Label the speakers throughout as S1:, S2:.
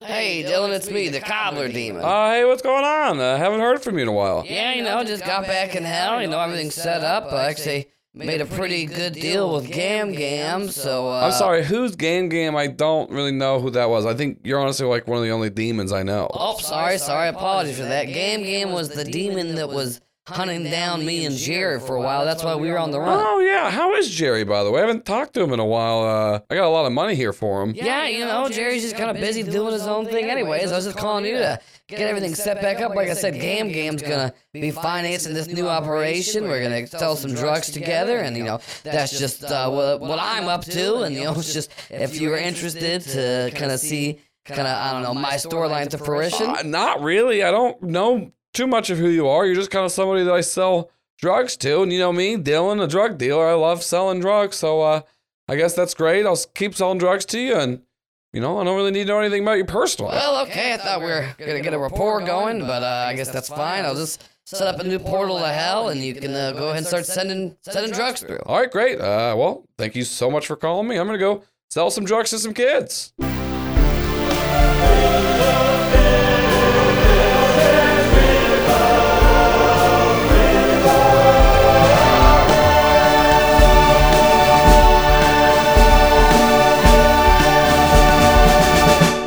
S1: Hey, Dylan, it's me, the Cobbler Demon.
S2: Uh, hey, what's going on? I haven't heard from you in a while.
S1: yeah, you know, just got back in hell. You know, everything's set up. I actually made a pretty good deal with Gam Gam, so. Uh,
S2: I'm sorry, who's Game Game? I don't really know who that was. I think you're honestly like one of the only demons I know.
S1: Oh, sorry, sorry. Apologies for that. Gam Gam was the demon that was hunting down me and Jerry for a while. That's why we were on the run.
S2: Oh yeah, how is Jerry by the way? I haven't talked to him in a while. Uh, I got a lot of money here for him.
S1: Yeah, you know, Jerry's just kind of busy doing his own thing anyways. I was just calling you to get everything set back up. Like I said, Gam Gam's gonna be financing this new operation. We're gonna sell some drugs together, and you know, that's just uh, what, what I'm up to. And you know, it's just if you were interested to kind of see, kind of I don't know, my storyline to fruition.
S2: Uh, not really. I don't know too much of who you are. You're just kind of somebody that I sell drugs to, and you know me, Dylan, a drug dealer. I love selling drugs, so uh, I guess that's great. I'll s- keep selling drugs to you, and you know, I don't really need to know anything about your personal. life.
S1: Well, okay, I thought we were gonna get a rapport going, but uh, I guess that's fine. I'll just set up a new portal to hell, and you can uh, go ahead and start sending sending drugs through.
S2: All right, great. Uh, well, thank you so much for calling me. I'm gonna go sell some drugs to some kids.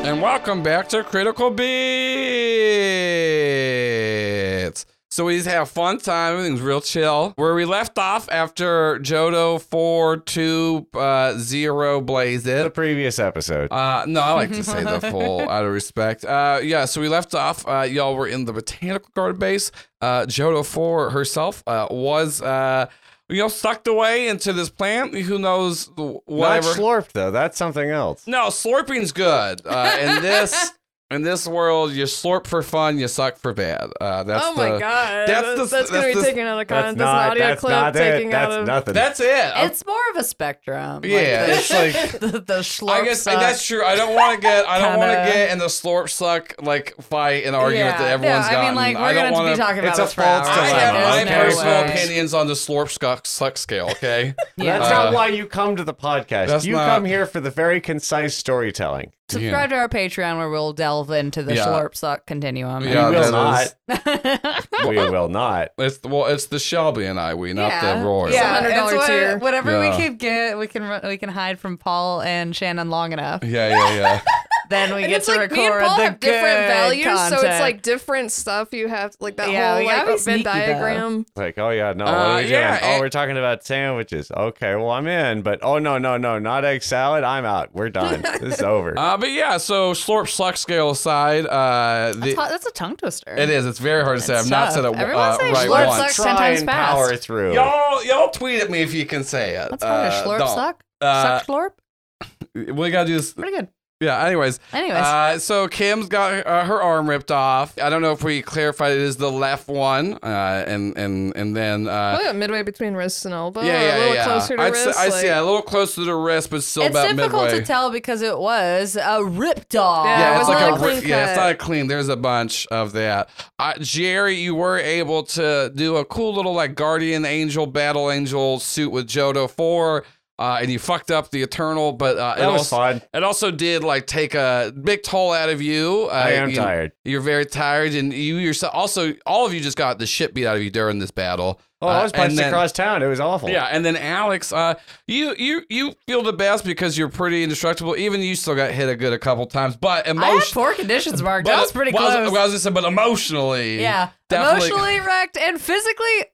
S2: And welcome back to Critical Beats. So we just have a fun time. Everything's real chill. Where we left off after Jodo four two uh, zero blaze
S3: The
S2: it.
S3: previous episode.
S2: Uh, no, I like to say the full out of respect. Uh, yeah, so we left off. Uh, y'all were in the botanical guard base. Uh, Jodo Four herself uh, was uh, you know sucked away into this plant. Who knows whatever.
S3: Not slurped though. That's something else.
S2: no, slurping's good. Uh, in this in this world, you slurp for fun, you suck for bad. Uh, that's
S4: oh
S2: the,
S4: my god, that's,
S2: that's the-
S4: that's gonna
S2: that's
S4: be
S2: the-
S4: taken out of
S3: That's
S4: context. That's an
S3: not.
S4: audio
S3: That's
S4: clip
S3: not it.
S4: taking out
S3: That's
S4: of.
S3: nothing.
S2: That's it. I'm-
S4: It's more of a spectrum. Like,
S2: Yeah,
S4: the,
S2: it's like-
S4: the, the slurp
S2: I guess and
S4: suck.
S2: that's true. I don't want to get I don't want to
S4: Kinda.
S2: get in the slurp suck like fight and argument
S4: yeah,
S2: that everyone's
S4: yeah,
S2: gotten.
S4: I mean, like we're
S2: I don't
S4: gonna have to be
S2: wanna-
S4: talking about
S3: it's a
S4: this for
S3: false
S4: hours.
S2: I
S3: dilemma.
S2: have
S4: There's
S2: my
S4: no
S2: personal
S4: way.
S2: opinions on the slurp suck, suck scale, okay?
S4: Yeah.
S3: That's
S2: Uh,
S3: not why you come to the podcast.
S2: that's
S3: You
S2: not-
S3: come here for the very concise storytelling.
S4: Subscribe to our Patreon where we'll delve into the
S2: Yeah.
S4: slurp suck continuum.
S2: Yeah.
S3: we will
S2: Uh, that is-
S3: not. we will not.
S2: It's well, it's the Shelby and I, we, not
S4: Yeah.
S2: the Roy.
S4: Yeah,
S2: Yeah,
S4: it's
S1: $100
S4: what-
S1: tier.
S4: Whatever
S2: Yeah.
S4: we can get, we can run- we can hide from Paul and Shannon long enough.
S2: yeah, yeah.
S4: Then we
S5: And
S4: get
S5: it's
S4: to
S5: like
S4: record
S5: me and Paul
S4: the
S5: have different
S4: good
S5: values, so it's
S4: content.
S5: like different stuff you have, like that
S4: Yeah, we
S5: whole
S4: gotta
S5: like
S4: be
S5: Venn
S4: sneaky, though.
S5: diagram.
S3: Like, oh yeah, no, what
S2: Uh,
S3: are we
S2: yeah,
S3: doing?
S2: and-
S3: oh, we're talking about sandwiches. Okay, well I'm in, but oh no, no, no, not egg salad. I'm out. We're done. this is over.
S2: Uh, but yeah, so slurp suck scale aside, uh,
S4: that's,
S2: the,
S4: hot- that's a tongue twister.
S2: it is. It's very hard to say.
S4: It's
S2: I've not
S4: tough.
S2: said it
S4: Everyone
S2: uh,
S4: say
S2: right
S4: slurp
S2: once.
S4: suck.
S3: Try
S4: ten times
S3: and
S4: fast.
S3: power through.
S2: Y'all, y'all tweet at me if you can say it.
S4: That's probably
S2: Uh,
S4: a slurp
S2: don't.
S4: suck.
S2: Uh,
S4: suck slurp.
S2: we gotta do this.
S4: Pretty good.
S2: Yeah. Anyways,
S4: Anyways,
S2: Uh, so Kim's got uh, her arm ripped off. I don't know if we clarified it is the left one, uh, and and and then uh,
S5: Probably about Oh, midway between wrist and elbow.
S2: yeah,
S5: or
S2: yeah,
S5: a little
S2: yeah.
S5: closer to
S2: I'd
S5: wrist.
S2: Say, I'd
S5: like,
S2: say, uh, yeah, a little closer to the wrist, but still
S4: it's
S2: about
S4: difficult
S2: midway.
S4: to tell because it was a ripped off.
S5: Yeah,
S2: yeah,
S5: it
S2: it's
S5: was
S2: like
S5: not
S2: a
S5: a clean
S2: ri- yeah, it's
S5: cut.
S2: not a clean. There's a bunch of that. Uh, Jerry, you were able to do a cool little like guardian angel, battle angel suit with Jodo Four, uh, and you fucked up the Eternal, but uh, it
S3: that was
S2: also
S3: fun.
S2: it also did like take a big toll out of you. Uh,
S3: I am
S2: you-
S3: tired.
S2: You're very tired, and you yourself also all of you just got the shit beat out of you during this battle.
S3: Oh,
S2: Uh,
S3: I was
S2: and
S3: punched
S2: then-
S3: across town. It was awful.
S2: Yeah, and then Alex, uh, you you you feel the best because you're pretty indestructible. Even you still got hit a good a couple times, but
S4: I had
S2: emotionally,
S4: four conditions marked. That was pretty
S2: well, I was,
S4: close.
S2: well, I was gonna say, but emotionally,
S4: yeah,
S2: definitely-
S4: emotionally wrecked and physically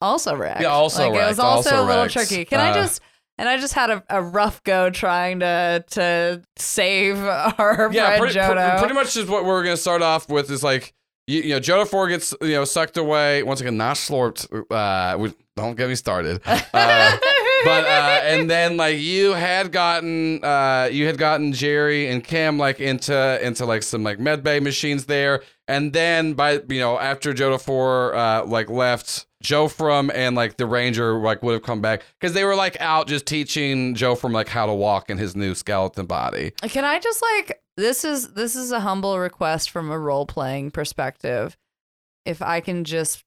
S4: also wrecked.
S2: Yeah, also
S4: like, It
S2: wrecked,
S4: was also,
S2: also
S4: a little
S2: wrecked.
S4: tricky. Can
S2: Uh,
S4: I just? And I just had a, a rough go trying to to save our
S2: yeah,
S4: friend
S2: pretty, pre-
S4: Jodo.
S2: pretty much is what we're gonna start off with is like you, you know Jodo Four gets you know sucked away once again, not slurped. Uh, we, don't get me started. Uh, but uh, and then like you had gotten uh, you had gotten Jerry and Kim like into into like some like med bay machines there, and then by you know after Jodo Four uh, like left. Joe from and like the ranger like would have come back because they were like out just teaching Joe from like how to walk in his new skeleton body.
S4: Can I just like this is this is a humble request from a role playing perspective. If I can just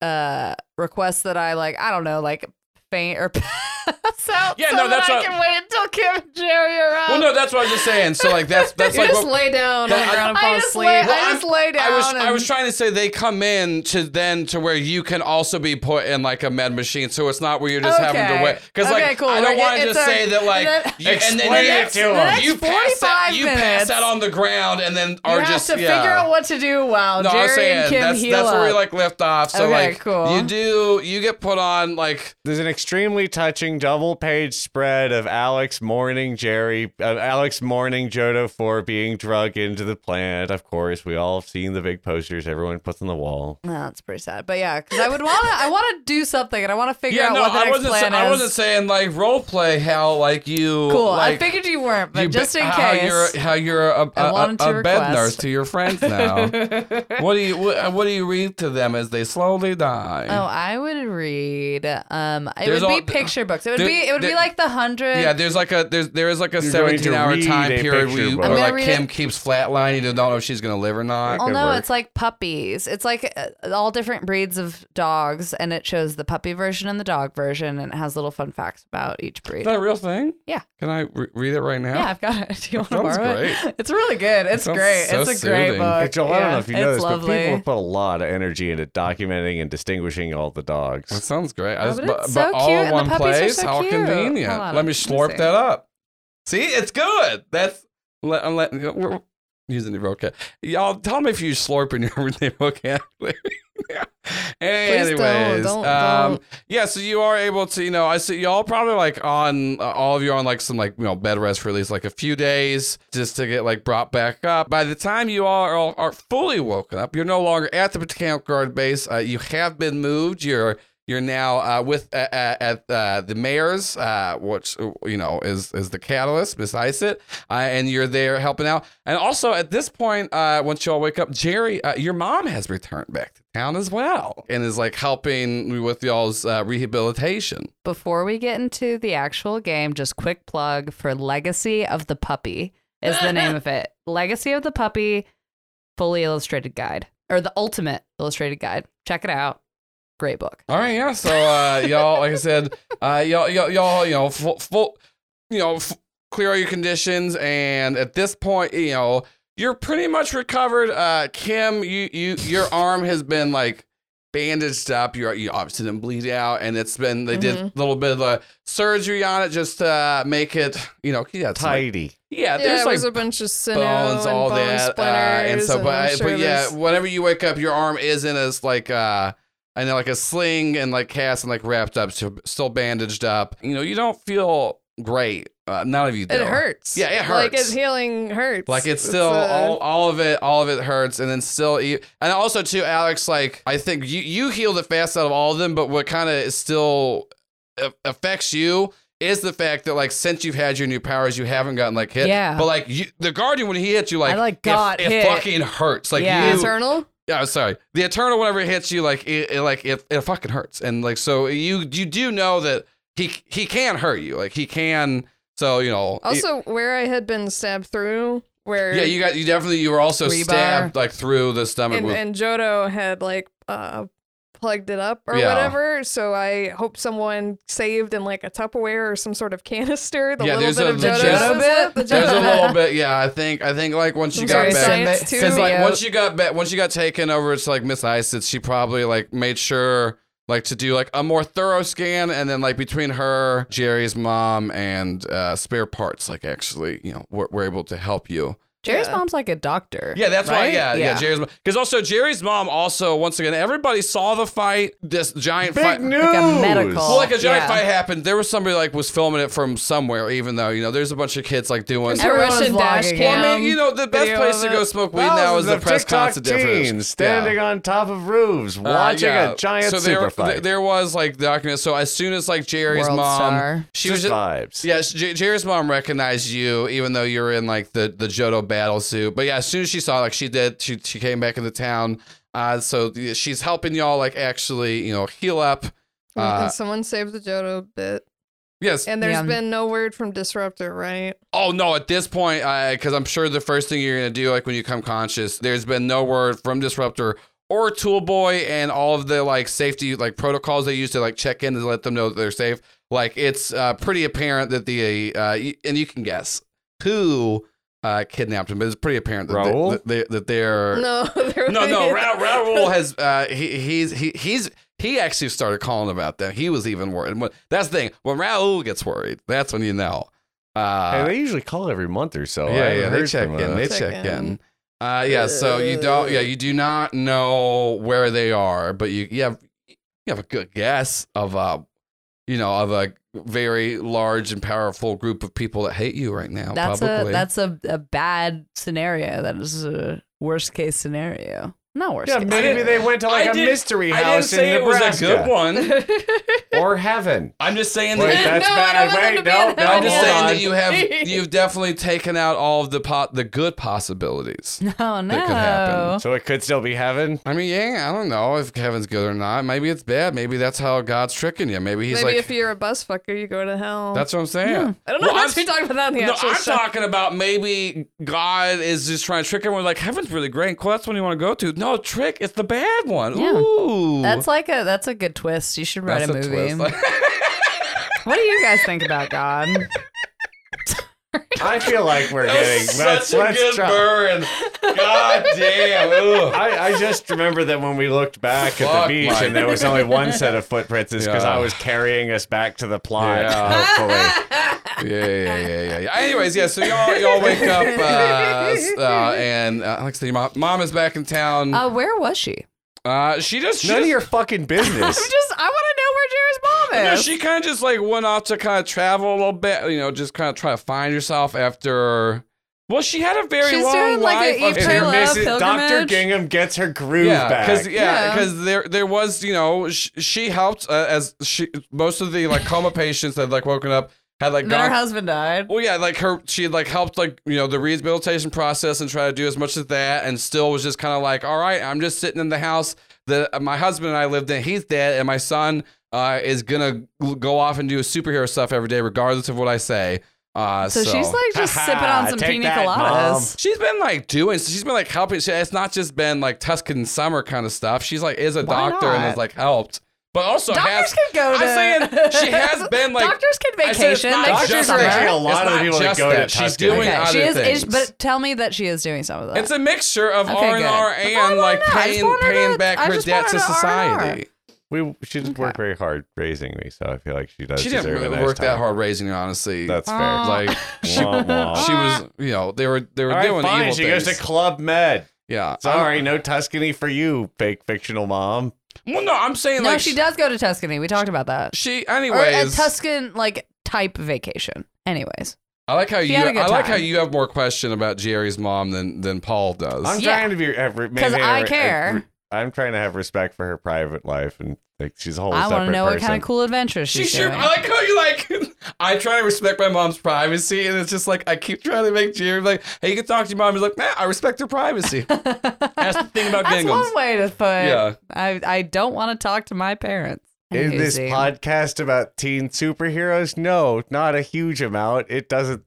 S4: uh request that I like I don't know like faint or pass out out
S2: Yeah,
S4: so
S2: no,
S4: that
S2: that's
S4: I
S2: what-
S4: can wait until Kim and Jerry are out.
S2: Well, no, that's what I was just saying. So like that's that's
S5: You
S2: like
S5: just
S2: what,
S5: lay down on
S2: that-
S5: the ground and fall
S4: I just,
S5: asleep.
S4: lay,
S2: Well,
S4: I just lay down.
S2: I was I
S4: and-
S2: was trying to say they come in to then to where you can also be put in like a med machine, so it's not where you're just having to
S4: Okay.
S2: wait. Because like
S4: Okay, cool.
S2: I don't
S4: It-
S2: want to
S4: it's
S2: just
S4: a-
S2: say that like
S4: and then-
S2: you, and then
S3: Explain
S2: you,
S3: it to 'em. The next
S2: you pass out
S4: 45
S2: you pass
S4: minutes.
S2: out on the ground and then
S4: You
S2: are
S4: have
S2: just
S4: to
S2: yeah.
S4: figure out what to do while
S2: no,
S4: Jerry
S2: I'm saying
S4: and Kim
S2: that's
S4: heal
S2: that's where we
S4: up.
S2: like left off. So
S4: Okay,
S2: like
S4: cool.
S2: you do you get put on like
S3: There's an extremely touching double page spread of Alex mourning Jerry, uh, Alex mourning Jodo for being drugged into the plant. Of course, we all have seen the big posters everyone puts on the wall.
S4: No, that's pretty sad. But yeah, because I would want to. I want to do something, and I want to figure
S2: yeah
S4: out
S2: no
S4: what the
S2: I
S4: next
S2: wasn't sa-
S4: plan
S2: I
S4: is.
S2: wasn't saying like role play how like you
S4: cool. I
S2: like,
S4: figured you weren't, but
S2: You
S4: just
S2: be-
S4: in
S2: how
S4: case.
S2: you're how you're a, a,
S4: I
S2: a,
S4: wanted to
S2: a bed
S4: request.
S2: nurse to your friends now. what do you what, what do you read to them as they slowly die?
S4: Oh, I would read. Um, it
S2: There's
S4: would
S2: all-
S4: be picture books. It would
S2: there-
S4: be. It would
S2: there-
S4: be like the hundred.
S2: yeah, there's like a there's there is like a
S3: You're going to
S2: 17 hour
S3: read
S2: time
S3: a
S2: period
S3: picture
S2: where, you,
S3: book.
S2: where
S4: I'm gonna
S2: like
S4: read
S2: Kim
S4: it-
S2: keeps flatlining. You don't know if she's gonna live or not.
S4: Oh
S3: Good
S4: no,
S3: work.
S4: it's like puppies. It's like uh, all different breeds of dogs, and it shows the puppy version and the dog version, and it has little fun facts about each
S2: Is
S4: breed.
S2: that a real thing?
S4: Yeah.
S2: Can I re- read it right now?
S4: Yeah, I've got it. Do you want to
S2: sounds
S4: borrow
S2: great.
S4: it? It's really good. It's
S2: sounds
S4: great.
S2: so
S4: it's a
S2: soothing.
S4: great book.
S3: Hey, Joel, I don't
S4: Yeah,
S3: know if you know
S4: it's
S3: this,
S4: lovely.
S3: but people put a lot of energy into documenting and distinguishing all the dogs.
S2: That sounds great. I
S4: Oh,
S2: just-
S4: but
S2: but
S4: it's
S2: but
S4: so
S2: all
S4: cute,
S2: in
S4: and the
S2: one
S4: puppies are
S2: place.
S4: so
S2: How
S4: cute. Oh,
S2: convenient.
S4: Hold on,
S2: Let me
S4: let me
S2: slurp
S4: see.
S2: that up. See, it's good. That's uh, let, I'm letting we're- we're using the vocab. Y'all tell me if you slurp in your everyday vocabulary. Yeah. Anyways,
S5: don't,
S2: um,
S5: don't.
S2: yeah. So you are able to, you know, I see y'all probably like on uh, all of you are on like some like you know bed rest for at least like a few days just to get like brought back up. By the time you all are, all are fully woken up, you're no longer at the camp guard base. Uh, you have been moved. You're you're now uh, with uh, uh, at uh, the mayor's, uh, which uh, you know is is the catalyst, Miss Isit, uh, and you're there helping out. And also at this point, uh, once you all wake up, Jerry, uh, your mom has returned back to town as well, and is like helping with y'all's uh, rehabilitation.
S4: Before we get into the actual game, just quick plug for Legacy of the Puppy is the name of it. Legacy of the Puppy, fully illustrated guide or the ultimate illustrated guide. Check it out. Great book.
S2: All right, yeah. So uh, y'all, like I said, uh, y'all, y'all, y'all, you know, full, full you know, f- clear all your conditions, and at this point, you know, you're pretty much recovered. Uh, Kim, you, you, your arm has been like bandaged up. You're, you obviously didn't bleed out, and it's been they did a little bit of a surgery on it just to uh, make it, you know, yeah, it's like-
S3: Tidy.
S2: yeah.
S5: yeah,
S2: There's
S5: there
S2: like
S5: was a bunch of sinew
S2: bones,
S5: and
S2: all
S5: bone
S2: that, uh,
S5: splinters,
S2: and so. But,
S5: I'm
S2: I-
S5: sure
S2: but yeah,
S5: there's-
S2: whenever you wake up, your arm is in as like uh, I know like a sling and like cast and like wrapped up, so still bandaged up. You know, you don't feel great. Uh, none of you do.
S5: it hurts.
S2: Yeah, it
S5: Like
S2: hurts.
S5: it's healing hurts.
S2: Like it's still
S5: uh,
S2: all, all of it, all of it hurts, and then still, you, and also too, Alex. Like I think you you healed it fast out of all of them, but what kind of still a- affects you is the fact that like since you've had your new powers, you haven't gotten like hit.
S4: Yeah.
S2: But like you, the guardian when he hits you, like
S4: I, like,
S2: it-
S4: got
S2: it,
S4: hit.
S2: fucking hurts. Like
S4: Yeah.
S2: you,
S5: eternal.
S2: yeah, I'm sorry. The Eternal, whenever it hits you, like it, it like it, it fucking hurts, and like so you you do know that he he can hurt you, like he can. So you know. it-
S5: Also, where I had been stabbed through, where
S2: yeah, you got you definitely you were also
S4: Rebar.
S2: stabbed like through the stomach.
S5: and,
S2: with,
S5: and Jodo had like uh plugged it up or
S2: Yeah.
S5: whatever. So I hope someone saved in like a Tupperware or some sort of canister. The
S2: Yeah,
S5: little
S2: there's
S5: bit
S2: a-
S5: of
S2: the
S5: Jodo,
S2: Jodo
S5: that was it? The
S2: there's a
S5: Jodo-
S2: little bit, yeah. I think I think like once you
S5: I'm
S2: got
S5: sorry,
S2: back,
S5: science
S4: Because,
S5: too.
S2: because like
S4: Yeah.
S2: once you got back, once you got taken over to like Miss Isis, she probably like made sure like to do like a more thorough scan, and then like between her, Jerry's mom, and uh, spare parts, like actually, you know, were, were able to help you.
S4: Jerry's
S5: Yeah.
S4: mom's like a doctor.
S2: Yeah, that's why.
S4: right?
S2: Yeah, yeah. Jerry's mom. Because also Jerry's mom. Also, once again, everybody saw the fight. This giant
S3: Big
S2: fight.
S3: news.
S4: medical-
S2: Well, like a giant
S4: Yeah.
S2: fight happened. There was somebody like was filming it from somewhere, even though you know there's a bunch of kids like doing.
S4: Everyone was
S5: Russian dash
S4: vlogging it.
S5: cam.
S2: Well, I mean, you know, the best
S5: video
S2: place
S5: of
S2: to
S5: it.
S2: go smoke weed now is
S3: Thousands
S2: the
S3: of
S2: press
S3: TikTok
S2: conference.
S3: teens standing on top of roofs, watching a giant
S2: Uh, so there,
S3: super fight.
S2: th- There was like documents. So as soon as like Jerry's
S4: World
S2: mom,
S4: star.
S2: she was just,
S3: vibes.
S2: yeah, J- Jerry's mom recognized you, even though you were in like the the Jodo battle suit. But yeah, as soon as she saw, like she did, she she came back into town. Uh, so th- she's helping y'all like actually, you know, heal up. Uh,
S5: and someone saved the Jodo bit.
S2: Yes.
S5: And there's
S4: Yeah.
S5: been no word from Disruptor, right?
S2: Oh no! At this point, because I'm sure the first thing you're gonna do, like when you come conscious, there's been no word from Disruptor or Tool Boy and all of the like safety like protocols they use to like check in to let them know that they're safe. Like it's uh, pretty apparent that the uh, y- and you can guess who uh, kidnapped him, but it's pretty apparent that
S3: Raoul?
S2: they, that, they, that they're
S5: No, there
S2: Er. no, no.
S5: was-
S2: Ra- Raoul has uh, he, he's he, he's he actually started calling about that. He was even worried. When- That's the thing. When Raoul gets worried, that's when you know.
S3: hey,
S2: Uh,
S3: they usually call every month or so. Oh, I
S2: yeah,
S3: haven't
S2: yeah. They
S3: heard
S2: check
S3: from uh,
S2: in.
S3: them.
S2: They
S5: Check
S2: check
S5: in.
S2: in. Uh, yeah. So you don't. Yeah, you do not know where they are, but you you have you have a good guess of uh you know of a very large and powerful group of people that hate you right now.
S4: That's
S2: publicly.
S4: a that's a, a bad scenario. That is a worst case scenario. Not worst.
S3: yeah,
S4: case
S3: maybe
S2: didn't-
S3: they went to
S2: I
S3: like a
S2: didn't-
S3: mystery
S2: I didn't
S3: house
S2: say
S3: in
S2: it was
S3: Nebraska
S2: a good one.
S3: or heaven.
S2: I'm just saying
S3: Wait,
S2: that
S3: that's
S4: No, I don't want them
S3: bad.
S4: to
S3: Wait,
S4: be in
S3: no, no.
S4: heaven.
S2: I'm just
S3: hold
S2: saying
S3: on.
S2: that you have you've definitely taken out all of the pot the good possibilities.
S4: scenario. Oh no.
S2: That could happen.
S3: So it could still be heaven.
S2: I mean, yeah, I don't know if Kevin's good or not. Maybe it's bad. Maybe that's how God's tricking you. Maybe he's like,
S5: Maybe if you're a bus fucker, you go to
S3: Oh.
S5: hell.
S2: that's what I'm saying.
S5: I don't know.
S2: Well,
S5: that's
S2: I'm-
S5: what you're talking about in the
S2: No,
S5: actual
S2: I'm
S5: show.
S2: talking about maybe God is just trying to trick everyone. Like heaven's really great. Cool, that's one you want to go to. No trick, it's the bad one.
S4: Yeah.
S2: Ooh,
S4: That's like a that's a good twist. You should write
S2: That's
S4: a movie.
S2: twist.
S4: what do you guys think about God?
S3: I feel like we're
S2: That was
S3: getting.
S2: such
S3: let's
S2: a
S3: let's
S2: good
S3: try.
S2: burn. God damn. Ooh.
S3: I, I just remember that when we looked back at
S2: Fuck,
S3: the beach
S2: Mike.
S3: and there was only one set of footprints, is because
S2: Yeah.
S3: I was carrying us back to the plot.
S2: Yeah.
S3: Hopefully,
S2: yeah, yeah, yeah, yeah, yeah. Anyways, yeah. So y'all, y'all wake up, uh, s- uh, and uh, like I said, your mom, mom is back in town.
S4: Uh, where was she?
S2: Uh, she just, she
S3: none of
S2: just-
S3: your fucking
S4: I'm
S3: business.
S4: just I want to know where
S2: no,
S4: Jerry's mom is.
S2: she kind of just like went off to kind of travel a little bit, you know, just kind of try to find herself after. Well, she had a very
S4: She's
S2: long
S4: doing, like,
S2: life
S4: a
S2: of
S4: Eve
S3: if you're
S4: Taylor
S3: missing, Doctor
S4: pilgrimage?
S3: Gingham gets her groove
S2: yeah,
S3: back.
S2: because yeah,
S4: Yeah.
S2: because there there was you know sh- she helped uh, as she most of the like coma patients that like woken up had like
S4: then her
S2: gone
S4: husband died.
S2: Well, yeah, like her, she had like helped like you know the rehabilitation process and try to do as much as that, and still was just kind of like, all right, I'm just sitting in the house that my husband and I lived in. He's dead, and my son uh, is gonna go off and do superhero stuff every day, regardless of what I say. Uh,
S4: So,
S2: so,
S4: she's like just
S3: Ha-ha,
S4: sipping on some
S3: take
S4: pina
S3: that,
S4: coladas.
S2: She's been like doing. She's been like helping. She, it's not just been like Tuscan summer kind of stuff. She's like is a
S4: Why
S2: doctor and
S4: not?
S2: has like helped, but also has.
S4: Doctors can go to.
S2: I'm saying she has been like
S4: doctors can
S2: I said it's
S4: vacation.
S2: not
S4: They can
S3: Doctors
S2: just
S4: summer.
S3: actually
S2: that.
S3: a lot
S2: It's
S3: of
S2: not
S3: the people that
S2: just
S3: go to
S2: She's
S3: Tuscany.
S2: doing
S3: Okay,
S2: other
S4: she is,
S2: things.
S4: is- but tell me that she is doing some of that.
S2: It's a mixture of
S4: Okay,
S2: R and R
S4: good.
S2: and
S4: Well,
S2: like
S4: no, I just
S2: paying
S4: wanted
S2: paying
S4: to-
S2: back
S4: I
S2: her
S4: just
S2: debt to
S4: wanted to R&R.
S2: society.
S3: we she didn't work very hard raising me, so I feel like she does.
S2: She didn't
S3: deserve a
S2: really
S3: nice
S2: work that
S3: time.
S2: hard raising her, honestly.
S3: That's fair.
S4: Aw.
S2: like she,
S3: Wah, wah.
S2: she was, you know, they were they were
S3: All right,
S2: doing
S3: fine.
S2: evil
S3: she
S2: things.
S3: goes to Club Med.
S2: yeah,
S3: Sorry, no Tuscany for you, fake fictional mom.
S2: I'm, well, no, I'm saying
S4: no,
S2: like
S4: she does go to Tuscany. We talked about that.
S2: She,
S4: Or a
S2: anyways.
S4: Tuscan like type vacation. Anyways,
S2: I like how you.
S4: had a good
S2: I like
S4: time.
S2: how you have more question about Jerry's mom than than Paul does.
S3: I'm
S4: Yeah.
S3: trying to be because
S4: because I care.
S3: I'm trying to have respect for her private life, and like she's a whole.
S4: I
S3: want to
S4: know what
S3: person.
S4: kind of cool adventures
S2: she
S4: she's
S2: sure.
S4: doing.
S2: I like how you like. I try to respect my mom's privacy, and it's just like I keep trying to make Jerry like, "Hey, you can talk to your mom." He's like, "Nah, I respect her privacy." That's the thing about
S4: That's
S2: Gingham's.
S4: one way to put.
S2: Yeah.
S4: it. I I don't want to talk to my parents.
S3: In this
S4: Amazing.
S3: podcast about teen superheroes, no, not a huge amount. It doesn't.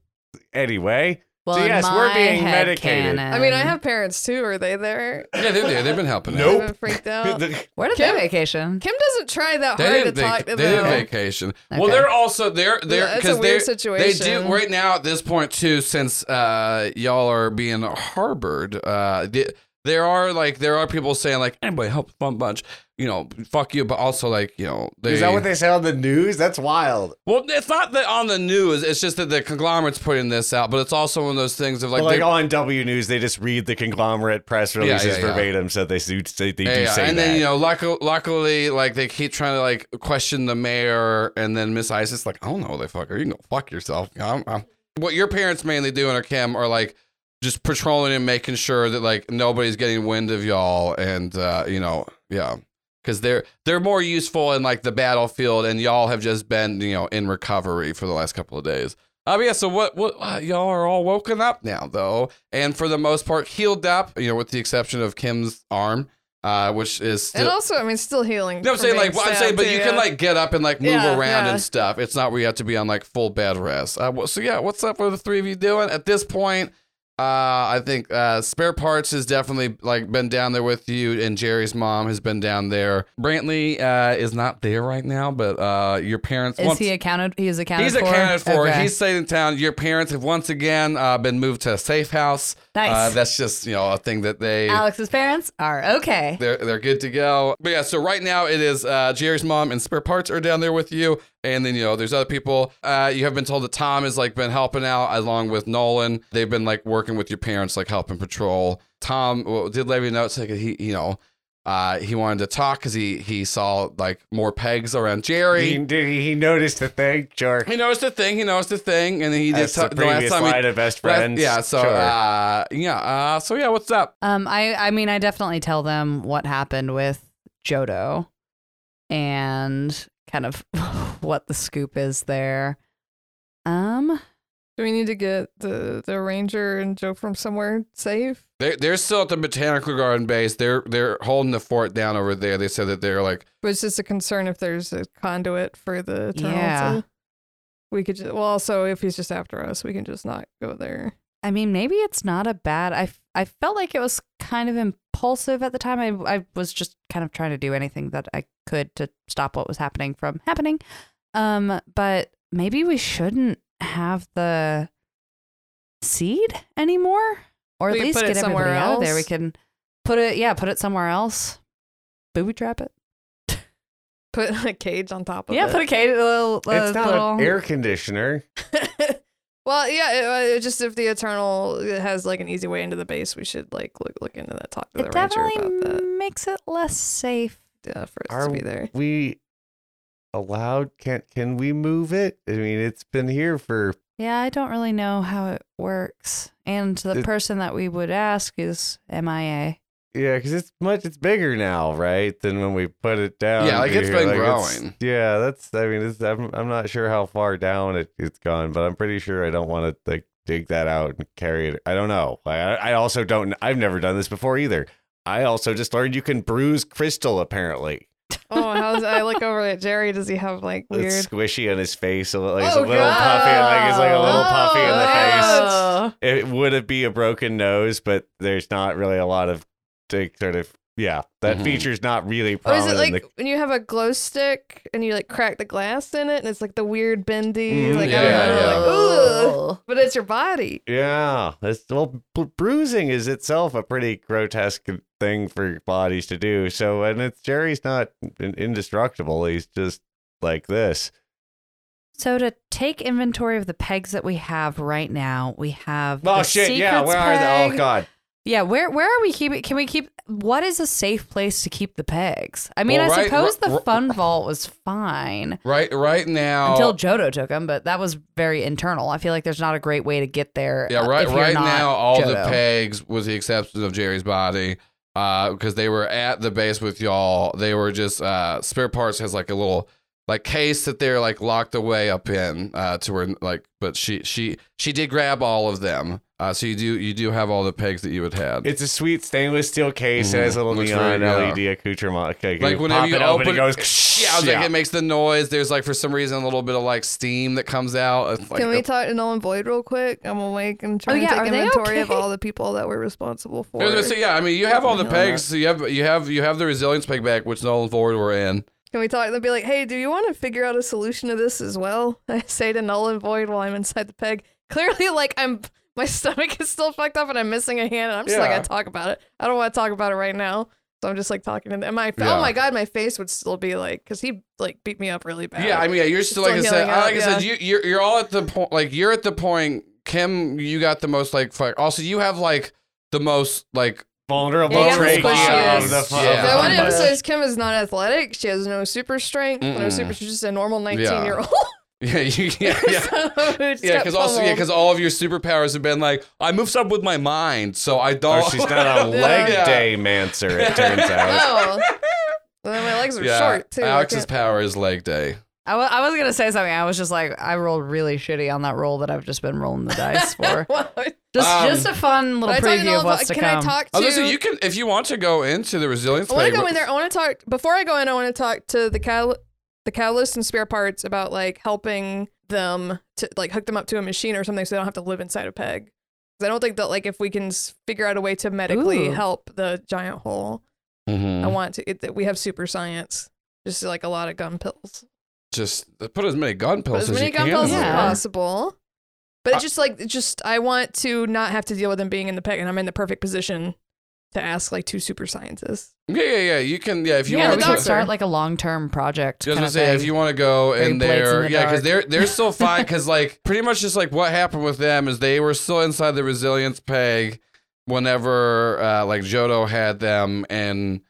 S3: Anyway,
S4: Well,
S3: So
S4: in
S3: yes, we're
S4: my
S3: being
S4: head
S3: medicated.
S4: canon.
S5: I mean, I have parents too. Are they there?
S2: Yeah, they're there. They've been helping. out.
S3: Nope.
S5: I've been freaked
S4: Oh.
S5: out.
S4: Where did
S5: Kim-
S4: they vacation?
S5: Kim doesn't try that
S2: They
S5: hard to
S2: didn't, vac-
S5: talk to
S2: they didn't
S5: them.
S2: vacation. Well,
S4: Okay.
S2: they're also they're they're
S5: that's a
S2: because they
S5: weird
S2: they do
S5: situation.
S2: right now at this point too. Since uh, y'all are being harbored, uh, th- there are like there are people saying like anybody help fun bunch, you know, fuck you, but also like you know they.
S3: is that what they say on the news? That's wild.
S2: well, it's not that on the news. It's just that the conglomerate's putting this out, but it's also one of those things of like,
S3: But like
S2: they-
S3: on W News, they just read the conglomerate press releases
S2: yeah, yeah.
S3: verbatim, so they do say they do
S2: Yeah, yeah.
S3: say
S2: and
S3: that.
S2: then you know, luckily, luckily, like they keep trying to like question the mayor, and then Miss Isis like, I don't know, they fucker, you can go fuck yourself. You know, I'm- I'm- What your parents mainly do in a Kim are like just patrolling and making sure that like nobody's getting wind of y'all, and uh, you know, yeah, because they're they're more useful in like the battlefield, and y'all have just been you know in recovery for the last couple of days. Uh, but yeah, so what, what, uh, y'all are all woken up now, though, and for the most part healed up, you know, with the exception of Kim's arm, uh, which is still.
S5: And also, I mean, still healing.
S2: you know what I'm
S5: from
S2: saying?
S5: being
S2: Like, what I'm
S5: stabbed,
S2: saying, but
S5: too,
S2: you
S5: yeah.
S2: can, like, get up and, like, move
S5: Yeah,
S2: around
S5: yeah.
S2: and stuff. It's not where you have to be on, like, full bed rest. Uh, wh- so, yeah, what's up? What are the three of you doing? At this point, Uh, I think uh, spare parts has definitely like been down there with you, and Jerry's mom has been down there. Brantley uh, is not there right now, but uh, your parents.
S4: Is
S2: once-
S4: he accounted? He is accounted
S2: He's
S4: for.
S2: accounted for.
S4: Okay.
S2: He's stayed in town. Your parents have once again uh, been moved to a safe house.
S4: Nice.
S2: Uh, that's just you know a thing that they
S4: Alex's parents are okay.
S2: they're they're good to go. But yeah, so right now it is uh, Jerry's mom and spare parts are down there with you, and then you know there's other people. Uh, you have been told that Tom has like been helping out along with Nolan. They've been like working with your parents, like helping patrol. Tom well, did let me know it's like he you know. Uh, he wanted to talk because he he saw like more pegs around Jerry.
S3: He, did he, he noticed the thing, jerk.
S2: He knows the thing. He knows the thing, and then he
S3: That's
S2: just
S3: the
S2: the last
S3: previous
S2: time he-
S3: line of best
S2: last-
S3: friends.
S2: yeah. So
S3: Sure.
S2: uh, yeah. Uh, so yeah. What's up?
S4: Um, I I mean, I definitely tell them what happened with Jodo, and kind of what the scoop is there. Um,
S5: Do we need to get the, the ranger and Joe from somewhere safe?
S2: They they're still at the botanical garden base. They're they're holding the fort down over there. They said that they're like
S5: But it's just a concern if there's a conduit for the tunnel.
S4: Yeah.
S5: to- We could just, well, also if he's just after us, we can just not go there.
S4: I mean, maybe it's not a bad. I f- I felt like it was kind of impulsive at the time. I I was just kind of trying to do anything that I could to stop what was happening from happening. Um, but maybe we shouldn't have the seed anymore, or at
S5: We
S4: least
S5: put it
S4: get everybody
S5: somewhere
S4: out of there. We
S5: else?
S4: can put it, yeah, put it somewhere else. Booby trap it.
S5: Put a cage on top of
S4: yeah,
S5: it.
S4: put a cage. A little,
S3: it's
S4: a
S3: not
S4: little,
S3: an air conditioner.
S5: well, yeah, it, uh, it just if the Eternal has like an easy way into the base, we should like look look into that, talk to
S4: it
S5: the Ranger about
S4: definitely
S5: that
S4: makes it less safe.
S5: yeah, for us
S3: Are
S5: to be there.
S3: we allowed? Can can we move it? I mean, it's been here for
S4: Yeah, I don't really know how it works. And the
S3: It-
S4: person that we would ask is MIA.
S3: yeah, because it's much. It's bigger now, right? Than when we put it down.
S2: Yeah, like,
S3: here.
S2: it's been
S3: it's-
S2: growing.
S3: yeah, that's. I mean, it's, I'm I'm not sure how far down it, it's gone, but I'm pretty sure I don't want to like dig that out and carry it. I don't know. I I also don't. I've never done this before either. I also just learned you can bruise crystal. Apparently,
S5: Oh, how's I look over at Jerry? Does he have like weird?
S3: it's shinny on his face. So like it's a
S5: Oh,
S3: little puffy. and, Like it's like a little puffy in the face.
S4: Oh.
S3: it would have be a broken nose, but there's not really a lot of to sort of yeah. That
S2: Mhm.
S3: feature's not really
S5: Or is
S3: prominent.
S5: it
S3: in
S5: like
S3: the-
S5: when you have a glow stick and you like crack the glass in it and it's like the weird bendy,
S3: Mm,
S5: like I
S2: yeah,
S5: don't know,
S2: yeah.
S5: like, ooh, but it's your body.
S3: yeah, that's well, bru- bruising is itself a pretty grotesque thing for bodies to do. So, and it's Jerry's not in- indestructible. He's just like this.
S4: So to take inventory of the pegs that we have right now, we have
S3: Oh
S4: the
S3: shit! Yeah,
S4: secrets
S3: where are
S4: peg.
S3: they? Oh god!
S4: Yeah, where where are we keeping? Can we keep? What is a safe place to keep the pegs? I mean,
S2: Well,
S4: I
S2: right-
S4: suppose
S2: r-
S4: the
S2: r- Oh.
S4: fun vault was fine
S2: right right now.
S4: until Jodo took them, but that was very internal. I feel like there's not a great way to get there.
S2: yeah,
S4: uh,
S2: right
S4: if you're
S2: right
S4: not
S2: now. All the
S4: Johto.
S2: pegs, with the exception of Jerry's body, because they were at the base with y'all. They were just uh, spare parts has like a little like case that they're like locked away up in uh, to where like. But she she she did grab all of them. Uh, so you do you do have all the pegs that you had had.
S3: It's a sweet stainless steel case. It
S2: Mhm.
S3: has a little
S2: Looks
S3: neon
S2: very- yeah.
S3: LED accoutrement. Okay,
S2: Like, whenever
S3: pop
S2: you
S3: it open,
S2: open
S3: it
S2: it-
S3: goes.
S2: yeah, I was like, it makes the noise. There's like for some reason a little bit of like steam that comes out. It's like
S5: Can we talk to Nolan Boyd real quick? I'm awake and trying
S4: yeah,
S5: to
S4: are
S5: take
S4: they
S5: inventory of
S4: okay?
S5: all the people that we're responsible for.
S2: I was gonna say, yeah, I mean, you have all the
S5: Hang on
S2: pegs. So you have you have you have the resilience peg back, which Nolan and Ford were in.
S5: Can we talk? They'll be like, hey, do you want to figure out a solution to this as well? I say to Nolan Boyd while I'm inside the peg. Clearly, like, I'm. My stomach is still fucked up and I'm missing a hand, and I'm just like,
S2: Yeah.
S5: I talk about it. I don't want to talk about it right now. So I'm just like talking to them. And my,
S2: Yeah.
S5: oh my God, my face would still be like, because he like beat me up really bad.
S2: Yeah, I mean, yeah, you're still, like I
S5: Still
S2: said,
S5: healing up,
S2: like I said,
S5: yeah.
S2: you you're, you're all at the point. Like you're at the point. Kim, you got the most like fuck. Also, you have like the most like
S3: vulnerable
S5: Yeah,
S3: trachea
S5: yeah,
S3: of the fu-
S2: yeah.
S5: That one
S3: of the
S2: Yeah.
S5: emphasized Kim is not athletic. She has no super strength, no
S2: Mm-mm.
S5: super. She's just a normal 19
S2: Yeah.
S5: year old.
S2: yeah you, yeah yeah. Yeah,
S5: Yeah,
S2: because also yeah, because all of your superpowers have been like I move stuff with my mind, so I don't.
S3: Oh, she's not a leg
S2: Yeah.
S3: day mancer, it turns out.
S5: Oh. And then my legs are
S2: yeah,
S5: short too. I
S2: Alex's
S5: can't-
S2: power is leg day.
S4: I, w- I was gonna say something. I was just like, I rolled really shitty on that roll that I've just been rolling the dice for.
S5: Well, I-
S4: Just,
S2: Um,
S4: just a fun little
S5: I talk to
S4: preview
S5: Nolan
S4: of what's to
S5: Bo- Can
S4: come.
S5: I talk
S2: I
S5: to?
S2: was gonna say, Oh, you can if you want to go into the resilience.
S5: I want
S2: peg,
S5: to go
S2: but-
S5: in there. I want to talk before I go in. I want to talk to the cal- the catalyst and spare parts about like helping them to like hook them up to a machine or something so they don't have to live inside a peg. 'Cause I don't think that like if we can s- figure out a way to medically
S4: Ooh.
S5: help the giant hole,
S2: Mm-hmm. Mm.
S5: I want to. It, that we have super science, just like a lot of gun pills,
S2: Just put as many gun
S5: But
S2: pills
S5: as
S2: as
S5: many
S2: you
S5: gun
S2: can. Uh,
S5: pills
S2: in
S5: as
S2: there.
S4: Yeah.
S5: possible. But it's just like it's just I want to not have to deal with them being in the peg, and I'm in the perfect position to ask like two super scientists.
S2: Yeah, yeah, yeah. You can, yeah. If you
S4: yeah,
S5: wanna
S4: we
S2: want
S5: go-
S4: can
S5: doctor.
S4: start like a long term project.
S2: I
S4: kind
S2: was gonna
S4: of
S2: say if
S4: thing.
S2: you want to go
S4: Very
S2: and
S4: blades in
S2: they're
S4: the
S2: yeah because
S4: dark.
S2: they're they're still fine because like pretty much just like what happened with them is they were still inside the resilience peg whenever uh, like Jodo had them and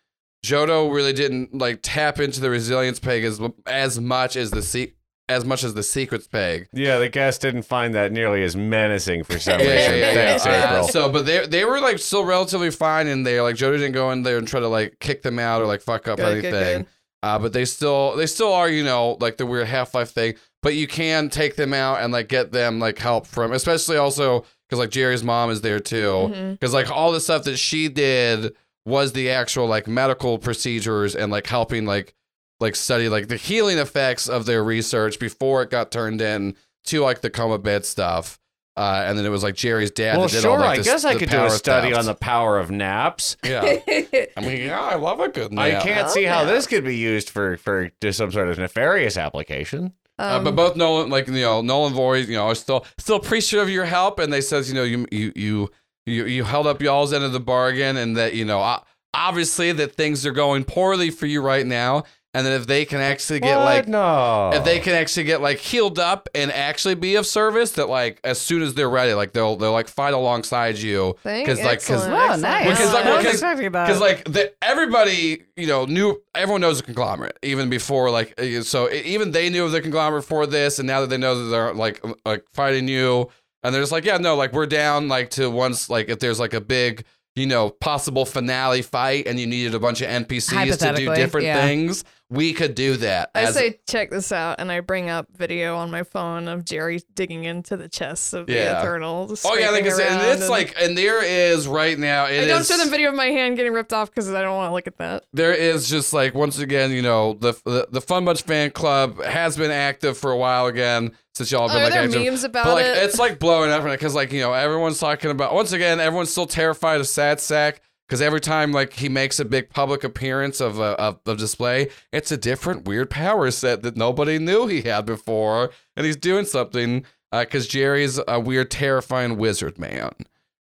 S2: Jodo really didn't like tap into the resilience peg as as much as the se- as much as the secrets peg.
S3: Yeah, the guests didn't find that nearly as menacing for some
S2: Yeah,
S3: reason.
S2: yeah, yeah, yeah.
S3: Thanks,
S2: Uh,
S3: April.
S2: so, but they they were like still relatively fine in there. Like Jodo didn't go in there and try to like kick them out or like fuck up
S5: Good,
S2: anything.
S5: good, good.
S2: Uh, but they still they still are you know like the weird Half Life thing. But you can take them out and like get them like help from, especially also because like Jerry's mom is there too.
S5: Mhm.
S2: Because like all the stuff that she did was the actual like medical procedures and like helping like like study like the healing effects of their research before it got turned in to like the coma bed stuff. Uh, and then it was like Jerry's dad.
S3: well,
S2: that did
S3: sure.
S2: all, like, the-
S3: I guess I
S2: the
S3: could do a
S2: power
S3: study
S2: theft.
S3: on the power of naps.
S2: Yeah, I mean, yeah, I love a good. Nap.
S3: I can't
S5: Oh,
S3: see how
S5: yeah.
S3: this could be used for for just some sort of nefarious application.
S2: Uh, but
S5: Um,
S2: both Nolan, like you know, Nolan Voorhees, you know, are still still appreciative of your help, and they says, you know, you you you you, you held up y'all's end of the bargain, and that you know, o- obviously that things are going poorly for you right now, and that if they can actually get
S3: What?
S2: like.
S3: no.
S2: If they can actually get like healed up and actually be of service, that like as soon as they're ready, like they'll they'll like fight alongside you
S5: thank-
S2: because like because
S5: excellent,
S4: Wow,
S5: excellent.
S4: nice.
S2: Because, like,
S4: I
S2: well,
S4: was
S2: 'cause-
S4: expecting that.
S2: because like the, everybody, you know, knew everyone knows the conglomerate even before like uh, so e- even they knew of the conglomerate for this, and now that they know that they're like um, like fighting you, and they're just like, yeah, no, like we're down like to once like if there's like a big you know possible finale fight, and you needed a bunch of NPCs to do
S4: Hypothetically,
S2: different
S4: yeah.
S2: things, we could do that.
S5: I
S2: as-
S5: say check this out, and I bring up video on my phone of Jerry digging into the chests of
S2: Yeah.
S5: the Eternal.
S2: oh yeah, like I
S5: scraping
S2: said, and
S5: around,
S2: it's like, and there is right now. it
S5: I don't
S2: is-
S5: show them video of my hand getting ripped off because I don't want to look at that.
S2: there is just like once again, you know, the the, the Fun Bunch fan club has been active for a while again since y'all have
S5: Are
S2: been
S5: Oh, there
S2: like active.
S5: memes about
S2: but like
S5: it?
S2: it's like blowing up because like you know everyone's talking about once again everyone's still terrified of Sad Sack because every time like he makes a big public appearance of a of, of display, it's a different weird power set that nobody knew he had before, and he's doing something because Jerry's a weird, terrifying wizard man.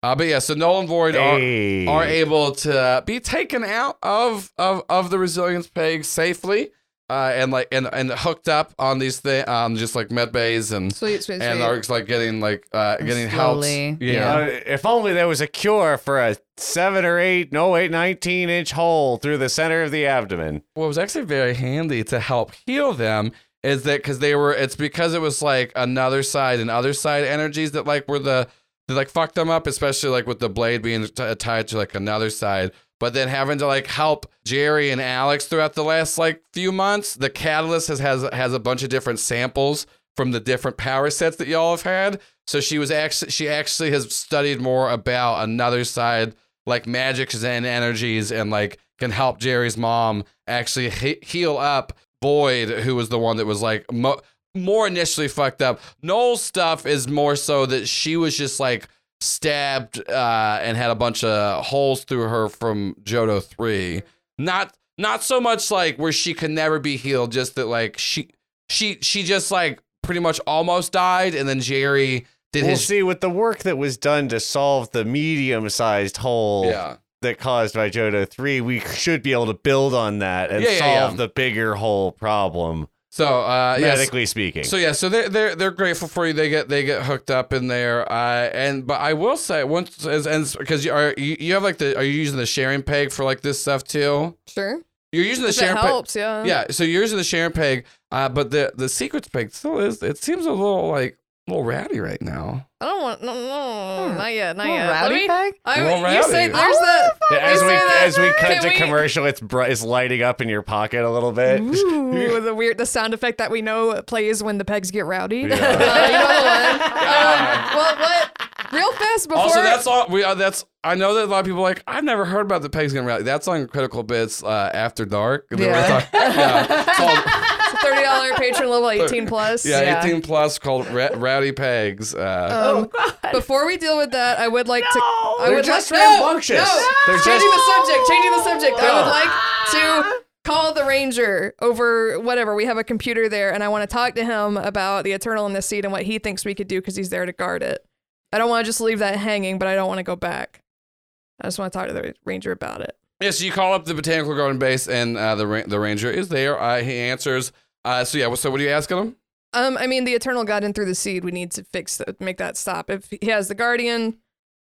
S2: Uh, but yeah, so Nolan Void uh, are-
S3: Hey.
S2: are able to be taken out of of, of the resilience peg safely uh, and like and, and hooked up on these things um just like med bays and
S5: Sweet, sweet, sweet.
S2: and are like getting like uh getting help
S4: Slowly,
S2: yeah
S3: Uh, if only there was a cure for a seven or eight, no, eight, 19 inch hole through the center of the abdomen.
S2: what was actually very handy to help heal them is that because they were it's because it was like another side and other side energies that like were the that like fucked them up especially like with the blade being t- tied to like another side but then having to like help jerry and alex throughout the last like few months the catalyst has has, has a bunch of different samples from the different power sets that y'all have had so she was actually she actually has studied more about another side like magics and energies and like can help Jerry's mom actually he- heal up Boyd, who was the one that was like mo- more initially fucked up. Noel's stuff is more so that she was just like stabbed uh, and had a bunch of holes through her from Jodo three. Not not so much like where she could never be healed, just that like she she she just like pretty much almost died, and then Jerry did
S3: We'll
S2: his
S3: see with the work that was done to solve the medium sized hole
S2: yeah.
S3: that caused by Johto 3, we should be able to build on that and
S2: Yeah, yeah,
S3: solve
S2: yeah.
S3: the bigger hole problem,
S2: So uh, yes.
S3: medically speaking.
S2: So yeah, so they're they're they're grateful for you. They get they get hooked up in there. Uh, and but I will say once as and because you are you, you have like the are you using the sharing peg for like this stuff too?
S5: sure.
S2: You're using the
S5: If it
S2: sharing peg.
S5: helps, yeah.
S2: Yeah, so you're using the sharing peg. Uh, but the the secrets peg still is. It seems a little like a little ratty right now.
S5: I don't want, no, no,
S4: Hmm.
S5: not yet, not
S4: Little
S5: yet.
S4: rowdy
S5: Let me,
S4: peg?
S5: I,
S2: Little
S5: you
S2: rowdy.
S5: say
S2: I
S5: there's that.
S3: Yeah, as
S5: Is
S3: we
S5: that-
S3: as we cut
S5: can
S3: to
S5: we-
S3: commercial, it's br- it's lighting up in your pocket a little bit.
S5: Ooh, the weird, the sound effect that we know plays when the pegs get rowdy.
S3: Yeah.
S5: Uh, you know the one? Um,
S2: Yeah.
S5: what, what? Real fast before.
S2: also, that's all we. Uh, that's I know that a lot of people are like I've never heard about the Peg's Gonna Rally. That's on Critical Bits uh, after dark. And then we're
S5: Yeah.
S2: talking- yeah, it's called-
S5: It's a thirty dollar patron level, eighteen plus.
S2: yeah,
S4: Yeah.
S2: eighteen plus called Ra- Rowdy Pegs. Uh,
S5: Um, Before we deal with that, I would like to. I
S3: They're
S5: would
S3: just
S5: like, no,
S3: rambunctious.
S5: No,
S3: They're
S5: changing
S3: just- Ah.
S5: the subject. Changing the subject. I would like to call the ranger over whatever we have a computer there, and I want to talk to him about the Eternal in the seat and what he thinks we could do because he's there to guard it. I don't want to just leave that hanging, but I don't want to go back. I just want to talk to the ranger about it.
S2: yeah, so you call up the Botanical Garden base, and uh, the ra- the ranger is there. Uh, he answers. Uh, so yeah, so what are you asking him?
S5: Um, I mean, the Eternal got in through the seed. We need to fix that, make that stop. If he has the Guardian,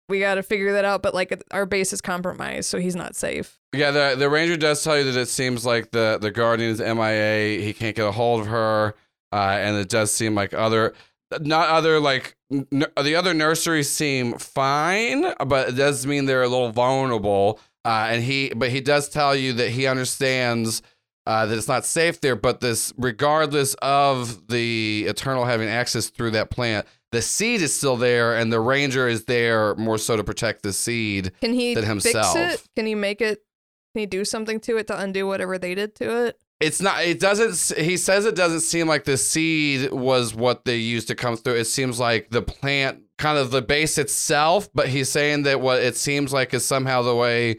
S5: we got to figure that out. But like, our base is compromised, so he's not safe.
S2: Yeah, the the ranger does tell you that it seems like the the guardian is MIA. He can't get a hold of her, uh, and it does seem like other, not other like n- the other nurseries seem fine, but it does mean they're a little vulnerable. Uh, and he, but he does tell you that he understands uh, that it's not safe there. But this, regardless of the eternal having access through that plant, the seed is still there, and the ranger is there more so to protect the seed.
S5: Can he
S2: Than himself.
S5: fix it? Can he make it? Can he do something to it to undo whatever they did to it?
S2: It's not. It doesn't. s- He says it doesn't seem like the seed was what they used to come through. It seems like the plant, kind of the base itself. But he's saying that what it seems like is somehow the way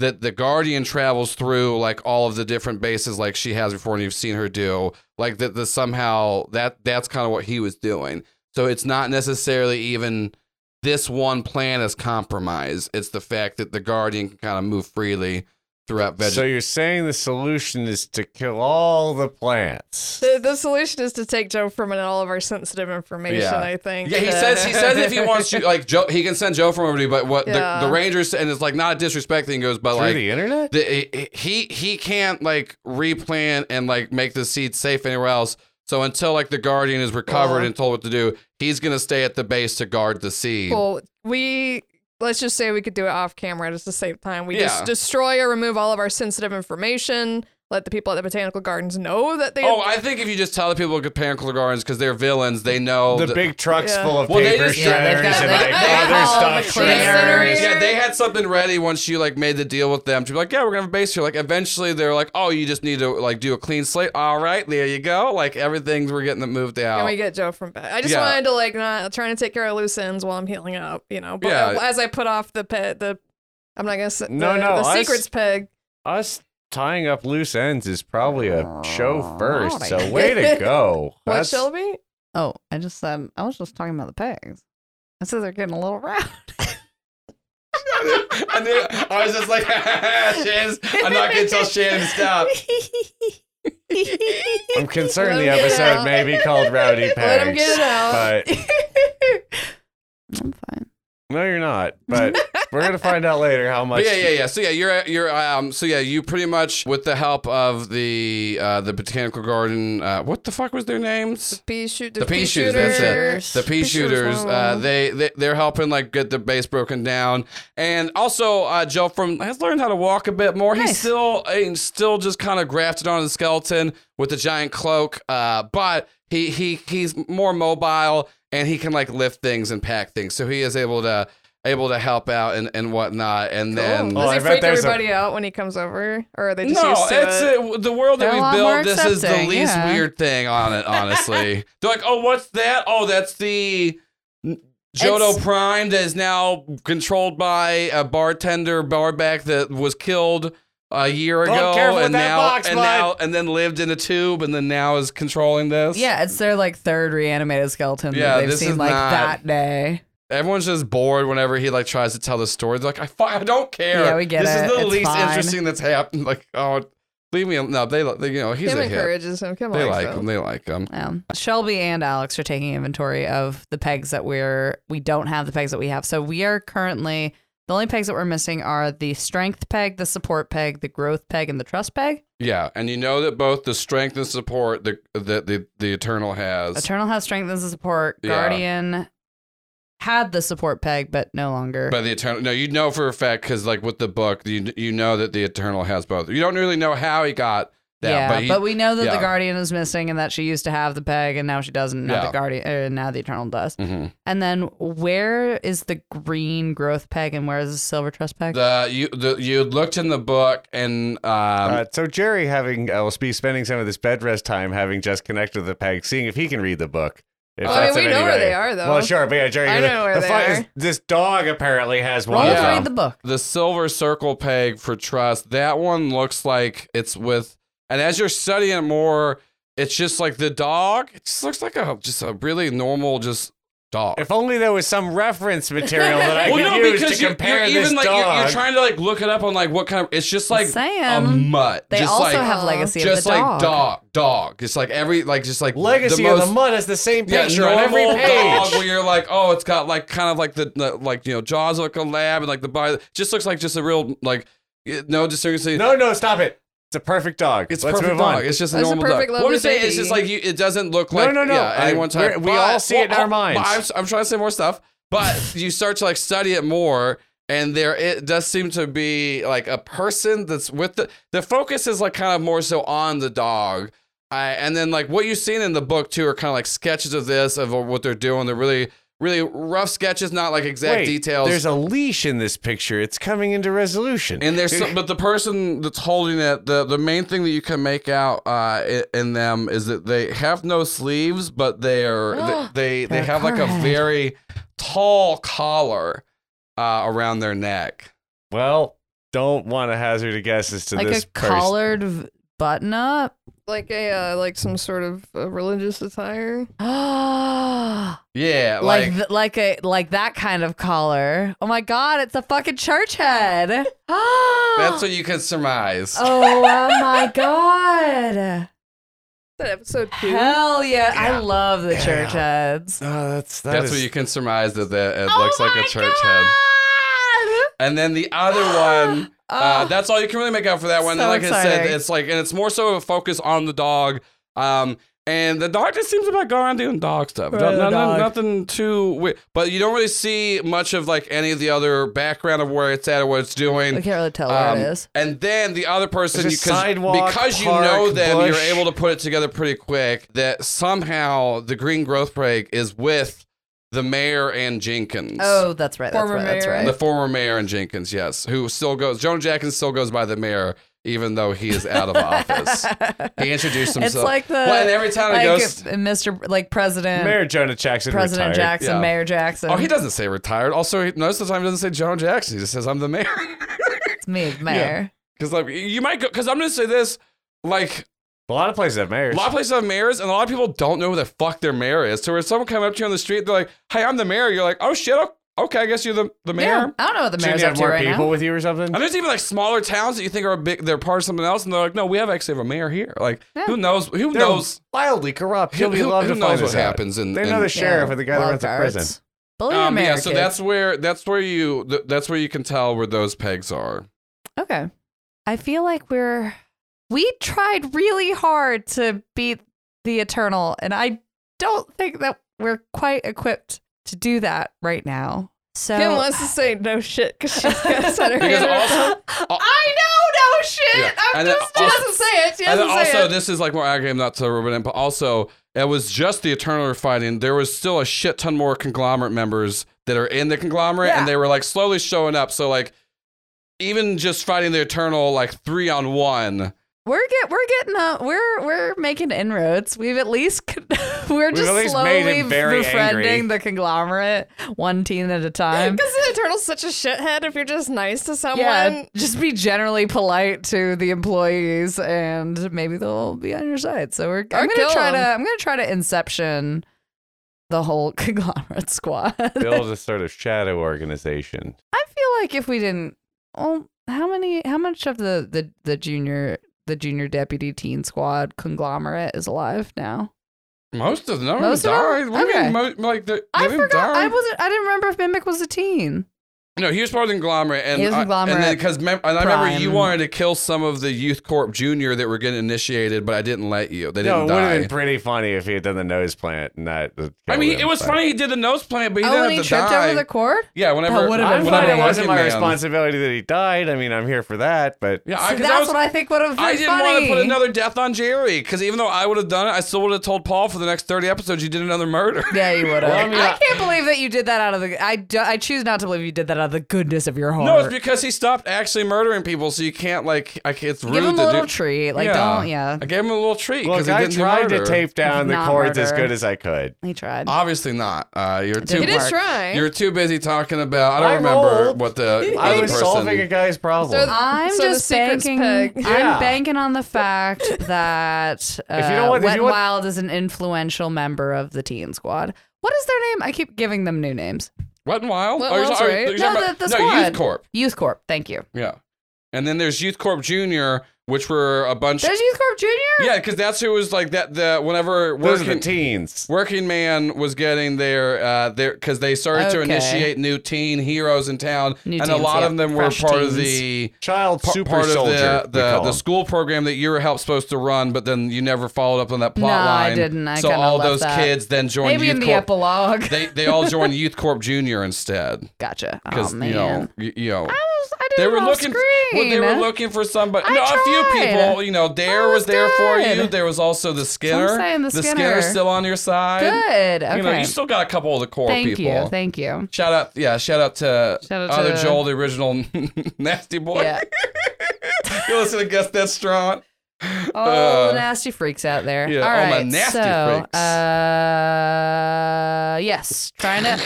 S2: that the guardian travels through, like all of the different bases, like she has before, and you've seen her do. Like that. The somehow that that's kind of what he was doing. So it's not necessarily even this one plant is compromised. It's the fact that the guardian can kind of move freely throughout
S3: So
S2: vegetation.
S3: you're saying the solution is to kill all the plants?
S5: The, the solution is to take Joe from it all of our sensitive information.
S2: Yeah.
S5: I think.
S2: Yeah, he says he says if he wants you, like Joe, he can send Joe from over to you. But what
S5: Yeah.
S2: the, the Rangers and it's like not a disrespect thing goes, but
S3: Through
S2: like
S3: the internet?
S2: the, he he can't like replant and like make the seed safe anywhere else. So until like the Guardian is recovered
S5: Cool.
S2: and told what to do, he's gonna stay at the base to guard the seed.
S5: Well, we let's just say we could do it off camera just to save time. We
S2: Yeah.
S5: just destroy or remove all of our sensitive information. Let the people at the botanical gardens know that they.
S2: Oh, I think if you just tell the people at Botanical Gardens because they're villains, they know
S3: The
S2: that-
S3: big truck's
S5: Yeah.
S3: full of
S2: Well, they
S3: paper
S2: just-
S1: Yeah,
S3: shredders
S1: they've got-
S3: and
S1: they-
S3: like
S1: they
S5: got
S3: other
S5: all
S3: stock
S5: the cleaners.
S3: shredders.
S2: Yeah, they had something ready once you like made the deal with them to be like, yeah, we're gonna have a base here. Like eventually they're like, oh, you just need to like do a clean slate. All right, there you go. Like everything's we're getting it moved out.
S5: Can we get Joe from back? I just
S2: Yeah.
S5: wanted to like not trying to take care of loose ends while I'm healing up, you know. But
S2: Yeah.
S5: as I put off the pet, the I'm not gonna say
S3: No,
S5: the,
S3: no,
S5: the
S3: I s-
S5: secrets peg.
S3: Us tying up loose ends is probably a show first. So way to go.
S5: What
S3: That's-
S5: Shelby?
S4: Oh, I just um, I was just talking about the pegs. I said they're getting a little round.
S2: I, knew, I was just like, Shannon's, I'm not gonna tell Shannon to stop.
S3: I'm concerned the
S5: Let him get it
S3: episode
S5: out.
S3: may be called Rowdy Pegs.
S5: Let him get it out.
S3: But
S4: I'm fine.
S3: no, you're not. But we're gonna find out later how much.
S2: But yeah, yeah, yeah. So yeah, you're you're um. So yeah, you pretty much with the help of the uh the botanical garden. Uh, what the fuck was their names?
S5: Pea shoot,
S2: The pea shooters, that's it. The pea shooters, uh, they, they they're helping like get the base broken down, and also uh, Joe from has learned how to walk a bit more. He's
S4: Nice.
S2: still he's still just kind of grafted on the skeleton with the giant cloak, uh, but he he he's more mobile and he can like lift things and pack things, so he is able to able to help out and and whatnot. And then
S3: Oh,
S5: Does
S3: I
S5: he
S3: bet
S5: freak
S3: there's a-
S5: everybody out when he comes over, or are they just
S2: no,
S5: used to
S2: it's
S5: it?
S2: it- the world that
S4: They're a lot
S2: we
S4: more
S2: built. This is the
S4: accepting,
S2: least
S4: yeah.
S2: weird thing on it, honestly. They're like, oh, what's that? Oh, that's the n- Jodo
S4: It's-
S2: Prime that is now controlled by a bartender barback that was killed a year
S3: Oh,
S2: ago,
S3: careful with
S2: and
S3: that
S2: now
S3: box,
S2: and
S3: bud.
S2: now and then lived in a tube, and then now is controlling this.
S4: Yeah, it's their like third reanimated skeleton
S2: Yeah,
S4: that they've
S2: this
S4: seen
S2: is
S4: like
S2: not-
S4: that day.
S2: everyone's just bored whenever he like tries to tell the story. They're like, I, fu- I don't care.
S4: Yeah, we get
S2: this is
S4: it.
S2: the
S4: It's
S2: least
S4: fine.
S2: interesting that's happened. Like, oh, leave me. al- No, they, they you know he's
S5: Kim
S2: a hit.
S5: encourages him. Kim
S2: They
S5: likes
S2: like
S5: him.
S2: him. They like him.
S4: Um, Shelby and Alex are taking inventory of the pegs that we're we don't have the pegs that we have. So we are currently the only pegs that we're missing are the strength peg, the support peg, the growth peg, and the trust peg.
S2: Yeah, and you know that both the strength and support that the, the the Eternal has.
S4: Eternal has strength as a support.
S2: Yeah.
S4: Guardian had the support peg, but no longer.
S2: But the Eternal, no, you know for a fact because like with the book, you you know that the Eternal has both. You don't really know how he got down.
S4: yeah,
S2: but,
S4: but,
S2: he,
S4: we know that
S2: yeah.
S4: the Guardian is missing and that she used to have the peg and now she doesn't. Now
S2: Yeah.
S4: the Guardian, uh, now the Eternal does.
S2: Mhm.
S4: And then where is the green growth peg and where is the silver trust peg?
S2: the you the, you looked in the book and um,
S3: Uh, so Jerry, having uh, will be spending some of this bed rest time, having just connected with the peg, seeing if he can read the book. If
S5: I
S3: that's
S5: mean,
S3: of any
S5: we know where
S3: value.
S5: they are, though.
S3: Well, sure, but yeah, Jerry,
S5: I
S3: the-
S5: know where
S3: the
S5: they
S3: fuck
S5: are.
S3: is- this dog apparently has
S4: Roll
S3: one.
S4: to
S3: of
S2: Yeah.
S3: them.
S4: read the book.
S2: the silver circle peg for trust that one looks like it's with and as you're studying it more it's just like the dog it just looks like a just a really normal just dog
S3: If only there was some reference material that I could use to
S2: you're-
S3: compare
S2: you're,
S3: this
S2: even like
S3: dog.
S2: You're, you're trying to like look it up on like what kind of it's just like a
S4: Sam,
S2: mutt
S4: they
S2: just
S4: also
S2: like
S4: have
S5: Oh.
S4: legacy
S2: just
S4: of the
S2: like
S4: dog.
S2: dog dog it's like every like just like
S3: Legacy
S2: the most,
S3: of the Mud is the same
S2: yeah,
S3: picture on
S2: normal
S3: every
S2: dog where
S3: page.
S2: you're like, oh, it's got like kind of like the, the like you know jaws look a lab and like the body just looks like just a real like y- no just seriously
S3: No, no, stop it. It's a perfect dog.
S2: it's
S3: Let's
S2: perfect
S3: move on.
S2: dog. It's just a
S5: That's a
S2: normal
S5: perfect
S2: dog. What I'm
S5: lovely
S2: saying is just
S5: baby.
S2: like you, it doesn't look
S3: No,
S2: like
S3: no, no.
S2: yeah, at
S3: I-
S2: any one time.
S3: we're- we all see it in our minds.
S2: but I'm, I'm trying to say more stuff, but you start to like study it more. And there, it does seem to be like a person that's with the the focus is like kind of more so on the dog, I, and then like what you've seen in the book too are kind of like sketches of this of what they're doing. They're really really rough sketches, not like exact
S3: Wait,
S2: details.
S3: There's a leash in this picture. It's coming into resolution.
S2: And there's some, but the person that's holding it, the the main thing that you can make out uh, i- in them is that they have no sleeves, but they are they they, they
S4: They're
S2: have like a
S4: correct.
S2: very tall collar uh, around their neck.
S3: well, don't want to hazard a guess as to
S4: like
S3: this
S4: a collared v- button up.
S5: like a uh, like some sort of uh, religious attire.
S4: like
S2: Yeah, like,
S4: th- like a like that kind of collar. Oh my god, it's a fucking church head.
S2: that's what you can surmise.
S4: Oh my god.
S5: Is That episode two.
S4: Hell yeah. I love the church heads.
S3: person. Oh, that's that
S2: that's
S3: is-
S2: what you can surmise that the, it
S4: Oh
S2: looks like
S4: my
S2: a church head.
S4: God!
S2: And then the other one, uh,
S4: Oh.
S2: that's all you can really make out for that one.
S4: So
S2: and like I said,
S4: exciting.
S2: it's like, and it's more so a focus on the dog. Um, and the dog just seems to be going around doing dog stuff.
S4: Right,
S2: No-
S4: the
S2: nothing,
S4: dog.
S2: nothing too weird. But you don't really see much of like any of the other background of where it's at or what it's doing.
S4: We can't really tell
S2: Um,
S4: where it is.
S2: and then the other person,
S3: There's a
S2: you, 'cause-
S3: sidewalk,
S2: because you
S3: park,
S2: know them, you're
S3: bush.
S2: able to put it together pretty quick that somehow the green growth break is with the mayor and Jenkins.
S4: Oh, that's right. That's
S5: Former
S4: right. That's
S5: mayor.
S4: right.
S2: The former mayor and Jenkins, yes, who still goes. Jonah Jackson still goes by the mayor, even though he is out of office. He introduced himself.
S4: It's like the
S2: Well, and every time
S4: like
S2: he goes,
S4: uh, Mr. like President
S3: Mayor Jonah Jackson
S4: President
S3: retired.
S4: Jackson,
S2: Yeah.
S4: Mayor Jackson.
S2: oh, he doesn't say retired. Also, he, most of the time, he doesn't say Jonah Jackson. He just says I'm the mayor.
S4: It's me, Mayor.
S2: Because like you might go. Because I'm gonna say this. Like
S3: A lot of places have mayors.
S2: a lot of places have mayors, and a lot of people don't know who the fuck their mayor is. So when someone comes up to you on the street, they're like, "Hey, I'm the mayor." You're like, "Oh shit, o- okay, I guess you're the the mayor."
S4: I don't know what the
S3: Shouldn't
S4: mayor's
S3: you
S4: up
S3: have
S4: to
S3: more
S4: right
S3: people
S4: now.
S3: with you or something?
S2: And there's even like smaller towns that you think are a big, they're part of something else, and they're like, no, we have actually have a mayor here. Like,
S4: Yeah.
S2: who knows? Who
S3: They're
S2: knows?
S3: wildly corrupt. He'll
S2: who,
S3: be
S2: who-
S3: loved
S2: who
S3: to
S2: knows
S3: find
S2: what
S3: this out.
S2: happens? In,
S3: They
S2: in-
S3: know the sheriff or the guy that
S4: Wild
S3: runs the
S4: cards.
S3: prison.
S4: Bully
S2: Um,
S4: Mayor.
S2: yeah, so
S4: kid.
S2: that's where that's where you th- that's where you can tell where those pegs are.
S4: Okay. I feel like we're we tried really hard to beat the eternal and I don't think that we're quite equipped to do that right now. So
S5: Kim wants to say no shit because she's got set her
S2: Because
S5: hand up.
S2: also,
S4: I know no shit.
S2: Yeah,
S4: I'm
S3: uh,
S2: and then
S4: just
S5: She
S2: also-
S5: doesn't say it. She
S2: and then
S5: doesn't say
S2: also,
S5: it.
S2: this is like more our game, not to rub it in, but also it was just the Eternal fighting. There was still a shit ton more conglomerate members that are in the conglomerate,
S4: Yeah.
S2: and they were like slowly showing up. So like, even just fighting the Eternal like three on one.
S4: we're get we're getting up we're we're making inroads. We've at least con- we're just
S3: at least made
S4: slowly
S3: him very
S4: befriending
S3: angry.
S4: the conglomerate one team at a time.
S5: Because the turtle's such a shithead. If you're just nice to someone,
S4: Yeah, just be generally polite to the employees, and maybe they'll be on your side. So we're. I'm
S5: Or
S4: gonna
S5: kill
S4: try to.
S5: 'em.
S4: I'm gonna try to inception the whole conglomerate squad. I feel
S3: Build a sort of shadow organization.
S4: like if we didn't, well, how many? How much of the the the junior the junior deputy teen squad conglomerate is alive now?
S2: Most of them
S4: Most of
S2: died.
S4: them?
S2: What do you
S4: Okay.
S2: mean mo- like they, they
S4: I
S2: didn't
S4: forgot. I
S2: die?
S4: wasn't. I didn't remember if Mimic was a teen.
S2: No, he was part of the conglomerate, and
S4: He was
S2: I-
S4: conglomerate
S2: and because I remember you
S4: prime.
S2: wanted to kill some of the Youth Corp Junior that were getting initiated, but I didn't let you. They
S3: No,
S2: didn't
S3: it would have
S2: die.
S3: been pretty funny if he had done the nose plant and that.
S2: I mean, it was funny he did the nose plant, but he
S5: oh,
S2: didn't
S5: when
S2: have to
S5: he tripped
S2: die.
S5: over the cord?
S2: yeah, whenever
S1: would've
S2: I-
S1: been When
S3: I'm
S2: whenever
S3: fine. It
S2: Working
S3: wasn't my
S2: Man-
S3: responsibility that he died. I mean, I'm here for that, but
S2: Yeah,
S5: See,
S2: I, 'cause I
S5: that's
S2: was,
S5: what I think would have been
S2: I didn't
S5: funny.
S2: want to put another death on Jerry because even though I would have done it, I still would have told Paul for the next thirty episodes you did another murder.
S4: Yeah, you would have.
S3: Well, I
S4: I,
S3: mean, I-
S4: can't believe that you did that out of the. I, do- I choose not to believe you did that out of the goodness of your heart.
S2: No, it's because he stopped actually murdering people, so you can't like. I, it's rude
S4: Give him a
S2: to
S4: little
S2: do.
S4: treat. Like, don't. Yeah.
S2: I gave him a little treat
S3: Look,
S2: because he
S3: I
S2: didn't do
S3: tried to
S2: murder.
S3: tape down the
S4: Not
S3: cords as
S4: murder.
S3: good as I could.
S4: He tried.
S2: Obviously not. Uh, you're too.
S4: didn't
S5: He did
S4: work.
S5: try.
S2: You're too busy talking about. I don't
S3: I
S2: remember
S3: rolled.
S2: what the
S3: I
S2: other
S3: was
S2: person.
S3: solving a guy's problem.
S5: So-
S4: I'm
S5: So the
S4: just
S5: secret's
S4: banking.
S5: pegged.
S3: Yeah.
S4: I'm banking on the fact that uh,
S3: If you don't want- if
S4: Wet
S3: you want-
S4: Wild is an influential member of the Teen Squad. What is their name? I keep giving them new names.
S2: What and Wild?
S5: What
S2: Oh, you're
S5: Wild's
S2: talking-
S5: right.
S2: you're talking
S4: No,
S2: about-
S4: the- the
S2: no, Youth
S4: squad.
S2: Corp.
S4: Youth Corp. Thank you.
S2: Yeah, and then there's Youth Corp Junior, which were a bunch.
S4: There's Youth Corp Junior.
S2: yeah, because that's who was like that. The whenever
S3: Those are the
S2: working
S3: teens.
S2: working man was getting their uh their because they started to
S4: Okay.
S2: initiate new teen heroes in town,
S4: New
S2: and a
S4: teens,
S2: lot
S4: yeah.
S2: of them were
S4: Fresh
S2: part of
S4: teens.
S2: the.
S3: Child
S2: par-
S3: super
S2: part of
S3: soldier.
S2: the
S3: we
S2: the,
S3: call
S2: the
S3: him.
S2: school program that you were helped supposed to run, but then you never followed up on that plot
S4: No, I
S2: line.
S4: didn't. I
S2: so
S4: kinda
S2: all
S4: left
S2: those
S4: that.
S2: kids then joined
S4: Maybe
S2: Youth
S4: in the
S2: Corp.
S4: epilogue.
S2: they they all joined Youth Corp Junior instead
S4: gotcha. Oh
S2: because
S4: man.
S2: you know y- you know.
S4: I was. I did
S2: They
S4: it
S2: were
S4: off
S2: looking. Well, they
S4: screen.
S2: were looking for somebody.
S4: I
S2: no, a few
S4: tried.
S2: people. You know, Dare was,
S4: was
S2: there for you.
S4: good.
S2: There was also the Skinner.
S4: saying, the
S2: Skinner's
S4: Skinner.
S2: still on your side.
S4: Good. Okay.
S2: You know, you still got a couple of the core
S4: Thank
S2: people.
S4: you. Thank you.
S2: Shout out, yeah, shout out to
S4: Shout out
S2: other
S4: to-
S2: Joel, the original nasty boy.
S4: Yeah.
S2: you listen to Guess That's Strong.
S4: All
S2: Uh,
S4: the Oh, nasty freaks out there.
S2: yeah,
S4: all
S2: all
S4: right.
S2: my nasty
S4: so,
S2: freaks.
S4: uh, yes, trying to.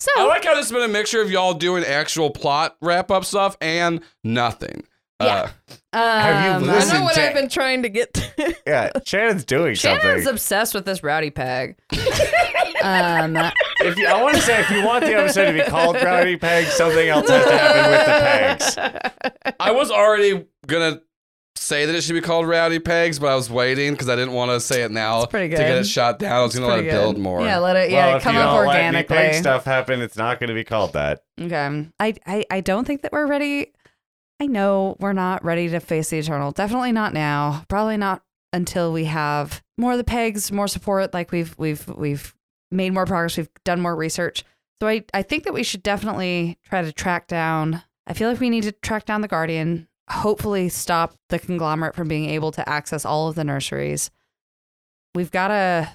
S4: So
S2: I like how this has been a mixture of y'all doing actual plot wrap up stuff and nothing. Uh,
S4: Yeah. um,
S3: Have you
S5: I
S3: listened-
S5: know what
S3: Listen,
S5: I've been trying to get to.
S3: Yeah, Shannon's doing
S4: Shannon's
S3: something.
S4: obsessed with this rowdy peg. um,
S3: if you, I want to say, if you want the episode to be called Gravity Peg, something else has to happen with the pegs.
S2: Uh, I was already gonna say that it should be called Rowdy Pegs, but I was waiting because I didn't want to say it now
S4: pretty
S2: to get
S4: good.
S2: it shot down. I was gonna let it
S4: pretty
S2: build
S4: good.
S2: more.
S4: yeah, let it. Yeah,
S3: well, if
S4: come
S3: you
S4: up
S3: don't let any peg
S4: organically.
S3: stuff happen, it's not going to be called that.
S4: Okay. I, I I don't think that we're ready. I know we're not ready to face the eternal. Definitely not now. Probably not until we have more of the pegs, more support. Like we've we've we've made more progress. We've done more research. So I, I think that we should definitely try to track down. I feel like we need to track down the Guardian. Hopefully stop the conglomerate from being able to access all of the nurseries. We've gotta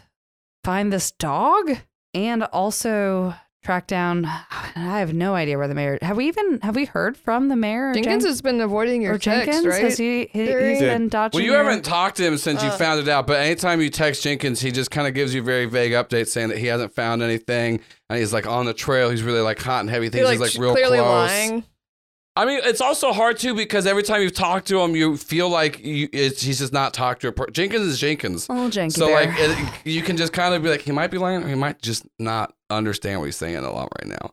S4: find this dog and also track down I have no idea where the mayor have we even have we heard from the mayor or
S5: Jenkins
S4: Jen-
S5: has been avoiding your
S4: or Jenkins?
S5: text, right?
S4: Has he, he
S5: Very-
S4: has been dodging
S2: Well, you
S4: your-
S2: haven't talked to him since you found it out, but anytime you text Jenkins, he just kind of gives you very vague updates saying that he hasn't found anything and he's like on the trail. He's really like hot and heavy
S5: He,
S2: things. he's like real
S5: clearly
S2: close.
S5: lying.
S2: I mean, it's also hard too because every time you've talked to him, you feel like you, it's, he's just not talked to. A per- Jenkins is Jenkins.
S4: Oh, Jenkins.
S2: So like it, you can just kind of be like he might be lying or he might just not understand what he's saying a lot right now.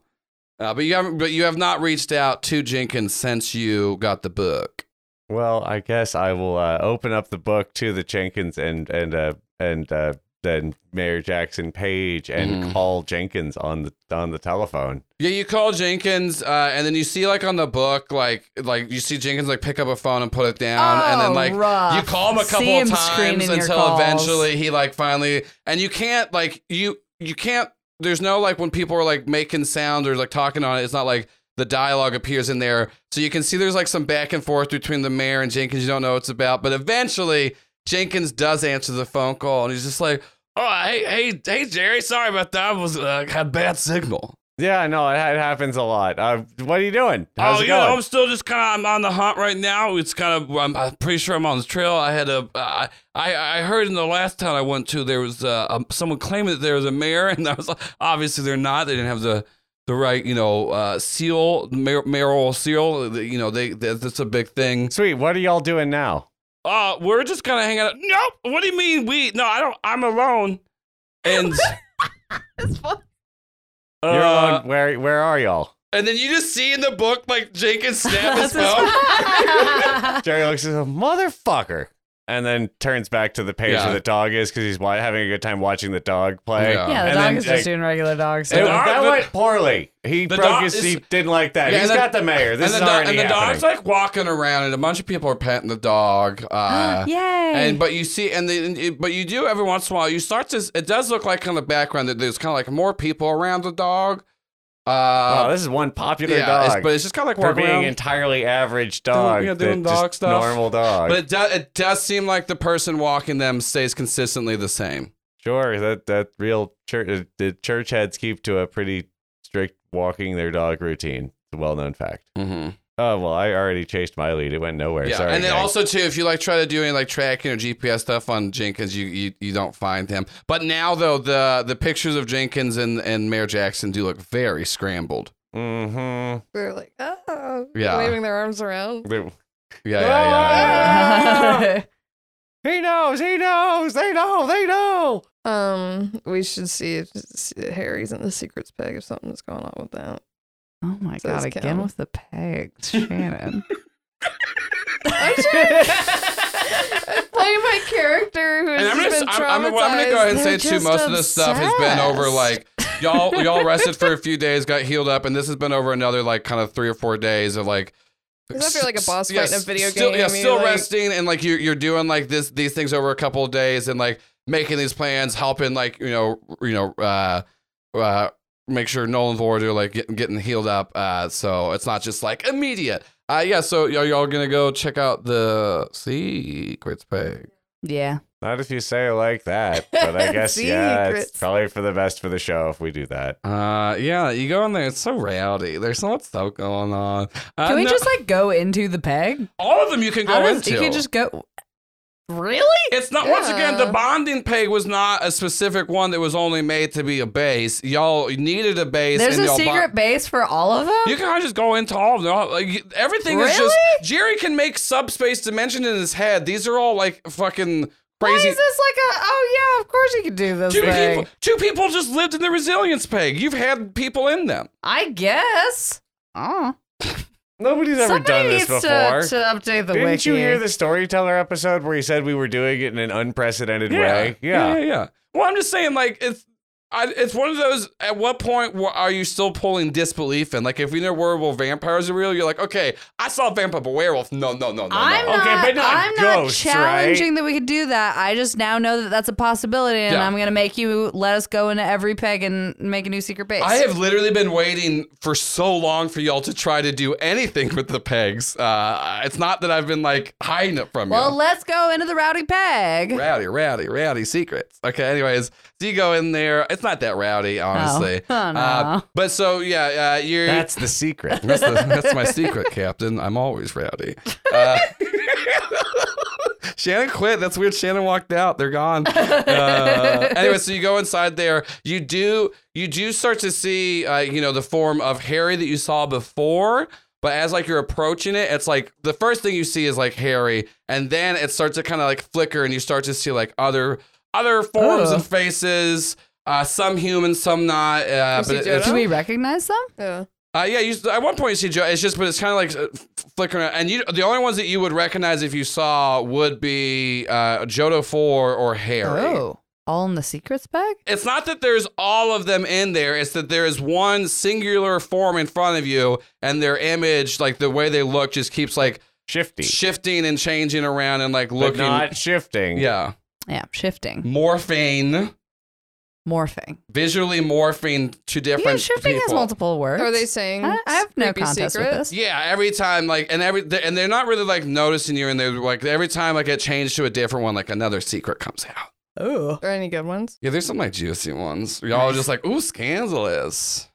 S2: Uh, but you haven't but you have not reached out to Jenkins since you got the book.
S3: Well, I guess I will uh, open up the book to the Jenkins and and uh, and uh, then Mayor Jackson Page and
S2: Mhm.
S3: call Jenkins on the on the telephone.
S2: Yeah, you call Jenkins, uh, and then you see like on the book, like like you see Jenkins like pick up a phone and put it down, and then
S4: Oh,
S2: like
S4: rough.
S2: you call him a couple
S4: See
S2: of
S4: him
S2: times
S4: screening your
S2: until
S4: calls.
S2: eventually he like finally, and you can't like you you can't. There's no like when people are like making sound or like talking on it. It's not like the dialogue appears in there, so you can see there's like some back and forth between the mayor and Jenkins. You don't know what it's about, but eventually Jenkins does answer the phone call, and he's just like, "Oh, hey, hey, hey, Jerry, sorry about that. I was uh, had bad signal."
S3: Yeah, no, it, it happens a lot. Uh, what are you doing? How's
S2: oh,
S3: it
S2: you know,
S3: going?
S2: I'm still just kind of I'm on the hunt right now. It's kind of I'm, I'm pretty sure I'm on the trail. I had a I I I heard in the last town I went to there was uh, um, someone claiming that there was a mayor, and I was like, obviously they're not. They didn't have the the right you know uh, seal mayor, mayoral seal. You know they, that that's a big thing.
S3: Sweet. What are y'all doing now?
S2: Uh, we're just kind of hanging out. Nope. What do you mean we? No, I don't. I'm alone. And
S3: You're
S2: Uh,
S3: alone. Where where are y'all?
S2: and then you just see in the book like Jenkins snap his phone.
S3: Jerry looks at him, motherfucker. and then turns back to the page
S2: Yeah.
S3: where the dog is because he's wa- having a good time watching the dog play.
S2: Yeah.
S4: yeah, the
S3: and
S4: dog
S3: then,
S4: is
S3: like,
S4: just doing regular dog
S3: It-
S4: stuff.
S2: dog-
S3: that
S2: the-
S3: went poorly. He
S2: the
S3: broke
S2: dog
S3: his.
S2: is-
S3: He didn't like that.
S2: Yeah,
S3: He's
S2: and the-
S3: got the mayor. This
S2: and
S3: is
S2: the, do-
S3: already
S2: and the
S3: happening.
S2: dog's like walking around, and a bunch of people are petting the dog. Uh,
S4: Yay!
S2: And but you see, and, the, and it- but you do every once in a while. You start to. It does look like in the background that there's kind of like more people around the dog. Uh,
S3: wow, this is one popular
S2: yeah,
S3: dog.
S2: It's, but it's just kind of like
S3: for
S2: walking
S3: being
S2: around.
S3: entirely average dog,
S2: yeah,
S3: that
S2: doing
S3: just
S2: dog stuff.
S3: normal dog.
S2: but it does. It does seem like the person walking them stays consistently the same.
S3: sure, that that real church uh, the church heads keep to a pretty strict walking their dog routine. It's a well known fact.
S2: Mm-hmm.
S3: Oh well, I already chased my lead. It went nowhere.
S2: Yeah,
S3: Sorry.
S2: and then
S3: gang.
S2: also too, if you like try to do any like tracking or GPS stuff on Jenkins, you, you you don't find him. But now though, the the pictures of Jenkins and and Mayor Jackson do look very scrambled.
S3: Mhm.
S5: They're like, oh,
S2: Yeah.
S5: waving their arms around.
S3: They- Ah!
S2: Yeah, yeah, yeah.
S3: He knows. He knows. They know. They know.
S5: Um, we should see if see if Harry's in the secrets peg if something's going on with that.
S4: oh my
S5: So
S4: god!
S5: it's
S4: Again
S5: Kim.
S4: with the pegs, Shannon.
S5: I'm sure. I'm playing my character who's
S2: And I'm gonna, I'm,
S5: been traumatized.
S2: I'm, I'm gonna go ahead and
S4: They're
S2: say too.
S4: just
S2: Most of this stuff has been over like y'all y'all rested for a few days, got healed up, and this has been over another like kind of three or four days of like.
S5: Does that feel like a boss
S2: yeah,
S5: fight in a video
S2: still,
S5: game?
S2: Yeah,
S5: You,
S2: still
S5: like-
S2: resting and like you're you're doing like this these things over a couple of days and like making these plans, helping like you know you know uh uh make sure Nolan Vord are like getting getting healed up. Uh, so it's not just like immediate. Uh, yeah. So y'all y'all gonna go check out the secrets page.
S4: yeah.
S3: Not if you say it like that, but I guess yeah, it's
S5: Secrets.
S3: probably for the best for the show if we do that.
S2: Uh, yeah, you go in there. It's so rowdy. There's so much stuff going on. Uh,
S4: Can we
S2: no-
S4: just like go into the peg?
S2: all of them you can
S4: How
S2: go
S4: does-
S2: into?
S4: you can just go. Really?
S2: It's not once again the
S5: Yeah.
S2: bonding peg was not a specific one that was only made to be a base. Y'all needed a base.
S4: There's
S2: and
S4: a
S2: y'all bond-
S4: secret base for all of them.
S2: you can kinda just go into all of them. Like you- everything is just Jerry can make subspace dimension in his head. These are all like fucking
S4: Why is
S2: crazy.
S4: this like a? Oh yeah, of course you can do this
S2: Two
S4: thing.
S2: people, two people just lived in the resilience peg. You've had people in them.
S4: I guess. Oh,
S3: Nobody's ever
S4: somebody
S3: done this
S4: needs to,
S3: before.
S4: to update the
S3: Didn't
S4: wiki.
S3: you hear the storyteller episode where he said we were doing it in an unprecedented way?
S2: yeah, yeah, yeah. Well, I'm just saying, like it's. I, it's one of those. At what point wa- are you still pulling disbelief in? Like, if you know werewolf vampires are real, you're like, okay, I saw a vampire, but werewolf, no, no, no, no,
S4: I'm
S2: no.
S4: not,
S3: Okay, but not
S4: I'm
S3: ghosts,
S4: not
S3: right?
S4: challenging that we could do that. I just now know that that's a possibility, and
S2: Yeah.
S4: I'm gonna make you let us go into every peg and make a new secret base.
S2: I have literally been waiting for so long for y'all to try to do anything with the pegs. Uh, it's not that I've been like hiding it from
S4: well,
S2: you.
S4: let's go into the rowdy peg.
S2: Rowdy, rowdy, rowdy secrets. Okay, anyways, so you go in there. It's not that rowdy, honestly.
S4: Oh,
S2: Uh,
S4: no.
S2: but so yeah, uh, you're
S3: That's the secret.
S2: That's, the, that's my secret, Captain. I'm always rowdy. Uh, Shannon quit. That's weird. Shannon walked out. They're gone. Uh, anyway, so you go inside there. You do you do start to see uh, you know the form of Harry that you saw before. But as like you're approaching it, it's like the first thing you see is like Harry, and then it starts to kind of like flicker, and you start to see like other other forms
S4: Ugh.
S2: and faces. Uh, some human, some not. Uh,
S5: You see
S2: but it-
S5: Jonah?
S2: it's
S4: Do we recognize them?
S5: Yeah.
S2: uh, yeah, you, at one point you see Joe. It's just, but it's kind of like uh, f- flickering. out. And you, the only ones that you would recognize if you saw would be uh, Jodo Four or Harry.
S4: Oh, all in the secrets peg.
S2: It's not that there's all of them in there. It's that there is one singular form in front of you, and their image, like the way they look, just keeps like
S3: Shifty.
S2: shifting and changing around and like
S3: But
S2: looking.
S3: not shifting.
S2: yeah,
S4: Yeah, shifting,
S2: morphing,
S4: morphing.
S2: visually morphing to
S4: Yeah,
S2: different.
S4: shifting has
S2: people.
S4: multiple words.
S5: Are they saying?
S4: I, I have no
S5: creepy
S4: contest with
S5: secret?
S4: this.
S2: Yeah, every time, like, and every, th- and they're not really like noticing you, and they're like, every time, like, it changed to a different one, like another secret comes out.
S4: Oh,
S5: Are any good ones?
S2: Yeah, there's some like juicy ones. Y'all are just like, ooh, scandalous.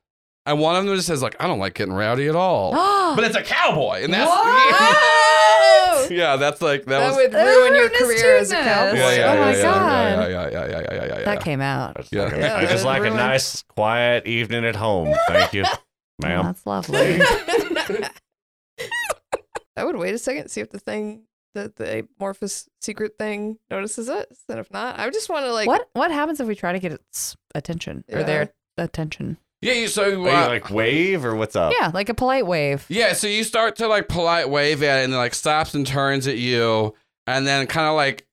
S2: And one of them just says like, I don't like getting rowdy at all. but it's a cowboy, and that's
S5: Oh,
S2: yeah, that's like that,
S5: that
S2: was
S5: would
S4: That
S5: ruin your
S4: ruined his
S5: career as a
S4: cuteness.
S5: cowboy.
S2: yeah, yeah,
S4: Oh
S2: yeah,
S4: my
S2: yeah,
S4: God.
S2: yeah, yeah, yeah, yeah, yeah, yeah, yeah, yeah.
S4: that came out.
S3: I just,
S2: Yeah.
S3: like, a,
S5: Yeah,
S3: I just
S5: that
S3: like a
S5: ruined.
S3: nice, quiet evening at home. Thank you,
S4: Oh,
S3: ma'am.
S4: that's lovely.
S5: I would wait a second, see if the thing, the, the amorphous secret thing notices us. And if not, I just want to like.
S4: what what happens if we try to get its attention or their attention?
S2: yeah. You, so
S3: But you
S2: uh,
S3: like wave or what's up?
S4: Yeah, like a polite wave.
S2: Yeah, so you start to like polite wave at it and it like stops and turns at you. and then kind of like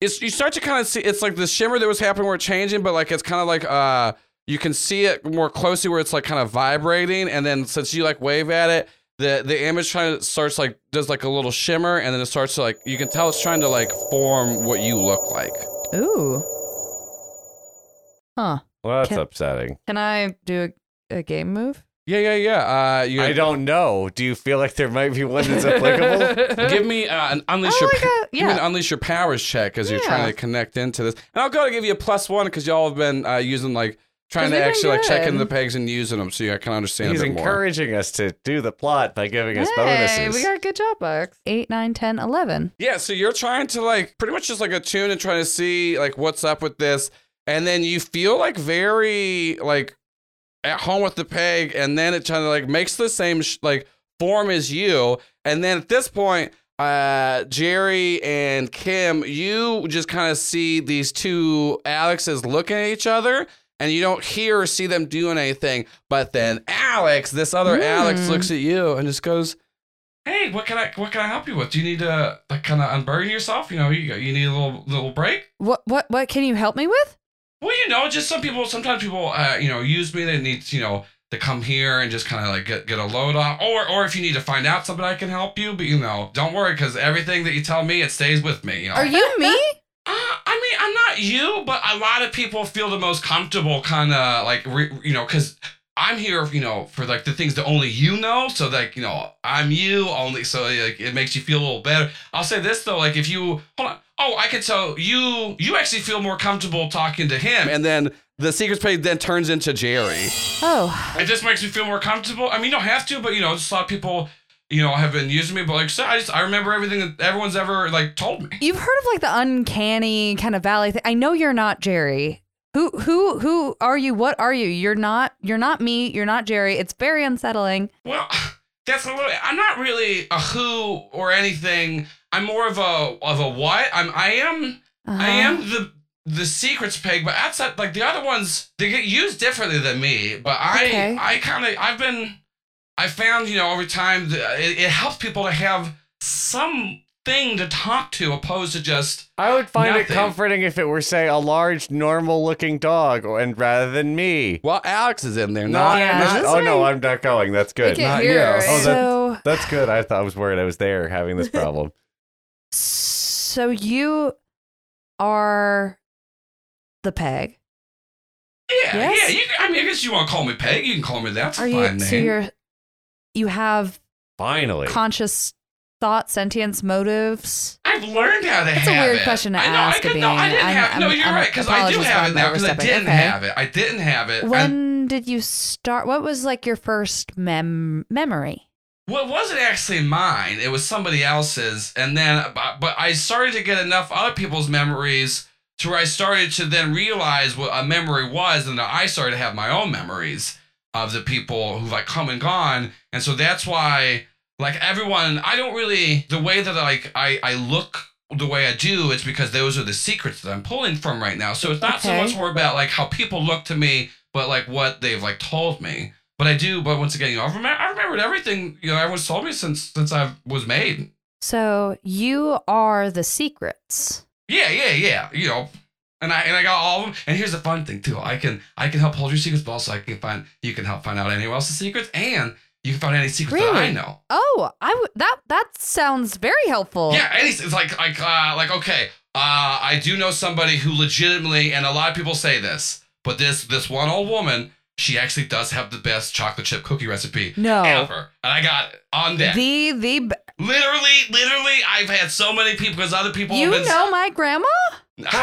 S2: it's you start to kind of see it's like the shimmer that was happening where it's changing, but like it's kind of like uh you can see it more closely where it's like kind of vibrating, and then since you like wave at it, the the image kind of starts like does like a little shimmer, and then it starts to like you can tell it's trying to like form what you look like.
S4: Ooh. Huh.
S3: Well, that's
S4: Can-
S3: upsetting.
S4: Can I do a, a game move?
S2: Yeah, yeah, yeah. Uh, you
S3: I don't know. Do you feel like there might be one that's applicable?
S2: give me uh, an unleash
S4: Oh,
S2: your
S4: like a-
S2: give me an
S4: yeah.
S2: unleash your powers check as you're
S4: Yeah.
S2: trying to connect into this, and I'll go to give you a plus one because y'all have been uh, using like trying
S4: 'Cause
S2: to
S4: we've been
S2: actually like checking
S4: good.
S2: the pegs and using them, so you can understand
S3: He's
S2: a bit more.
S3: encouraging us to do the plot by giving us
S4: hey,
S3: bonuses.
S4: we got a good job, Bucks. 8, 9, 10, 11.
S2: Yeah, so you're trying to like pretty much just like attune and trying to see like what's up with this, and then you feel like very like at home with the peg, and then it kind of like makes the same sh- like form as you, and then at this point, uh, Jerry and Kim, you just kind of see these two Alexes looking at each other. And you don't hear or see them doing anything, but then Alex, this other Alex,
S4: Hmm.
S2: looks at you and just goes, hey, what can I what can I help you with? Do you need to like, kind of unburden yourself? You know, you you need a little little break.
S4: What what what can you help me with?
S2: Well, you know, just some people sometimes people uh, you know use me. They need you know to come here and just kind of like get, get a load off. Or or if you need to find out something, I can help you. But you know, don't worry because everything that you tell me, it stays with me. You know.
S4: Are you me?
S2: Uh, I mean, I'm not you, but a lot of people feel the most comfortable, kind of like re, you know, because I'm here, you know, for like the things that only you know. So like, you know, I'm you only, so like it makes you feel a little better. I'll say this though, like if you hold on, oh, I can tell you, you actually feel more comfortable talking to him, and then the secrets page then turns into Jerry.
S4: Oh.
S2: It just makes me feel more comfortable. I mean, you don't have to, but you know, just a lot of people, you know, have been using me. But like, so I just I remember everything that everyone's ever like told me.
S4: You've heard of like the uncanny kind of valley thing. I know you're not Jerry. Who who who are you? What are you? You're not you're not me. You're not Jerry. It's very unsettling.
S2: Well, that's a little. I'm not really a who or anything. I'm more of a of a what. I'm I am I
S4: Uh-huh.
S2: am the the secrets pig, but outside like the other ones, they get used differently than me. But I
S4: Okay.
S2: I kind of I've been I found you know over time that it, it helps people to have something to talk to opposed to just
S3: I would find it
S2: Nothing.
S3: comforting if it were, say, a large, normal-looking dog, or- and rather than me.
S2: well Alex is in there
S3: Not,
S4: Yeah,
S3: not-
S4: that's
S3: oh no,
S4: right.
S3: I'm not going. That's
S5: We
S3: good.
S5: can't
S3: Not-
S5: hear
S2: yeah.
S5: her, right?
S3: Oh, that-
S4: so
S3: that's good. I thought I was worried I was there having this problem.
S4: so you are the peg.
S2: yeah
S4: Yes.
S2: yeah you, can- I mean I guess you want to call me Peg you can call me that's
S4: Are
S2: a
S4: you
S2: fine
S4: so
S2: name
S4: you're you have
S3: Finally,
S4: conscious thought, sentience, motives?
S2: I've learned how to
S4: That's a
S2: have
S4: weird
S2: it.
S4: question to
S2: I know, I
S4: ask,
S2: didn't, no, I
S4: Abine.
S2: didn't
S4: I'm-
S2: have. no,
S4: I'm-
S2: you're
S4: I'm-
S2: right because I do
S4: apologies
S2: have
S4: for
S2: it now because I
S4: overstepping.
S2: didn't
S4: Okay.
S2: have it. I didn't have it. And
S4: When did you start? What was like your first mem memory?
S2: well, it wasn't actually mine. It was somebody else's. And then, but, but I started to get enough other people's memories to where I started to then realize what a memory was, and I started to have my own memories of the people who've like come and gone. And so that's why, like everyone, I don't really the way that like I I look the way I do, it's because those are the secrets that I'm pulling from right now. So it's not so
S4: Okay.
S2: much more about like how people look to me, but like what they've like told me. But I do, but once again, you know, I've, remem- I've remembered everything you know everyone's told me since since I was made.
S4: So you are the secrets.
S2: Yeah, yeah, yeah. You know, and I and I got all of them. And here's the fun thing too. I can I can help hold your secrets, but also I can find you can help find out anyone else's secrets, and you can find any secrets that I
S4: Really?
S2: know.
S4: Oh, I w- that that sounds very helpful.
S2: Yeah, and it's, it's like like uh, like okay, uh, I do know somebody who legitimately, and a lot of people say this, but this this one old woman, she actually does have the best chocolate chip cookie recipe
S4: No.
S2: ever, and I got it on deck.
S4: Oh. The the b-
S2: literally, literally, I've had so many people because other people
S4: you
S2: have been,
S4: know my grandma?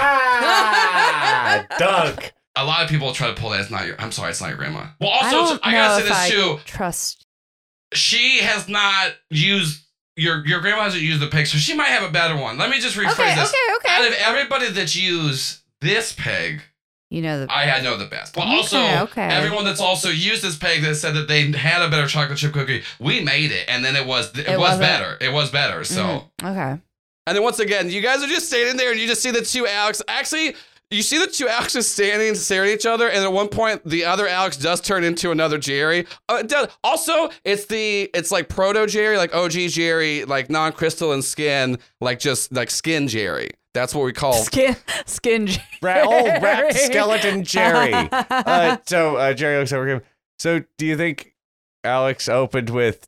S3: ah, dunk.
S2: a lot of people try to pull that. It's not your. I'm sorry, it's not your grandma. Well,
S4: I
S2: also,
S4: don't
S2: I,
S4: know
S2: gotta say
S4: if
S2: this
S4: I
S2: too.
S4: trust.
S2: She has not used your your grandma hasn't used the pig, so she might have a better one. Let me just rephrase
S4: Okay, okay,
S2: this. Out
S4: okay.
S2: of everybody that's used this peg,
S4: You know the
S2: I had know the best. But
S4: Okay,
S2: also,
S4: okay.
S2: everyone that's also used this peg that said that they had a better chocolate chip cookie, we made it, and then it was it,
S4: It
S2: was
S4: wasn't.
S2: better. It was better. So.
S4: Mhm. okay.
S2: And then once again, you guys are just standing there and you just see the two Alex. Actually, You see the two Alexes standing and staring at each other, and at one point, the other Alex does turn into another Jerry. Uh, it does- Also, it's the it's like proto Jerry, like OG Jerry, like non crystalline skin, like just like skin Jerry. That's what we call
S4: Skin, skin.
S3: Ra- oh,
S4: Jerry.
S3: wrapped skeleton Jerry. uh, so uh, Jerry looks over at him. So do you think Alex opened with,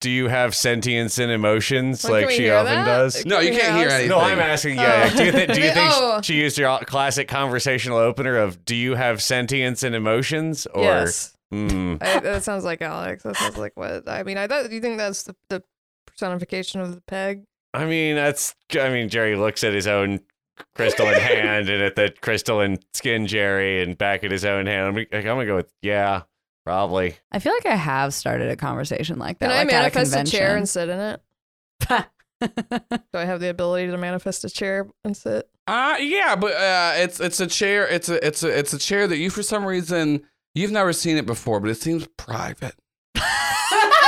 S3: "Do you have sentience and emotions?"
S5: Like,
S3: like
S5: can we
S3: she
S5: hear
S3: often
S5: that?
S3: does.
S2: No, you
S5: Your
S2: can't hear
S5: house?
S2: anything.
S3: No, I'm asking. Yeah,
S5: Oh.
S3: do you, thi- do you think
S5: Oh.
S3: she used your classic conversational opener of "Do you have sentience and emotions?" Or
S5: yes.
S3: Hmm.
S5: I, that sounds like Alex. That sounds like what? I mean, I thought. Do you think that's the, the personification of the peg?
S3: I mean, that's. I mean, Jerry looks at his own crystalline hand and at the crystalline skin Jerry and back at his own hand. I'm, like, I'm gonna go with yeah, probably.
S4: I feel like I have started a conversation like that.
S5: Can I
S4: like at a
S5: manifest a, chair and
S4: convention.
S5: sit in it? Do I have the ability to manifest a chair and sit?
S2: Uh yeah, but uh, it's it's a chair. It's a it's a it's a chair that you for some reason you've never seen it before, but it seems private.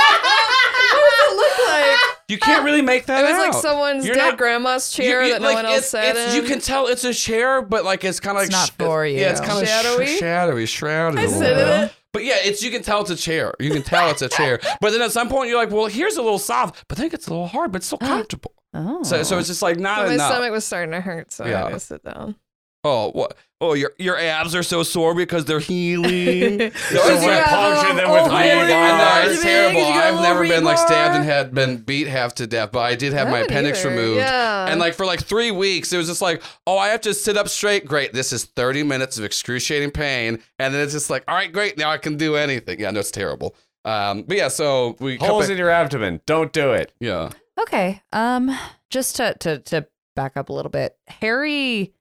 S5: What does it look like?
S2: You can't really make that
S5: It was Ah. like
S2: out.
S5: someone's
S2: You're
S5: dead
S2: not-
S5: grandma's chair
S2: You- you-
S5: that no
S2: like,
S5: one else
S2: it's-
S5: sat
S2: it's-
S5: in.
S2: You can tell it's a chair, but like it's kind of like
S4: It's not
S2: sh-
S4: for
S2: it's- Yeah, it's
S4: you.
S2: kind of
S5: Shadowy?
S2: Sh- shadowy, shrouded.
S5: I
S2: a little
S5: sit in
S2: bit.
S5: it.
S2: But yeah, it's you can tell it's a chair. You can tell it's a chair. But then at some point you're like, well, here's a little soft, but then it gets a little hard, but it's still comfortable.
S4: oh.
S2: So so it's just like
S5: So
S2: not
S5: my
S2: enough.
S5: stomach was starting to hurt, so I
S2: Yeah.
S5: had to sit down.
S2: Oh what? Oh your your abs are so sore because they're healing. No,
S3: So
S2: it's-
S3: we're
S5: got a
S3: puncturing them
S5: little
S3: with
S2: I
S3: rebar.
S2: know, I know, it's
S5: Big, you
S2: terrible.
S5: got a
S2: I've
S5: little
S2: never been like
S5: rebar.
S2: stabbed and had been beat half to death, but I did have
S5: I
S2: my
S5: haven't
S2: appendix
S5: either.
S2: removed.
S5: Yeah.
S2: And like for like three weeks, it was just like, oh, I have to sit up straight. Great. This is 30 minutes of excruciating pain. And then it's just like, all right, great. Now I can do anything. Yeah, no, it's terrible. Um, but yeah, so we cut
S3: Holes
S2: back-
S3: in your abdomen. Don't do it.
S2: Yeah.
S4: Okay. Um, just to to to back up a little bit, Harry,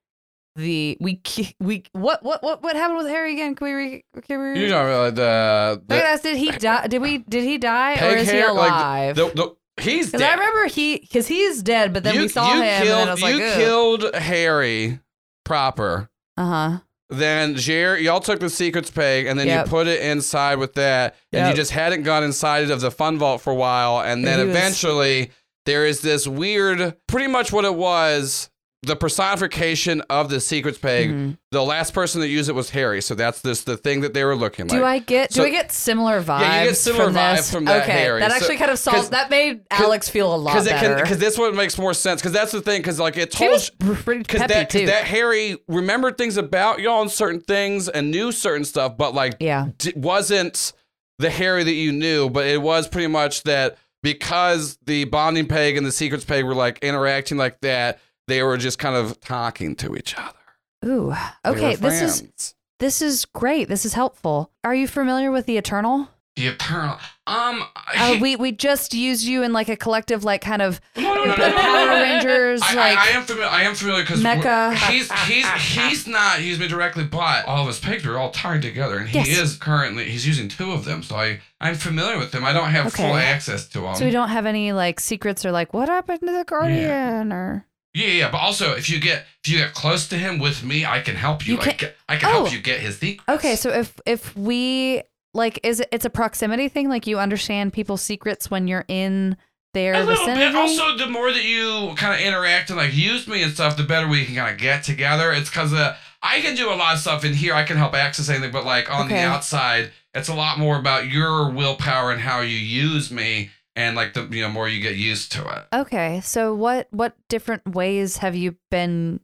S4: the we ke- we what what what what happened with Harry again? Can we re, can we? Re-
S2: You know, uh, the,
S4: Look at
S2: the
S4: us. Did he die? Did we? Did he die or
S2: peg
S4: is he
S2: hair, like,
S4: alive?
S2: the- the- he's
S4: Because I
S2: dead.
S4: remember he because he's dead, but then
S2: you,
S4: we saw
S2: you
S4: him
S2: Killed,
S4: and I was like,
S2: you killed Harry proper.
S4: uh huh.
S2: Then Jerry, y'all took the secrets peg, and then
S4: Yep.
S2: you put it inside with that, and
S4: Yep.
S2: you just hadn't gone inside of the fun vault for a while, and then
S4: He was-
S2: eventually there is this weird, pretty much what it was, the personification of the secrets peg.
S4: Mm-hmm.
S2: The last person that used it was Harry, so that's this the thing that they were looking like.
S4: Do I get do
S2: so-
S4: I get similar vibes?
S2: Yeah, you get similar
S4: from this?
S2: vibes from that
S4: Okay,
S2: Harry.
S4: that
S2: So-
S4: actually kind of
S2: 'cause-
S4: solved. That made Alex feel a lot
S2: Because it can,
S4: better.
S2: because this one makes more sense. Because that's the thing. Because like it
S4: She
S2: told
S4: was pretty
S2: because
S4: peppy
S2: that, 'cause
S4: too.
S2: that Harry remembered things about y'all and certain things and knew certain stuff, but like
S4: yeah.
S2: d- wasn't the Harry that you knew, but it was pretty much that because the bonding peg and the secrets peg were like interacting like that, they were just kind of talking to each other.
S4: Ooh.
S2: They were
S4: Okay. This is
S2: friends.
S4: this is great. This is helpful. Are you familiar with the Eternal?
S2: the eternal. Um,
S4: Uh, we we just used you in like a collective, like kind of
S2: no, no, no, no, no,
S4: Power
S2: no, no.
S4: Rangers,
S2: I,
S4: like
S2: I, I am familiar. I am familiar because
S4: Mecca.
S2: He's he's he's not used me directly, but all of his pigs are all tied together, and he
S4: Yes.
S2: is currently he's using two of them. So I I'm familiar with them. I don't have full
S4: Okay.
S2: access to them.
S4: so we don't have any like secrets or like what happened to the Guardian or
S2: yeah, yeah, yeah. But also, if you get if you get close to him with me, I can help you.
S4: You
S2: like
S4: can't-
S2: I can
S4: Oh.
S2: help you get his secrets.
S4: okay. So if if we like is it, it's a proximity thing? Like you understand people's secrets when you're in their
S2: a little
S4: vicinity.
S2: bit. Also, the more that you kind of interact and like use me and stuff, the better we can kind of get together. It's because uh, I can do a lot of stuff in here. I can help access anything, but like on
S4: Okay.
S2: the outside, it's a lot more about your willpower and how you use me, and like the you know more you get used to it.
S4: Okay, so what what different ways have you been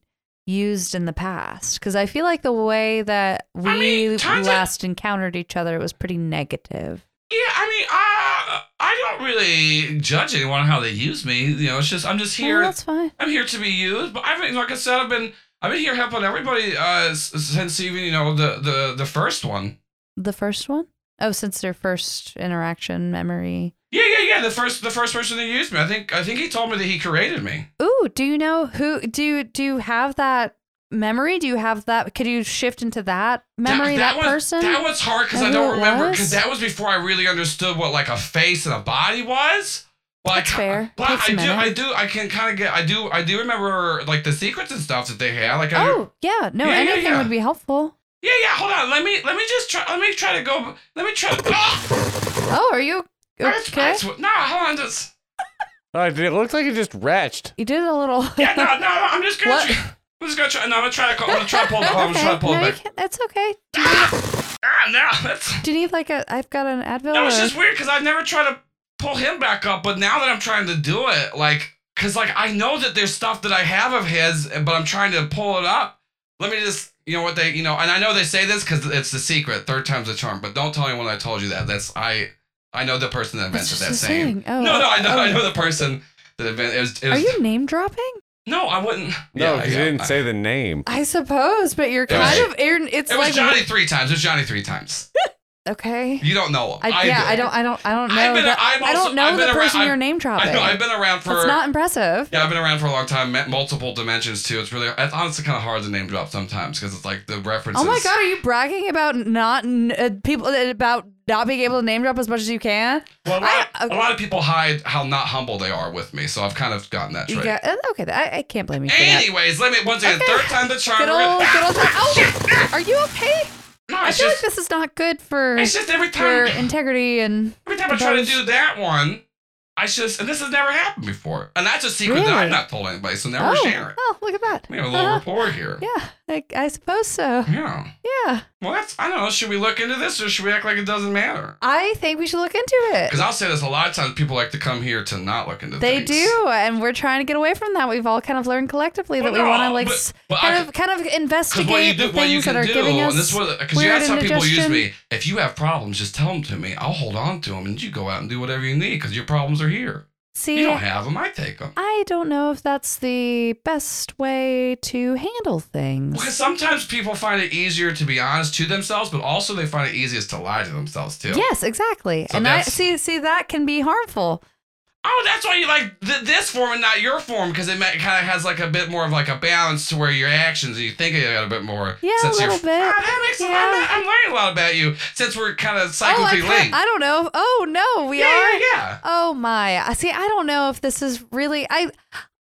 S4: used in the past? Because I feel like the way that we
S2: mean, times that-
S4: last encountered each other was pretty negative.
S2: Yeah, I mean, I I don't really judge anyone on how they use me. You know, it's just I'm just
S4: Well,
S2: here.
S4: Oh, that's fine.
S2: I'm here to be used, but I've been, like I said, I've been I've been here helping everybody uh, s- since even you know the the the first one.
S4: The first one? Oh, since their first interaction memory.
S2: Yeah, yeah, yeah. The first, the first person that used me. I think, I think he told me that he created me.
S4: Ooh, do you know who do you do you have that memory? Do you have that could you shift into that memory, that,
S2: was,
S4: person?
S2: That was hard because
S4: That
S2: I
S4: who
S2: don't
S4: it
S2: remember.
S4: was?
S2: Because that was before I really understood what like a face and a body was. Like,
S4: That's fair.
S2: But
S4: Takes a
S2: I do,
S4: minute.
S2: I do, I can kind of get. I do, I do remember like the secrets and stuff that they had. Like, I,
S4: oh, yeah. No,
S2: Yeah, yeah,
S4: anything
S2: yeah.
S4: would be helpful.
S2: yeah, yeah. Hold on. Let me, let me just try. Let me try to go. Let me try. Ah,
S4: Oh, are you
S2: That's-
S4: okay?
S2: that's what- no, hold on. Just,
S3: Oh, it looked like it just retched.
S4: You did a little
S2: yeah, no, no, no. I'm just gonna.
S4: What?
S2: try- I'm just gonna try. No, I'm gonna try to. Call, I'm gonna try to pull the car. Oh, I'm gonna try to pull
S4: no, you
S2: it back.
S4: can't. That's okay. Do you, need,
S2: Ah, no, that's
S4: do you need like a? I've got an Advil.
S2: that was
S4: or-
S2: just weird because I've never tried to pull him back up, but now that I'm trying to do it, like, cause like I know that there's stuff that I have of his, but I'm trying to pull it up. Let me just, you know what they, you know, and I know they say this because it's the secret. Third time's the charm. But don't tell anyone I told you that. That's I. I know the person that
S4: That's
S2: invented
S4: just
S2: that
S4: a
S2: saying.
S4: saying. Oh,
S2: no, no, I know,
S4: oh.
S2: I know the person that invented. It was, it
S4: Are
S2: was,
S4: you name dropping?
S2: No, I wouldn't.
S3: No,
S2: Yeah,
S3: because
S2: yeah,
S3: you didn't
S2: I-
S3: say the name.
S4: I suppose, but you're
S2: It was-
S4: kind of. Aaron, It's
S2: It was
S4: like
S2: Johnny three times. It was Johnny three times.
S4: okay.
S2: You don't know him.
S4: I, yeah,
S2: do.
S4: I don't, I don't, I don't
S2: I've
S4: know.
S2: been-
S4: that-
S2: I've
S4: I
S2: also-
S4: don't know
S2: I've
S4: the
S2: been around-
S4: person
S2: I've-
S4: you're name dropping.
S2: I know. I've been around for.
S4: That's not impressive.
S2: yeah, I've been around for a long time. Met multiple dimensions too. It's really. It's honestly kind of hard to name drop sometimes because it's like the references.
S4: Oh my god, are you bragging about not n- uh, people about not being able to name drop as much as you can?
S2: Well, a, lot,
S4: I-
S2: a lot of people hide how not humble they are with me, so I've kind of gotten that
S4: You
S2: trait.
S4: got- uh, okay, I, I can't blame you for that.
S2: Anyways, let me once again.
S4: Okay.
S2: Third time the charm.
S4: Good
S2: we're
S4: old,
S2: gonna-
S4: good old. Oh, are you okay?
S2: No,
S4: I
S2: it's
S4: feel like
S2: just.
S4: this is not good for
S2: It's just every
S4: for
S2: time.
S4: integrity and.
S2: Every time I try to do that one, I just and this has never happened before, and that's a secret that
S4: Really?
S2: I've not told anybody, so never
S4: Oh,
S2: share it.
S4: oh, look at that.
S2: We have a little
S4: Uh-huh.
S2: rapport here.
S4: Yeah, I, I suppose so.
S2: yeah.
S4: Yeah,
S2: Well, that's I don't know. Should we look into this or should we act like it doesn't matter?
S4: I think we should look into it.
S2: Because I'll say this a lot of times. People like to come here to not look into
S4: They
S2: things.
S4: do, and we're trying to get away from that. We've all kind of learned collectively that
S2: Well,
S4: we want to
S2: no,
S4: like
S2: but-
S4: s-
S2: but I
S4: kind
S2: could-
S4: of kind of
S2: Because what you
S4: investigate
S2: do,
S4: the
S2: what you
S4: things
S2: can
S4: that are
S2: do,
S4: giving us.
S2: and this was because you
S4: weird
S2: had some people use
S4: indigestion.
S2: me. If you have problems, just tell them to me. I'll hold on to them, and you go out and do whatever you need because your problems are here.
S4: See,
S2: You don't have them, I take them.
S4: I don't know if that's the best way to handle
S2: Because
S4: things.
S2: sometimes people find it easier to be honest to themselves, but also they find it easiest to lie to themselves too.
S4: Yes, exactly.
S2: So
S4: and I
S2: that's-
S4: see see that can be harmful.
S2: Oh, that's why you like th- this form and not your form because it kind of has like a bit more of like a balance to where your actions and you think of it a bit more.
S4: Yeah, a
S2: you're-
S4: little bit.
S2: Ah, that makes.
S4: Yeah.
S2: I'm, I'm learning a lot about you since we're kind of
S4: oh, I,
S2: cyclically
S4: can't-
S2: linked.
S4: I don't know. Oh no, we
S2: yeah,
S4: are.
S2: yeah, yeah.
S4: Oh my. I see I don't know if this is really I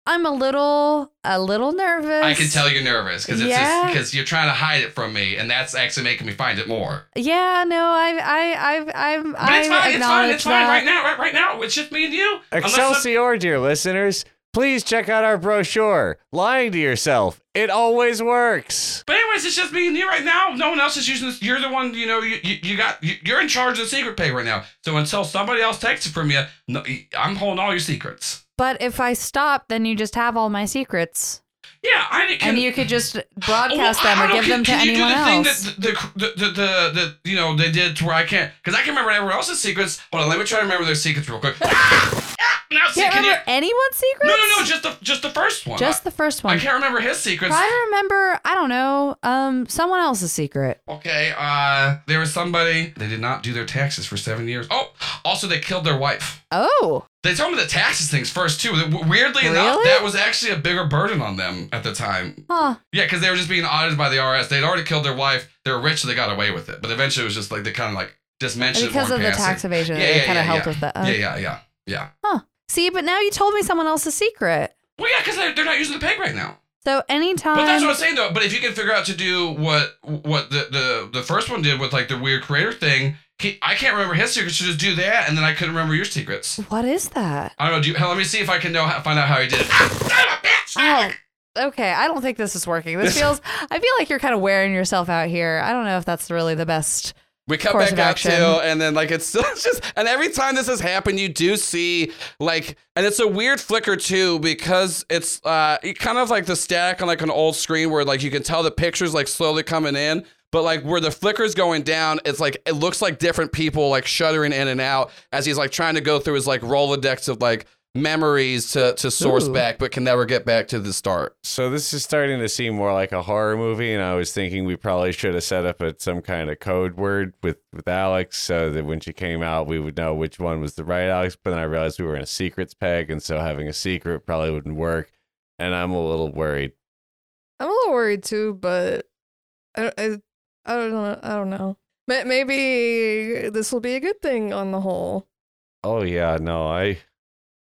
S4: I'm a little a little nervous.
S2: I can tell you're nervous because it's
S4: Yeah.
S2: because you're trying to hide it from me, and that's actually making me find it more.
S4: Yeah, no, I I I've I'm
S2: But
S4: I
S2: it's fine, it's fine,
S4: acknowledge
S2: it's fine.
S4: that.
S2: Right now, right, right now, it's just me and you. Unless some-
S3: Excelsior, dear listeners, please check out our brochure. Lying to yourself, it always works.
S2: But anyways, it's just me and you right now. No one else is using this. You're the one. You know, you you, you got. You, you're in charge of the secret pay right now. So until somebody else takes it from you, no, I'm holding all your secrets.
S4: But if I stop, then you just have all my secrets.
S2: Yeah, I can.
S4: and you could just
S2: Oh,
S4: broadcast
S2: I- I
S4: them or
S2: don't-
S4: give
S2: can-
S4: them to
S2: can you do
S4: anyone
S2: the
S4: else.
S2: Thing that the, the, the, the, the, you know, they did to where I can't, because I can remember everyone else's secrets. Hold on, let me try to remember their secrets real quick. ah, now, see,
S4: Can't
S2: can you,
S4: remember anyone's secrets?
S2: no, no, no, just the just the first one.
S4: Just the first
S2: I
S4: one.
S2: can't remember his secrets.
S4: Try to remember, I don't know, um, someone else's secret.
S2: Okay, uh, there was somebody. They did not do their taxes for seven years. Oh, also they killed their wife.
S4: Oh,
S2: They told me the taxes things first too. W- Weirdly enough,
S4: Really?
S2: that was actually a bigger burden on them at the time.
S4: huh.
S2: Yeah, because they were just being audited by the RS. They'd already killed their wife. They were rich, so they got away with it. But eventually, it was just like they kind of like just mentioned it
S4: Because
S2: more
S4: of
S2: in
S4: the
S2: passing.
S4: tax evasion,
S2: Yeah,
S4: they
S2: yeah,
S4: kind of
S2: yeah,
S4: helped
S2: yeah.
S4: with that. Uh,
S2: yeah, yeah, yeah, yeah.
S4: See, but now you told me someone else's secret.
S2: Well, yeah, because they're, they're not using the peg right now.
S4: So anytime.
S2: But that's what I'm saying though. But if you can figure out to do what what the the, the first one did with like the weird creator thing, he, I can't remember his secrets. So just do that, and then I couldn't remember your secrets.
S4: what is that?
S2: I don't know. Do you, hell, let me see if I can know how, find out how he did it. Ah, son of a bitch!
S4: Oh, okay. I don't think this is working. This
S2: This-
S4: feels. I feel like you're kind of wearing yourself out here. I don't know if that's really the best.
S2: We cut
S4: course
S2: back
S4: of
S2: out
S4: action.
S2: too, and then like it's still it's just, and every time this has happened, you do see like, and it's a weird flicker too because it's uh it kind of like the static on like an old screen where like you can tell the pictures like slowly coming in, but like where the flicker's going down, it's like it looks like different people like shuddering in and out as he's like trying to go through his like rolodex of like memories to to source
S4: Ooh.
S2: back, but can never get back to the start.
S3: So this is starting to seem more like a horror movie, and I was thinking we probably should have set up a, some kind of code word with with Alex, so that when she came out, we would know which one was the right Alex. But then I realized we were in a secrets peg, and so having a secret probably wouldn't work. And I'm a little worried.
S5: I'm a little worried too, but I don't, I, I don't know. I don't know. Ma- Maybe this will be a good thing on the whole.
S3: Oh yeah, no, I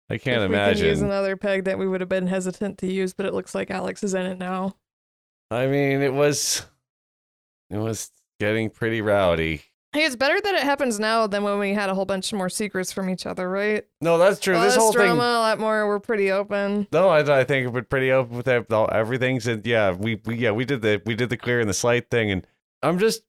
S3: I can't
S5: if
S3: imagine.
S5: We can use another peg that we would have been hesitant to use, but it looks like Alex is in it now.
S3: I mean, it was it was getting pretty rowdy.
S5: Hey, it's better that it happens now than when we had a whole bunch more secrets from each other, right?
S3: No, that's true.
S5: a lot
S3: this
S5: less
S3: whole
S5: drama,
S3: thing.
S5: a lot more. We're pretty open.
S3: No, I, I think we're pretty open with that. all- Everything's in, yeah. We, we yeah we did the we did the clear and the slight thing, and I'm just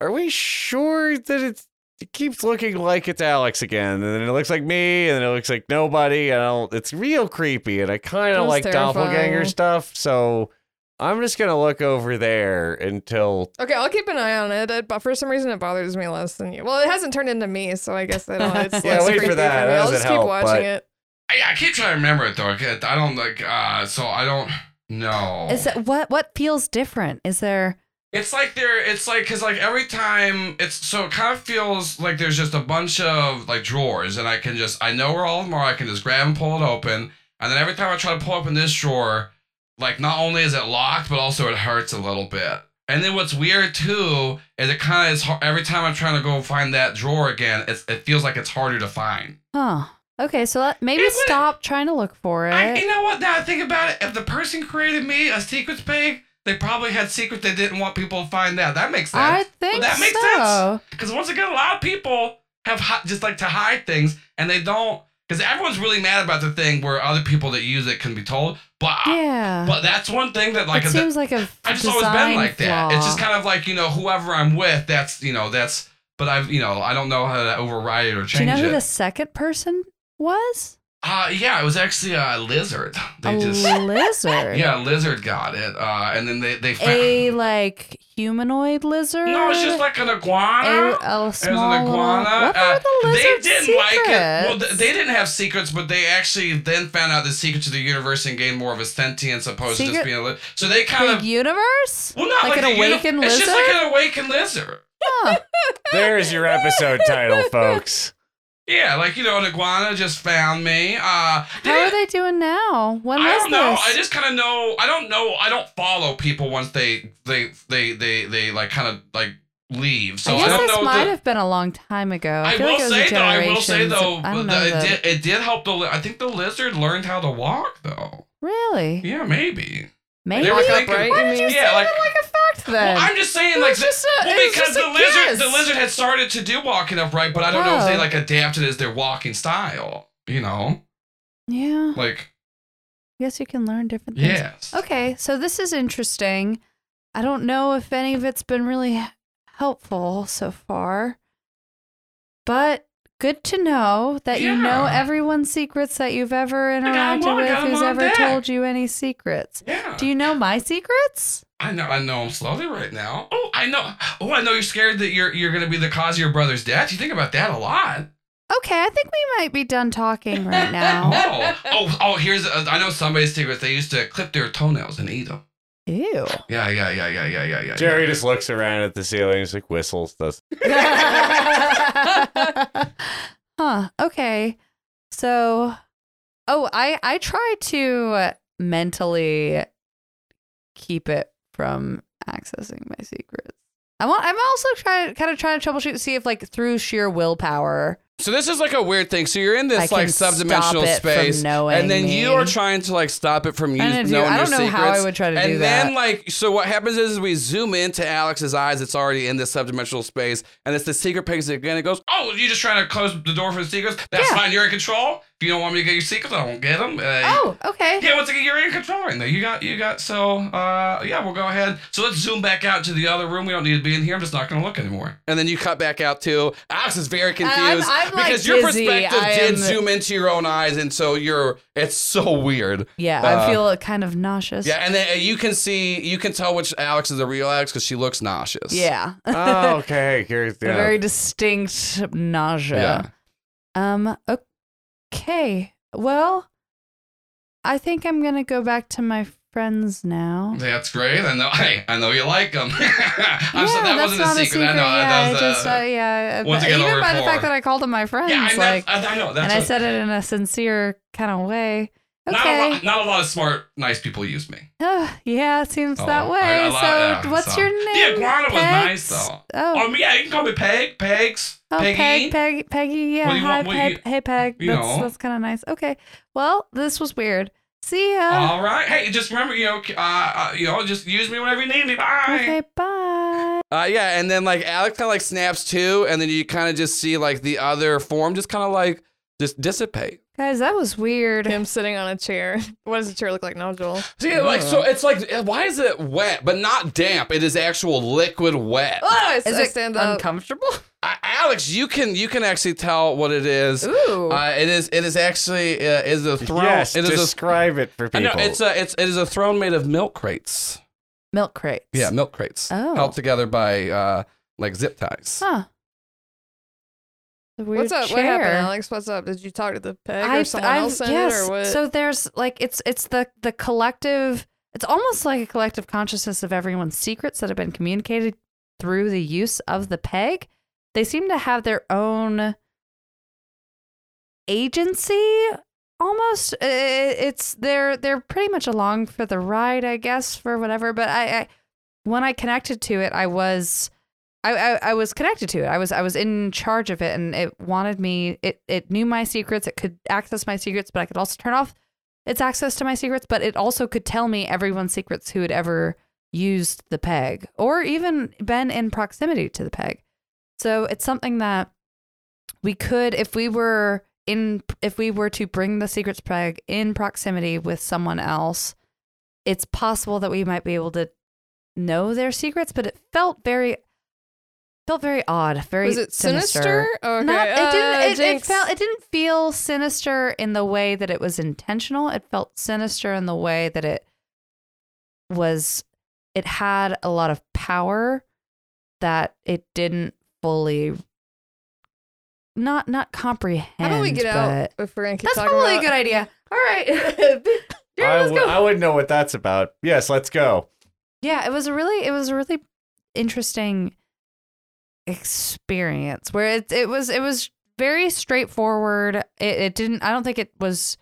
S3: are we sure that it's, it keeps looking like it's Alex again, and then it looks like me, and then it looks like nobody, and I'll, it's real creepy, and I kind of
S5: That's
S3: like doppelganger
S5: terrifying.
S3: stuff, so I'm just gonna look over there until
S5: Okay, I'll keep an eye on it. it. But for some reason, it bothers me less than you. Well, it hasn't turned into me, so I guess I don't. It's
S3: Yeah,
S5: less
S3: wait for
S5: creepy
S3: that.
S5: me.
S3: That
S5: I'll
S3: doesn't
S5: just
S3: help,
S5: keep watching
S3: but-
S5: it.
S2: I, I can't try to remember it though. I, can't- I don't like. Uh, so I don't know.
S4: Is that what what feels different? Is there
S2: It's like there. It's like because like every time it's so it kind of feels like there's just a bunch of like drawers, and I can just I know where all of them are. I can just grab and pull it open, and then every time I try to pull open this drawer, like not only is it locked, but also it hurts a little bit. And then what's weird too is it kind of is hard, every time I'm trying to go find that drawer again, it's, it feels like it's harder to find.
S4: huh? Okay, so let, maybe
S2: It would-
S4: stop trying to look for it.
S2: I, you know what? Now I think about it, if the person created me a secrets page, they probably had secrets they didn't want people to find out. That makes sense.
S4: I
S2: Well,
S4: think
S2: that makes sense.
S4: so.
S2: Because once again, a lot of people have hi- just like to hide things, and they don't. Because everyone's really mad about the thing where other people that use it can be told. But
S4: Yeah,
S2: Ah, but that's one thing that like
S4: it
S2: that-
S4: seems like a
S2: I've just
S4: design
S2: always been like
S4: flaw.
S2: that. It's just kind of like you know whoever I'm with. That's you know that's. But I've you know I don't know how to override it
S4: Do
S2: or
S4: you
S2: change
S4: know who
S2: it.
S4: the second person was?
S2: uh, yeah, it was actually a lizard. They
S4: a
S2: just
S4: lizard.
S2: yeah, a lizard got it. Uh, and then they they found.
S4: A like humanoid lizard.
S2: no, it's just like an iguana.
S4: a, a
S2: It was
S4: small
S2: an iguana.
S4: little- What
S2: Uh,
S4: are the
S2: they
S4: lizard
S2: didn't
S4: secrets?
S2: like it. Well, th- they didn't have secrets, but they actually then found out the secrets of the universe and gained more of a sentience opposed to just
S4: Secret-
S2: being a lizard. So they kind
S4: the
S2: of.
S4: universe.
S2: Well, not
S4: like
S2: like,
S4: an
S2: a uni-
S4: awakened
S2: It's just like
S4: lizard?
S2: an awakened lizard.
S4: Huh.
S3: there's your episode title, folks.
S2: Yeah, like you know, an iguana just found me. Uh, they
S4: How are
S2: didn't-
S4: they doing now? When
S2: I
S4: was
S2: don't know.
S4: this?
S2: I just kind of know. I don't know. I don't follow people once they they they they they like kind of like leave. So
S4: I
S2: I,
S4: guess
S2: don't
S4: this
S2: know. if
S4: might
S2: the-
S4: have been a long time ago. I,
S2: I
S4: feel
S2: will
S4: like it was
S2: say
S4: a
S2: though, I will say
S4: generations-
S2: though,
S4: I don't
S2: that
S4: know.
S2: it
S4: the-
S2: did it did help the. Li- I think the lizard learned how to walk though.
S4: Really?
S2: Yeah, maybe.
S4: Maybe.
S2: They were
S5: Walk up,
S2: thinking-
S5: right?
S4: Why did you
S2: Yeah,
S4: say
S2: like-
S4: it like a fact then?
S2: Well, I'm just saying, like,
S5: was just a-
S2: well,
S5: it was
S2: because
S5: just a
S2: the lizard, the
S5: guess.
S2: lizard had started to do walking upright, but I don't know if they
S4: Oh.
S2: like adapted as their walking style. You know,
S4: yeah.
S2: like
S4: Guess you can learn different things.
S2: yes.
S4: Okay, so this is interesting. I don't know if any of it's been really h- helpful so far, but good to know that you know
S2: Yeah.
S4: everyone's secrets that you've ever
S2: got 'em
S4: interacted
S2: all, I
S4: with,
S2: got 'em
S4: who's
S2: all
S4: ever
S2: deck.
S4: told you any secrets.
S2: Yeah.
S4: Do you know my secrets?
S2: I know. I know. I'm slowly right now. Oh, I know. Oh, I know. You're scared that you're you're gonna be the cause of your brother's death. You think about that a lot.
S4: Okay, I think we might be done talking right now.
S2: Oh, oh, oh. Here's. Uh, I know somebody's secrets. They used to clip their toenails and eat them.
S4: Ew.
S2: Yeah, yeah, yeah, yeah, yeah, yeah, yeah.
S3: Jerry
S2: yeah.
S3: just looks around at the ceiling. He's like whistles. Does
S4: huh. Okay. So, oh, I I try to mentally keep it from accessing my secrets. I'm al- I'm also trying kind of trying to troubleshoot to see if like through sheer willpower.
S2: So this is like a weird thing. So you're in
S4: I
S2: this
S4: can
S2: like
S4: stop
S2: subdimensional
S4: it from
S2: space,
S4: knowing
S2: and then you
S4: me.
S2: are trying to like stop it from you
S4: Trying to
S2: knowing
S4: do- I
S2: your
S4: don't know how I
S2: secrets.
S4: would try to
S2: and
S4: do
S2: then
S4: that.
S2: like so what happens is, is we zoom into Alex's eyes. It's already in this subdimensional space, and it's the secret page again. It goes, oh, you just trying to close the door for the secrets? That's
S4: Yeah.
S2: fine. You're in control. If you don't want me to get your secrets, I won't get them. Uh,
S4: Oh, okay.
S2: Yeah, once again, you're in control right now. You got, you got. So, uh, yeah, we'll go ahead. So let's zoom back out to the other room. We don't need to be in here. I'm just not going to look anymore. And then you cut back out too. Alex is very confused
S4: I'm- I'm, like,
S2: because your
S4: dizzy.
S2: perspective
S4: I
S2: did
S4: am-
S2: zoom into your own eyes, and so you're. It's so weird.
S4: Yeah, I
S2: Uh,
S4: feel kind of nauseous.
S2: Yeah, and then and you can see, you can tell which Alex is the real Alex because she looks nauseous.
S4: Yeah.
S3: oh, okay. Here's
S4: A
S3: yeah.
S4: very distinct nausea. Um. Okay. Well, I think I'm gonna go back to my friends now.
S2: That's great. I know. Hey, I know you like them.
S4: yeah,
S2: I'm so, that
S4: that's
S2: wasn't
S4: not
S2: a secret. I know.
S4: Yeah,
S2: that was,
S4: I just,
S2: uh,
S4: uh, yeah.
S2: once
S4: but
S2: again,
S4: even
S2: au
S4: by the
S2: revoir.
S4: fact that I called them my friends,
S2: yeah, I,
S4: like,
S2: I, I know. That's
S4: and I
S2: what-
S4: said it in a sincere kind of way.
S2: Not a,
S4: Okay.
S2: lot, not a lot of smart, nice people use me.
S4: Ugh, yeah, it seems
S2: Oh,
S4: that
S2: I-
S4: way.
S2: I like
S4: so,
S2: that,
S4: what's
S2: so-
S4: your
S2: The
S4: name?
S2: iguana was nice,
S4: Pegs?
S2: though.
S4: Oh,
S2: Oh, yeah, you can call me Peg, Pegs,
S4: Oh,
S2: Peggy.
S4: Peg, Peg, Peggy, yeah.
S2: What do you
S4: Hi,
S2: want- what
S4: Peg.
S2: you-
S4: hey, Peg.
S2: you
S4: that's
S2: know.
S4: that's kind of nice. Okay. Well, this was weird. See ya.
S2: All right. Hey, just remember, you know, uh, uh, you know, just use me whenever you need me. Bye.
S4: okay, bye.
S2: Uh, yeah, and then like Alex kind of like snaps too, and then you kind of just see like the other form just kind of like just dissipate.
S4: Guys, that was weird.
S5: Him sitting on a chair. What does the chair look like now, Joel?
S2: See, like so, it's like eh, why is it wet but not damp? It is actual liquid wet.
S5: Oh, I,
S4: Is
S5: I
S4: it
S5: stand up.
S4: uncomfortable?
S2: Uh, Alex, you can you can actually tell what it is.
S4: Ooh.
S2: Uh, it is it is actually uh, is a throne.
S3: Yes,
S2: it is a
S3: describe it for
S2: I
S3: people.
S2: know, it's a it's it is a throne made of milk crates.
S4: Milk crates.
S2: Yeah, milk crates
S4: Oh.
S2: held together by uh like zip ties.
S4: Huh. The weird
S5: What's up?
S4: Chair.
S5: What happened, Alex? What's up? Did you talk to the peg or
S4: I've-
S5: someone
S4: I've-
S5: else in
S4: yes.
S5: it or what?
S4: So there's like it's it's the the collective. It's almost like a collective consciousness of everyone's secrets that have been communicated through the use of the peg. They seem to have their own agency. Almost, I- I- it's they're they're pretty much along for the ride, I guess, for whatever. But I, I when I connected to it, I was. I, I, I was connected to it. I was I was in charge of it, and it wanted me. It it knew my secrets. It could access my secrets, but I could also turn off its access to my secrets. But it also could tell me everyone's secrets who had ever used the peg or even been in proximity to the peg. So it's something that we could, if we were in, if we were to bring the secrets peg in proximity with someone else, it's possible that we might be able to know their secrets. But it felt very, felt very odd. Very
S5: was it sinister? Oh, okay.
S4: not, it
S5: Ah,
S4: didn't. It, it
S5: jinx.
S4: felt. It didn't feel sinister in the way that it was intentional. It felt sinister in the way that it was. It had a lot of power that it didn't fully. Not not comprehend.
S5: How do we get out
S4: but-
S5: if we're gonna keep
S4: That's
S5: talking
S4: probably
S5: about
S4: a good idea. All right. Jared,
S3: I,
S4: let's
S3: w-
S4: go.
S3: I wouldn't know what that's about. Yes, let's go.
S4: Yeah, it was a really it was a really interesting experience where it it was it was very straightforward. It, it didn't I don't think it was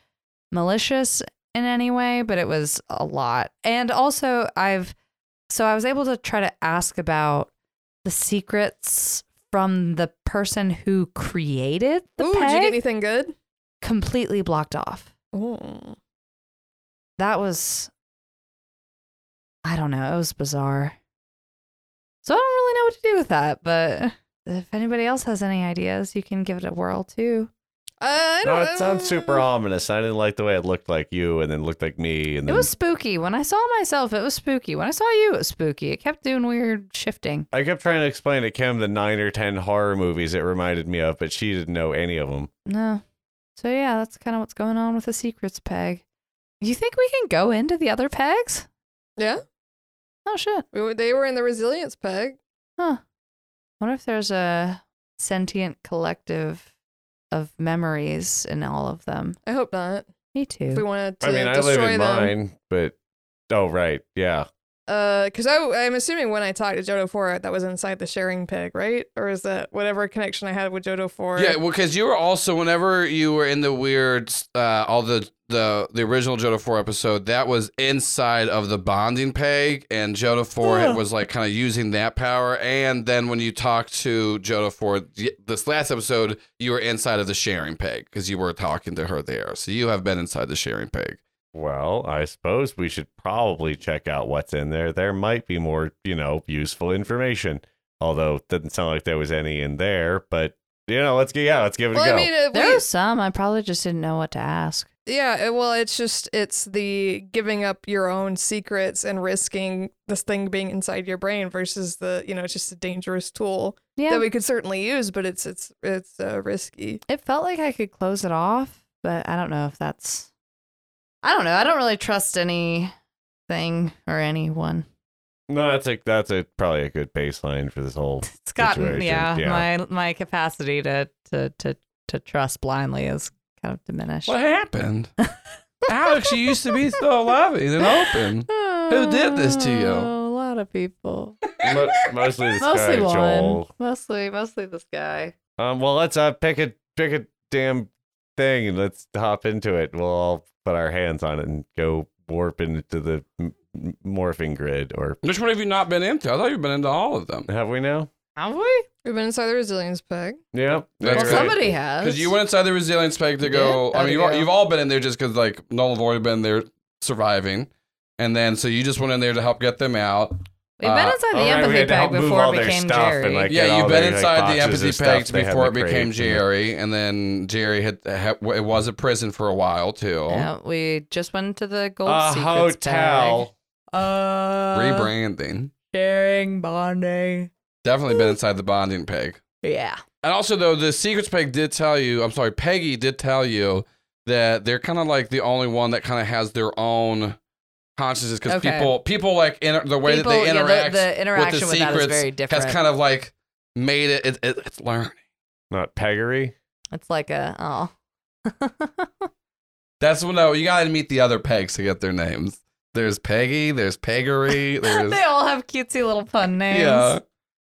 S4: malicious in any way, but it was a lot. And also I've so I was able to try to ask about the secrets from the person who created the
S5: Ooh,
S4: peg
S5: did you get anything good?
S4: completely blocked off
S5: Ooh.
S4: that was I don't know, it was bizarre. So I don't really know what to do with that, but if anybody else has any ideas, you can give it a whirl too.
S5: Uh, I
S3: No,
S5: don't,
S3: it sounds super ominous. I didn't like the way it looked like you, and then looked like me, and
S4: It
S3: then
S4: was spooky. When I saw myself, it was spooky. When I saw you, it was spooky. It kept doing weird shifting.
S3: I kept trying to explain to Kim the nine or ten horror movies it reminded me of, but she didn't know any of them.
S4: No. So yeah, that's kind of what's going on with the secrets peg. You think we can go into the other pegs?
S5: Yeah,
S4: Oh shit.
S5: we were, they were in the resilience peg.
S4: Huh. Wonder if there's a sentient collective of memories in all of them.
S5: I hope not.
S4: Me too.
S5: If we wanted to
S3: I mean, I
S5: destroy
S3: live in
S5: them,
S3: mine, but oh right, yeah.
S5: because Uh, I I'm assuming when I talked to Jodo Four, that was inside the sharing peg, right? Or is that whatever connection I had with Jodo Four?
S2: Yeah, well, because you were also whenever you were in the weird, uh, all the the the original Jodo Four episode, that was inside of the bonding peg, and Jodo Four had- was like kind of using that power. And then when you talked to Jodo Four y- this last episode, you were inside of the sharing peg because you were talking to her there. So you have been inside the sharing peg.
S3: Well, I suppose we should probably check out what's in there. There might be more, you know, useful information. Although it doesn't sound like there was any in there, but you know, let's get yeah, let's give it
S5: Well,
S3: a go.
S5: I mean, it,
S4: There
S5: we-
S4: was some. I probably just didn't know what to ask.
S5: Yeah, it- well, it's just it's the giving up your own secrets and risking this thing being inside your brain versus the you know it's just a dangerous tool
S4: Yeah,
S5: that we could certainly use, but it's it's it's uh, risky.
S4: it felt like I could close it off, but I don't know if that's. I don't know. I don't really trust anything or anyone.
S3: no, that's a that's a probably a good baseline for this whole.
S4: It's
S3: gotten- Situation, yeah, yeah.
S4: My my capacity to to to to trust blindly is kind of diminished.
S2: happened, Alex? You used to be so loving and open. Who did this to you?
S4: A lot of people.
S3: Mo- mostly this
S4: Mostly
S3: guy,
S4: one.
S3: Joel.
S4: Mostly mostly this guy.
S3: Um, well, let's uh, pick a pick a damn thing and let's hop into it. We'll all put our hands on it and go warp into the m- m- morphing grid. Or
S2: Which one have you not been into? I thought you've been into all of them.
S3: have we now?
S4: Have we?
S5: We've been inside the resilience peg.
S3: Yeah,
S2: That's
S4: Well,
S2: Right.
S4: somebody has.
S2: Because you went inside the resilience peg to go.
S5: Yeah.
S2: I mean, you've, all,
S5: Yeah.
S2: you've all been in there just because like Nolan have already been there surviving, and then so you just went in there to help get them out.
S4: We've
S2: Uh,
S4: been inside the
S3: All right, we
S4: empathy
S3: had to
S4: pack
S3: help move
S4: before
S3: all
S4: it
S3: their
S4: became
S3: stuff
S4: Jerry.
S3: and, like, get
S2: yeah,
S3: all
S2: you've been
S3: their, like,
S2: inside the
S3: boxes
S2: empathy
S3: and stuff
S2: pact
S3: they had
S2: before it
S3: to create
S2: became
S3: and then-
S2: Jerry, and then Jerry had, had it was a prison for a while
S3: oh.
S2: too.
S4: yeah, we just went to the gold
S3: a
S4: secrets
S3: Uh, hotel.
S4: Bag. Uh,
S2: Rebranding.
S4: Sharing bonding.
S2: Definitely been inside the bonding peg.
S4: Yeah.
S2: And also, though, the secrets peg did tell you, I'm sorry, Peggy did tell you that they're kind of like the only one that kind of has their own consciousness because
S4: Okay.
S2: people, people like inter- the way
S4: People-
S2: that they
S4: yeah, the-
S2: interact
S4: the, interaction with,
S2: with the
S4: that is
S2: secrets
S4: very different.
S2: has kind of like made it, it, it it's learned.
S3: Not peggery.
S4: it's like a oh.
S2: That's when no, you gotta meet the other pegs to get their names. There's Peggy, there's Peggery, there's
S4: they all have cutesy little pun names.
S2: yeah,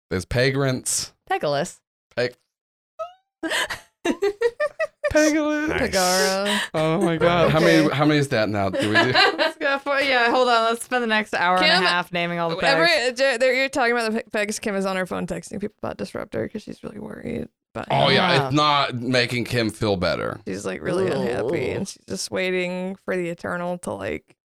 S2: there's Pegrants,
S4: Pegasus.
S2: Peg,
S3: Nice.
S2: Pegalus.
S4: Pegaro.
S2: Oh my god, how many
S4: Okay.
S2: how many is that now? Do we do?
S4: Let's go for yeah. Hold on. Let's spend the next hour
S5: Kim,
S4: and a half naming all the
S5: Every,
S4: pegs.
S5: Jer- there- you're talking about the Vegas Kim is on her phone texting people about Disruptor because she's really worried. About
S2: Oh
S5: him.
S2: yeah,
S4: Yeah.
S2: it's not making Kim feel better.
S5: She's like really unhappy and she's just waiting for the Eternal to like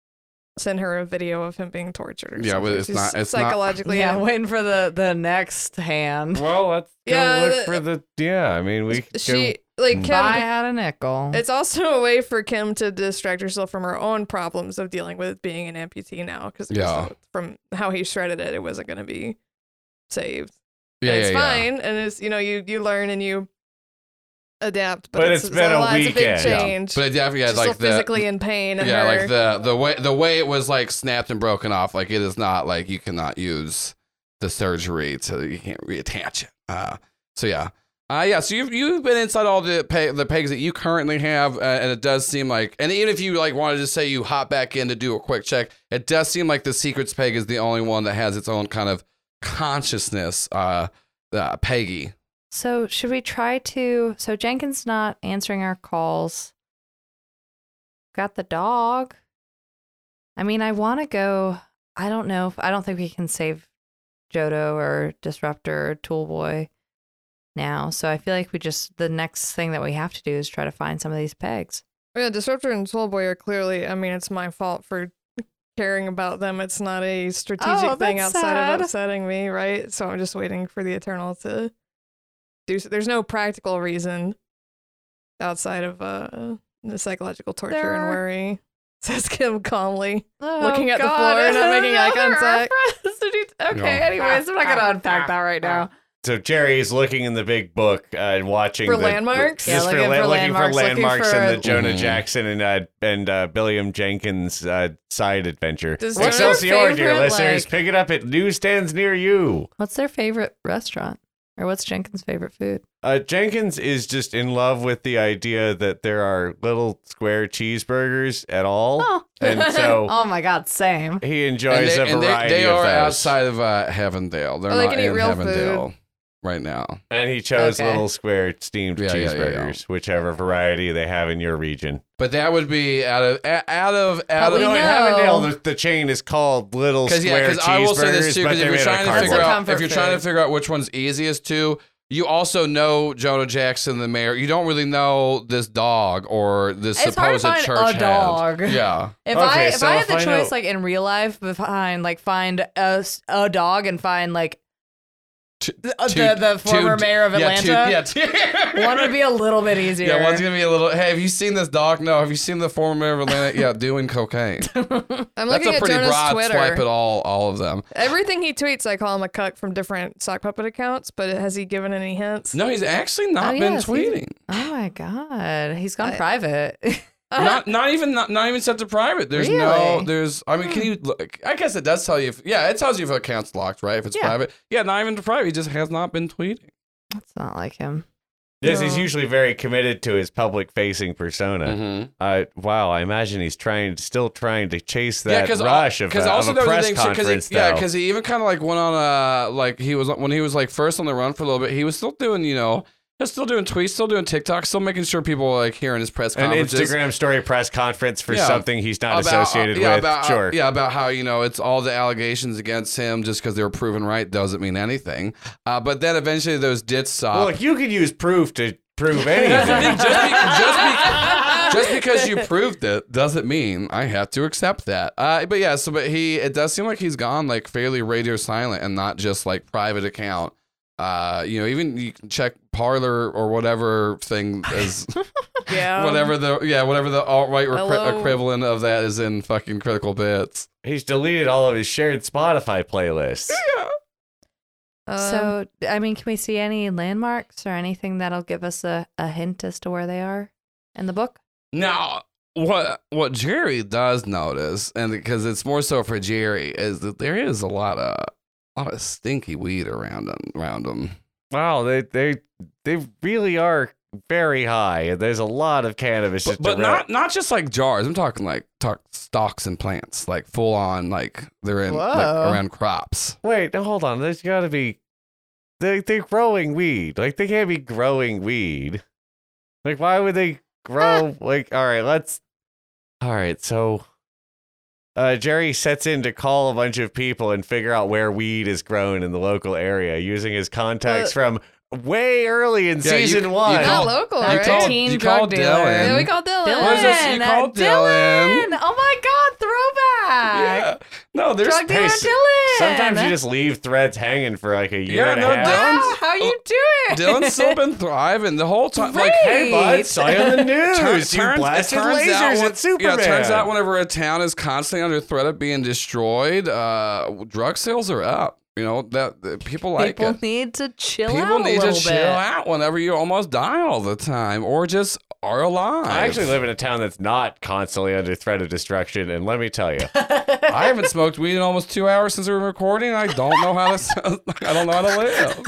S5: send her a video of him being tortured. Or
S2: Yeah,
S5: something.
S2: but it's
S5: she's
S2: not- it's not-
S5: psychologically.
S4: Yeah, waiting for the the next hand.
S3: Well, let's go
S5: Yeah,
S3: look
S5: the-
S3: for the. Yeah, I mean, we. could go-
S5: she like Kim.
S4: I had a nickel.
S5: It's also a way for Kim to distract herself from her own problems of dealing with being an amputee now because
S2: Yeah.
S5: from how he shredded it, it wasn't going to be saved.
S2: Yeah,
S5: and it's
S2: yeah, yeah.
S5: fine, and it's you know you you learn and you adapt. But,
S3: But
S5: it's,
S3: it's been a
S5: lot- it's
S3: weekend.
S5: big
S3: Yeah.
S5: change.
S2: But it definitely had
S5: She's
S2: like
S5: still physically
S2: the
S5: in pain. And
S2: yeah,
S5: her,
S2: like the the way the way it was like snapped and broken off. Like it is not like you cannot use the surgery to you can't reattach it. Uh, so yeah, uh, yeah. So you've you've been inside all the pe- the pegs that you currently have, uh, and it does seem like, and even if you like wanted to say you hop back in to do a quick check, it does seem like the secrets peg is the only one that has its own kind of consciousness. Uh, uh Peggy.
S4: So should we try to? So Jenkins not answering our calls. Got the dog. I mean, I want to go. I don't know. if- I don't think we can save Jodo or Disruptor or Toolboy now. So I feel like we just the next thing that we have to do is try to find some of these pegs.
S5: yeah, Disruptor and Soulboy are clearly. I mean, it's my fault for caring about them. It's not a strategic
S4: Oh,
S5: thing
S4: that's
S5: outside
S4: sad.
S5: of upsetting me, right? So I'm just waiting for the Eternal to do. So. There's no practical reason outside of uh, the psychological torture
S4: There
S5: and
S4: are-
S5: worry. Says Kim calmly.
S4: Oh,
S5: Looking at the floor, not making eye
S4: Another
S5: contact.
S4: reference. Did you- Okay.
S2: No.
S4: Anyways, I'm not gonna unpack that right now.
S3: So Jerry's looking in the big book uh, and watching
S5: For
S3: the-
S5: landmarks?
S3: Just
S4: Yeah,
S3: for,
S4: looking
S3: la-
S4: for
S3: looking for
S4: landmarks, looking
S3: landmarks
S4: for-
S3: in the Jonah
S2: Mhm.
S3: Jackson and uh, and uh, Billiam Jenkins uh, side adventure.
S5: Does
S4: What's your
S3: Excelsior, dear
S4: favorite,
S3: listeners,
S4: like-
S3: pick it up at newsstands near you.
S4: What's their favorite restaurant, or what's Jenkins' favorite food?
S3: Uh, Jenkins is just in love with the idea that there are little square cheeseburgers at all, and so
S4: oh my god, same.
S3: he enjoys
S2: they,
S3: a
S2: they-
S3: variety
S2: they,
S3: of
S2: are
S3: those.
S2: outside of uh, Heavendale. They're
S5: Oh, they
S2: not
S5: can eat
S2: in
S5: real
S2: Heavendale right now.
S3: And he chose
S4: Okay.
S3: little square steamed
S2: Yeah, yeah, yeah,
S3: cheeseburgers,
S2: yeah.
S3: whichever variety they have in your region.
S2: But that would be out of a- out of
S4: But
S2: out of
S4: we
S3: no,
S4: know-
S3: in Avondale, the, the chain is called Little
S2: 'cause,
S3: Square Cheeseburgers,
S2: I will say this too.
S3: but
S2: Because if
S3: they're
S2: you're
S3: made
S2: trying
S3: of
S2: to figure
S4: That's a
S2: out
S4: comfort
S2: if you're trying to
S4: food.
S2: figure out which one's easiest to, you also know Jonah Jackson, the mayor. You don't really know this dog or this
S4: It's hard to find
S2: supposed church
S4: a
S2: head.
S4: dog.
S2: Yeah,
S4: If I
S3: Okay,
S4: if
S3: so
S4: I had
S3: if
S4: the
S3: I know-
S4: choice, like in real life, behind like find a, s- a dog and find like
S2: Two-
S4: the, uh, the, the
S2: Two-
S4: former mayor of
S2: yeah,
S4: Atlanta,
S2: two- yeah, two-
S4: one would be a little bit easier.
S2: Yeah, one's gonna be a little. Hey, have you seen this dog? No. Have you seen the former mayor of Atlanta? Yeah, doing cocaine.
S5: I'm
S2: That's
S5: looking
S2: a
S5: at
S2: pretty
S5: Jonah's
S2: broad
S5: Twitter.
S2: swipe at all all of them.
S5: Everything he tweets, I call him a cuck from different sock puppet accounts. But has he given any hints?
S2: No, he's actually not
S4: Oh,
S2: been
S4: yes, he's-
S2: tweeting.
S4: oh my god, he's gone
S5: I-
S4: private.
S2: not not even not, not even set to private. There's no
S4: Really?
S2: there's I mean, can you look I guess it does tell you if yeah, it tells you if an account's locked, right? If it's
S4: Yeah.
S2: private. Yeah, not even to private. He just has not been tweeting.
S4: That's not like him.
S3: Yes, he's
S5: No.
S3: usually very committed to his public-facing persona.
S2: Mm-hmm.
S3: Uh, wow, I imagine he's trying, still trying to chase
S2: Yeah,
S3: that rush of, a, of a
S2: there was
S3: press
S2: the thing, 'cause he-
S3: conference.
S2: yeah,
S3: though.
S2: because he even kind of like went on a like he was when he was like first on the run for a little bit. He was still doing you know he was still doing tweets, still doing TikTok, still making sure people were like hearing his press
S3: an
S2: conferences.
S3: Instagram story press conference for
S2: Yeah.
S3: something he's not associated
S2: uh, yeah,
S3: with.
S2: About,
S3: sure.
S2: Yeah, about how, you know, it's all the allegations against him just because they were proven right doesn't mean anything. Uh, but then eventually those did stop.
S3: Well, Look, you can use proof to prove
S2: That's the thing,
S3: anything.
S2: just, be, just, be, just because you proved it doesn't mean I have to accept that. Uh, but yeah, so but he it does seem like he's gone like fairly radio silent and not just like private account. Uh, you know, even you can check parlor or whatever thing is
S5: yeah.
S2: whatever the yeah whatever the alt right
S5: Oh. Hello.
S2: equivalent of that is in fucking critical bits.
S3: He's deleted all of his shared Spotify playlists.
S5: Um,
S4: so, I mean, can we see any landmarks or anything that'll give us a, a hint as to where they are in the book?
S2: Now, what what Jerry does notice, and because it's more so for Jerry, is that there is a lot of a lot of stinky weed around him, around him.
S3: Wow, they they they really are very high, and there's a lot of cannabis.
S2: But,
S3: just
S2: but
S3: around.
S2: not not just like jars. I'm talking like talk stalks and plants, like full on like they're in like,
S5: Whoa.
S2: around crops.
S3: Wait, no, hold on. There's got to be. They they're growing weed. Like they can't be growing weed. Like why would they grow? like all right, let's. All right, so. Uh, Jerry sets in to call a bunch of people and figure out where weed is grown in the local area using his contacts from way early in
S2: Yeah, you-
S3: season
S2: you
S3: one.
S5: not
S2: called-
S5: local,
S4: you
S5: right?
S4: called- Teen drug dealer.
S5: yeah, we
S2: Dylan.
S5: call Dylan.
S4: Dylan.
S2: What is this? You called Dylan.
S4: Dylan! Oh my God, throwback!
S2: Yeah. No, there's
S4: Drug dealer
S3: hey, s-
S4: Dylan!
S3: Sometimes you just leave threads hanging for like a year
S2: Yeah,
S3: and
S2: no,
S3: a half.
S4: Wow,
S2: Dylan-
S4: Ah, how you doing?
S2: Dylan's still been thriving the whole time. Like, hey,
S3: But saw you on the news.
S2: Tur-
S3: you blasted lasers
S2: when-
S3: at Superman.
S2: Yeah, it turns out whenever a town is constantly under threat of being destroyed, uh, drug sales are up. You know that, that people like
S4: People
S2: it.
S4: need to chill
S2: People
S4: out a
S2: need to
S4: little
S2: chill
S4: bit.
S2: out whenever you almost die all the time, or just are alive.
S3: I actually live in a town that's not constantly under threat of destruction, and let me tell you,
S2: I haven't smoked weed in almost two hours since we were recording. I don't know how to. s- I don't know how to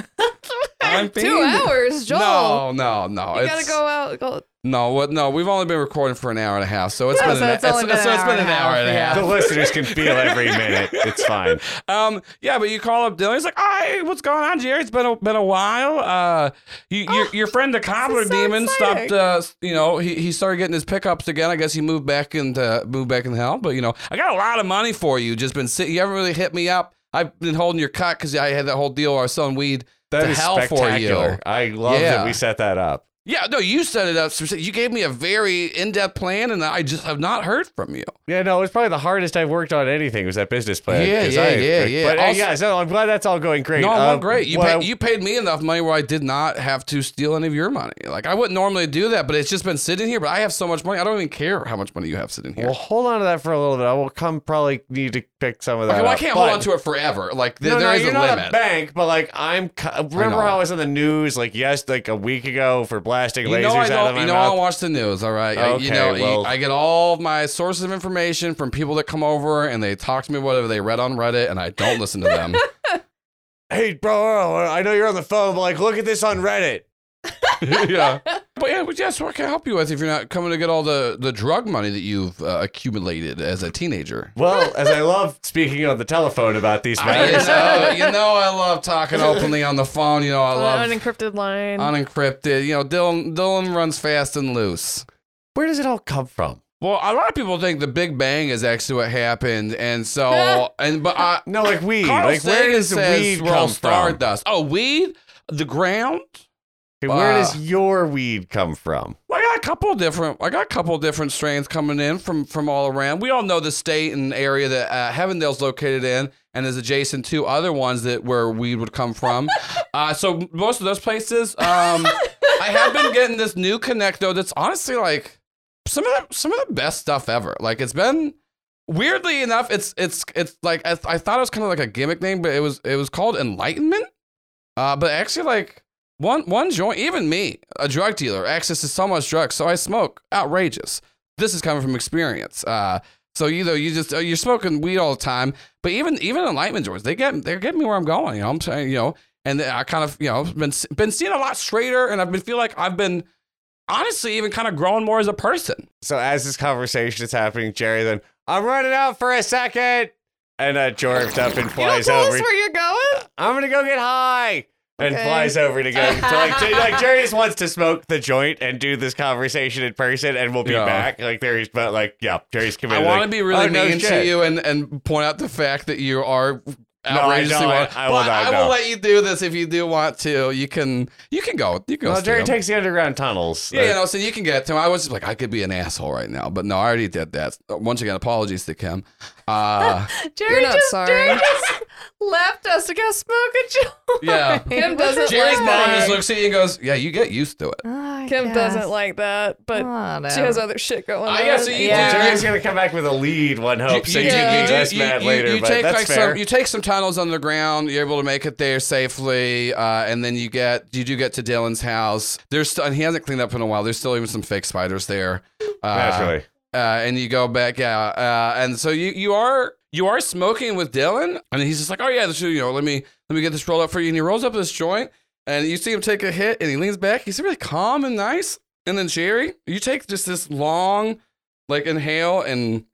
S2: live. I'm
S5: Two
S2: fiending.
S5: hours, Joel.
S2: No, no, no.
S5: You
S2: it's-
S5: gotta go out. Go,
S2: No, what? No, we've only been recording for an hour and a half, so it's
S4: Yeah,
S2: been
S4: so
S2: an,
S4: it's only been
S2: so
S4: an
S2: it's been
S4: hour
S2: an
S4: and a
S2: hour
S4: half,
S2: and a
S4: yeah.
S2: half.
S3: the listeners can feel every minute. It's fine.
S2: Um, yeah, but you call up Dylan. He's like, "Hey, what's going on, Jerry? It's been a, been a while. Uh, you, your your friend the cobbler
S5: so
S2: demon
S5: exciting.
S2: stopped. Uh, you know, he, he started getting his pickups again. I guess he moved back into moved back in hell. But you know, I got a lot of money for you. Just been sitting. You haven't really hit me up. I've been holding your cut because I had that whole deal where I was selling weed
S3: That
S2: to
S3: is
S2: hell for
S3: spectacular.
S2: you.
S3: I love
S2: Yeah.
S3: that we set that up.
S2: Yeah, no, you set it up. specific- You gave me a very in depth plan, and I just have not heard from you.
S3: Yeah, no, it was probably the hardest I've worked on anything was that business plan.
S2: Yeah,
S3: 'cause
S2: yeah,
S3: I-
S2: yeah, yeah.
S3: But uh,
S2: Also-
S3: yeah, so I'm glad that's all going great.
S2: No,
S3: Uh,
S2: well, great. You,
S3: what I-
S2: paid, you paid me enough money where I did not have to steal any of your money. Like I wouldn't normally do that, but it's just been sitting here. But I have so much money, I don't even care how much money you have sitting here.
S3: Well, hold on to that for a little bit. I will come probably need to pick some of that.
S2: okay, well, I
S3: up,
S2: can't hold
S3: but-
S2: on to it forever. Like th-
S3: no,
S2: there
S3: no,
S2: is
S3: you're
S2: a
S3: not
S2: limit.
S3: a bank, but like I'm. co- Remember
S2: know.
S3: how I was on the news like yes, like a week ago for blasting
S2: you
S3: lasers
S2: know I
S3: out of
S2: don't.
S3: my
S2: You know I
S3: mouth.
S2: don't watch the news. All right. I, you
S3: Okay,
S2: know you-
S3: well-
S2: I get all of my sources of information from people that come over and they talk to me whatever they read on Reddit, and I don't listen to them.
S3: hey, bro, I know you're on the phone, but like look at this on Reddit.
S2: yeah. But yeah, but yes, what can I help you with if you're not coming to get all the the drug money that you've uh, accumulated as a teenager?
S3: Well, as I love speaking on the telephone about these
S2: I, you,
S3: matters.
S2: know, you know I love talking openly on the phone. You know I love
S5: unencrypted line.
S2: unencrypted. You know Dylan Dylan runs fast and loose.
S3: Where does it all come from?
S2: Well, a lot of people think the Big Bang is actually what happened, and so and but I,
S3: No, like weed.
S2: Carl
S3: like where
S2: Sagan
S3: does the
S2: says
S3: weed
S2: we're all
S3: come from?
S2: Stardust. Oh, weed, the ground.
S3: Okay, where
S2: Uh,
S3: does your weed come from?
S2: Well, I got a couple different. I got a couple different strains coming in from from all around. We all know the state and area that uh, Heavendale's located in, and is adjacent to other ones that where weed would come from. uh, so most of those places. Um, I have been getting this new connect though. That's honestly like some of the some of the best stuff ever. Like it's been weirdly enough. It's it's it's like I, I thought it was kind of like a gimmick name, but it was it was called Enlightenment. Uh, but actually, like one one joint, even me, a drug dealer, access to so much drugs, so I smoke. Outrageous. This is coming from experience. Uh, so you know, you just uh, you're smoking weed all the time, but even even enlightenment joints, they get they're getting me where I'm going. You know, I'm saying you know, and I kind of you know been been seeing a lot straighter, and I've been feel like I've been honestly even kind of growing more as a person.
S3: So as this conversation is happening, Jerry then I'm running out for a second, and uh, Jorved up and
S5: you don't
S3: flies
S5: tell us
S3: over.
S5: where you're going.
S3: I'm gonna go get high. And
S5: Okay.
S3: flies over to go. To like, to- like Jerry just wants to smoke the joint and do this conversation in person, and we'll be
S2: Yeah.
S3: back. Like there he's, but like, yeah, Jerry's committed.
S2: I want
S3: like,
S2: to be really
S3: "Oh, no
S2: mean to
S3: shit."
S2: you and, and point out the fact that you are
S3: No, I
S2: outrageously
S3: don't.
S2: want.
S3: I will
S2: But
S3: not
S2: I will
S3: go.
S2: let you do this if you do want to. You can. You can go. You can go.
S3: Well, Jerry
S2: Steve.
S3: takes the underground tunnels.
S2: Yeah, you know, so you can get to him. I was just like, I could be an asshole right now, but no, I already did that. Uh, Once again, apologies to Kim. Uh,
S4: Jerry
S5: You're not
S4: just,
S5: sorry.
S4: Jerry just left us to go smoke a joint.
S2: yeah.
S5: Kim doesn't
S2: Jerry's
S5: like
S2: mom
S5: that.
S2: just looks at you and goes, Yeah, you get used to it.
S4: Oh, I
S5: Kim
S4: guess.
S5: doesn't like that, but she
S4: Whatever.
S5: has other shit going on.
S2: I guess so you
S3: Well,
S4: Oh, Yeah.
S2: do.
S3: Jerry's gonna come back with a lead. One hopes.
S2: You-
S3: and
S2: you-
S3: you
S2: you-
S3: can be less
S2: you-
S3: mad
S2: you-
S3: later,
S2: you
S3: but
S2: take
S3: that's
S2: like
S3: fair.
S2: some you take some tunnels underground. You're able to make it there safely, uh, and then you get you do get to Dylan's house. There's st- and he hasn't cleaned up in a while. There's still even some fake spiders there. Uh,
S3: Naturally.
S2: uh, and you go back out, uh, and so you you are you are smoking with Dylan, and he's just like, oh yeah, this, you know, let me let me get this rolled up for you, and he rolls up this joint, and you see him take a hit, and he leans back, he's really calm and nice, and then Jerry, you take just this long, like inhale, and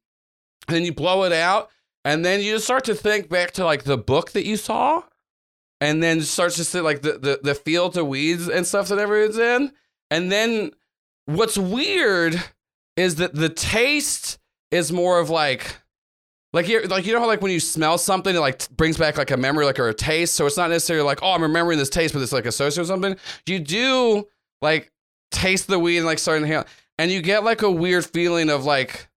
S2: then you blow it out, and then you just start to think back to like the book that you saw, and then starts to see like the the, the fields of weeds and stuff that everyone's in, and then what's weird is that the taste is more of like like you like you know how like when you smell something it like t- brings back like a memory like or a taste so it's not necessarily like oh I'm remembering this taste but it's like associated with something you do like taste the weed and like starting to inhale and you get like a weird feeling of like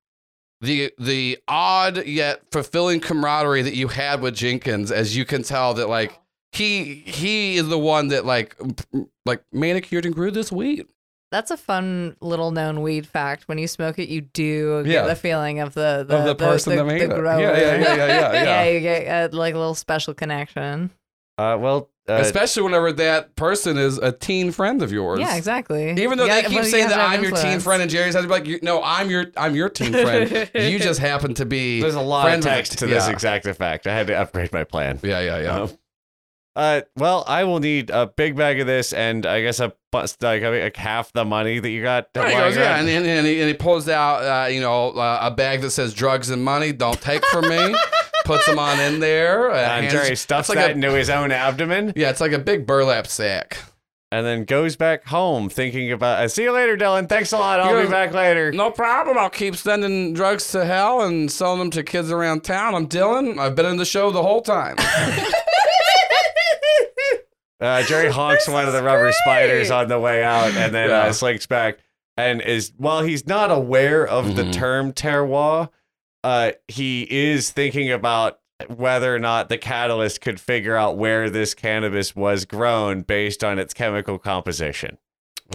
S2: the the odd yet fulfilling camaraderie that you had with Jenkins as you can tell that like he he is the one that like m- like manicured and grew this weed
S4: That's a fun little known weed fact. When you smoke it, you do get
S2: Yeah.
S4: the feeling of the the,
S2: of the person that made
S4: the
S2: it
S4: grower.
S2: yeah yeah yeah yeah, yeah.
S4: Yeah, you get uh, like a little special connection.
S3: Uh, well, uh,
S2: Ah. Especially whenever that person is a teen friend of yours.
S4: yeah, exactly.
S2: Even though
S4: Yeah,
S2: they
S4: well,
S2: keep
S4: you
S2: saying
S4: have to
S2: that
S4: have
S2: I'm your teen
S4: influence.
S2: friend, and Jerry's has to be like, you, "No, I'm your I'm your teen friend. you just happen to be."
S3: there's a lot of
S2: friends with-
S3: text to this
S2: yeah.
S3: exact effect. I had to upgrade my plan.
S2: Yeah, yeah, yeah.
S3: Um, Uh, well, I will need a big bag of this, and I guess a bus, like, I mean, like half the money that you got.
S2: There he
S3: lying
S2: goes, yeah,
S3: around.
S2: and, and, and, he, and he pulls out, uh, you know, uh, a bag that says "drugs and money. Don't take from me." puts them on in there. Uh,
S3: And
S2: hands-
S3: Jerry
S2: it's
S3: stuffs
S2: like
S3: that
S2: a-
S3: into his own abdomen,
S2: yeah, it's like a big burlap sack.
S3: and then goes back home thinking about. Uh, See you later, Dylan. Thanks a lot. I'll
S2: He
S3: be
S2: goes-
S3: back later.
S2: No problem. I'll keep sending drugs to hell and selling them to kids around town. I'm Dylan. I've been in the show the whole time.
S3: Uh, Jerry honks one of the rubber spiders on the way out and then
S2: Yeah.
S3: uh, slinks back. And is while he's not aware of the
S2: Mhm.
S3: term terroir, uh, he is thinking about whether or not the catalyst could figure out where this cannabis was grown based on its chemical composition.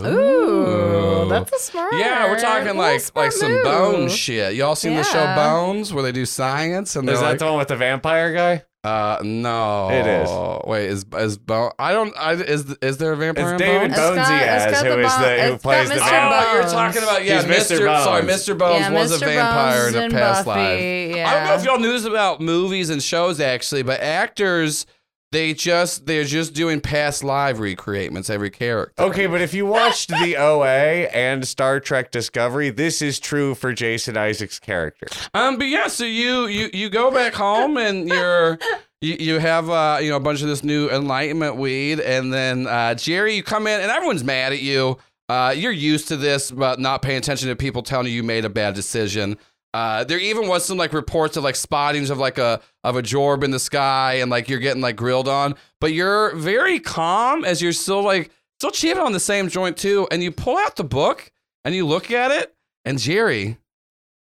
S4: Ooh, that's a smart.
S2: Yeah, we're talking
S4: little
S2: like
S4: smart
S2: like some
S4: move.
S2: bone shit. Y'all seen the show
S4: Yeah.
S2: Bones where they do science and they're
S3: Is that
S2: like,
S3: the one with the vampire guy?
S2: uh, no,
S3: It is.
S2: Wait, is is bone? I don't. I, is is there a vampire?
S3: It's
S2: in
S3: David
S2: Bones?
S4: It's
S3: Bonesy
S4: got- it's
S3: as
S4: got
S3: who
S4: the
S3: is
S4: bo-
S3: the who
S4: it's got
S3: plays the
S4: Mr.
S3: vampire.
S2: Oh, you're
S4: Bones.
S2: talking about yeah,
S3: He's Mr. Bones.
S2: Sorry, Mr. Bones
S4: Yeah,
S2: was a
S4: Mr.
S2: vampire
S4: Bones
S2: in a
S4: and
S2: past
S4: Buffy,
S2: life. I don't know
S4: yeah.
S2: if y'all news about movies and shows actually, but actors they just they're just doing past live recreatements every character.
S3: Okay, but if you watched the OA and Star Trek Discovery, this is true for Jason Isaac's character.
S2: Um, but yeah, so you you you go back home and you're you, you have uh you know a bunch of this new enlightenment weed, and then uh, Jerry, you come in and everyone's mad at you. Uh, you're used to this, but not paying attention to people telling you you made a bad decision. Uh, there even was some like reports of like spottings of like a of a jorb in the sky, and like you're getting like grilled on, but you're very calm as you're still like still chipping on the same joint too, and you pull out the book and you look at it, and Jerry,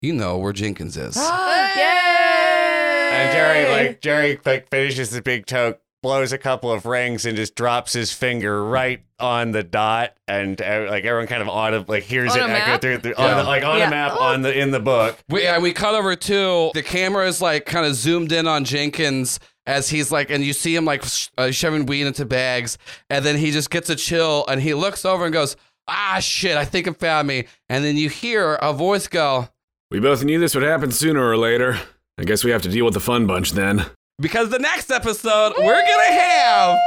S2: you know where Jenkins is.
S3: And Jerry, like Jerry, like finishes the big toke, blows a couple of rings, and just drops his finger right on the dot, and uh, like everyone kind of audibly like, hears
S5: On
S3: it
S5: a
S3: echo
S5: map? Oh.
S3: through, through
S2: Yeah.
S3: on the, like on
S4: Yeah.
S3: a map on the in the book.
S2: We yeah, we cut over to the camera is like kind of zoomed in on Jenkins as he's like, and you see him like sh- uh, shoving weed into bags, and then he just gets a chill and he looks over and goes, "Ah, shit! I think it found me." And then you hear a voice go,
S6: We both knew this would happen sooner or later. I guess we have to deal with the fun bunch then.
S2: "Because the next episode we're gonna have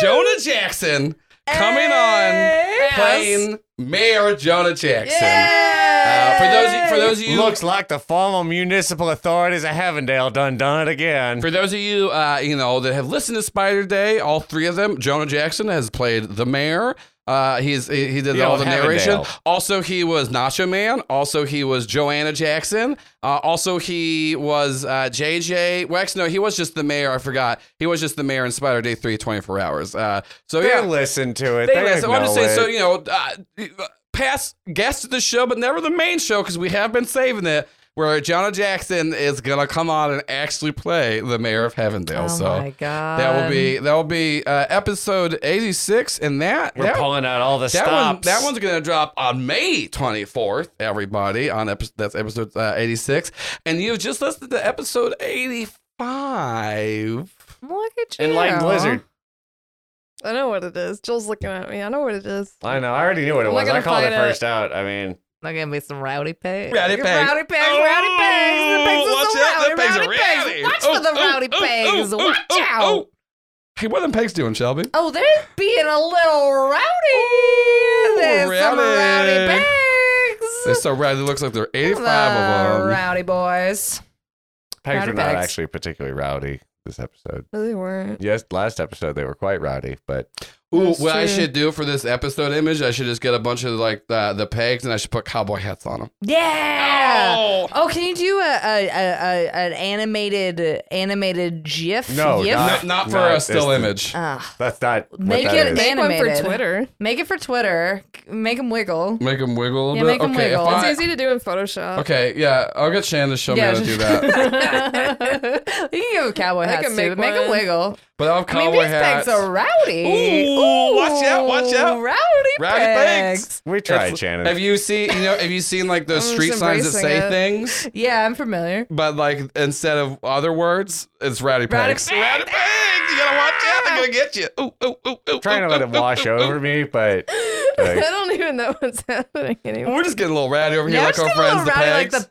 S2: Jonah Jackson coming on playing Mayor Jonah Jackson." Uh, for those for those of you
S3: Looks like the formal municipal authorities of Heavendale done done it again.
S2: For those of you, uh, you know, that have listened to Spider Day, all three of them, Jonah Jackson has played the mayor. Uh, he's he, he did
S3: You
S2: all the
S3: don't have a
S2: narration.
S3: nail.
S2: Also, he was Nacho Man. Also, he was Joanna Jackson. Uh, also, he was uh, JJ Wex. No, he was just the mayor. I forgot. He was just the mayor in Spider Day 3, 24 hours. Uh, so
S3: They
S2: yeah,
S3: listen to it.
S2: they
S3: They,
S2: listen. Well, I'm just saying. So
S3: acknowledge.
S2: you know, uh, past guests of the show, but never the main show because we have been saving it. Where Jonah Jackson is gonna come on and actually play the mayor of Heavendale.
S4: Oh
S2: so
S4: my god.
S2: that will be that will be uh, episode 86, and that
S3: We're
S2: that,
S3: pulling out all the
S2: that one
S3: stops.
S2: that one's gonna drop on May 24th. Everybody on episode that's episode uh, 86, and you've just listened to episode 85.
S4: Look at you.
S3: Enlightened Lizard.
S5: I know what it is. Joel's looking at me. I know what it is.
S3: I know. I already knew what it
S5: I'm
S3: was.
S5: not
S3: I
S5: gonna
S3: called it
S5: find it.
S3: first out. I mean,
S4: They're gonna be some rowdy pigs.
S2: Rowdy
S4: Look at
S2: pigs.
S4: Rowdy pigs. Rowdy pigs. The pigs
S2: Oh,
S4: are
S2: watch
S4: so
S2: out,
S4: rowdy.
S2: the pigs are
S4: rowdy pigs.
S2: rowdy.
S4: Watch
S2: Oh,
S4: for the
S2: oh,
S4: rowdy
S2: oh,
S4: pigs.
S2: oh, oh,
S4: Watch
S2: oh,
S4: out.
S2: oh. Hey, what are them pigs doing, Shelby?
S4: Oh, they're being a little rowdy. There's some rowdy
S2: rowdy.
S4: pigs.
S2: They're so rad. It looks like there are 85
S4: The
S2: of them.
S4: Rowdy boys.
S3: pigs
S4: Rowdy
S3: were not
S4: pigs.
S3: actually particularly rowdy this episode.
S5: No, they weren't.
S3: Yes, last episode they were quite rowdy, but
S2: Ooh,
S5: That's
S2: what I
S5: true.
S2: should do for this episode image, I should just get a bunch of like the, the pegs and I should put cowboy hats on them.
S4: Yeah. Oh, can you do a, a, a, a an animated animated GIF?
S3: No,
S4: GIF?
S3: not-
S2: Uh, Not, not for
S3: No,
S2: a
S3: it's
S2: still
S3: the-
S2: image.
S4: Ah,
S3: that's not what
S4: Make
S3: that
S4: it
S3: is.
S4: an-
S5: Make one for
S4: Animated.
S5: Twitter.
S4: make it for Twitter. Make them wiggle.
S2: Make them wiggle a little
S4: Yeah,
S2: bit.
S4: make 'em
S2: okay, if
S4: wiggle.
S2: I-
S5: It's easy to do in Photoshop.
S2: okay, yeah. I'll get Shannon to show me how to do that.
S4: you can give a cowboy
S5: I
S4: hat
S5: can
S4: too.
S5: make
S4: Make
S5: one.
S4: them wiggle.
S2: But I'll have
S4: I mean,
S2: cowboy
S4: these
S2: hats.
S4: pigs are rowdy.
S2: Ooh, watch out, watch out.
S4: Rowdy,
S2: Rowdy pigs.
S4: pigs.
S3: We tried, Shannon.
S2: Have you seen you know have you seen like those
S5: I'm
S2: street
S5: just
S2: signs that
S5: embracing
S2: say
S5: it.
S2: things?
S4: Yeah, I'm familiar.
S2: But like instead of other words, it's rowdy
S4: Rowdy
S2: pigs. Rowdy pigs! You gotta watch out, they're gonna get you. Ooh, ooh, ooh, ooh.
S3: trying to
S2: ooh,
S3: let
S2: ooh,
S3: it
S2: ooh,
S3: wash
S2: ooh, ooh.
S3: over me, but
S5: I
S3: like,
S5: don't even know what's happening anymore.
S2: We're just getting a little rowdy over here,
S4: yeah,
S2: like
S4: I'm
S2: our
S4: just gonna go
S2: friends, the
S4: rowdy
S2: pigs.
S4: like the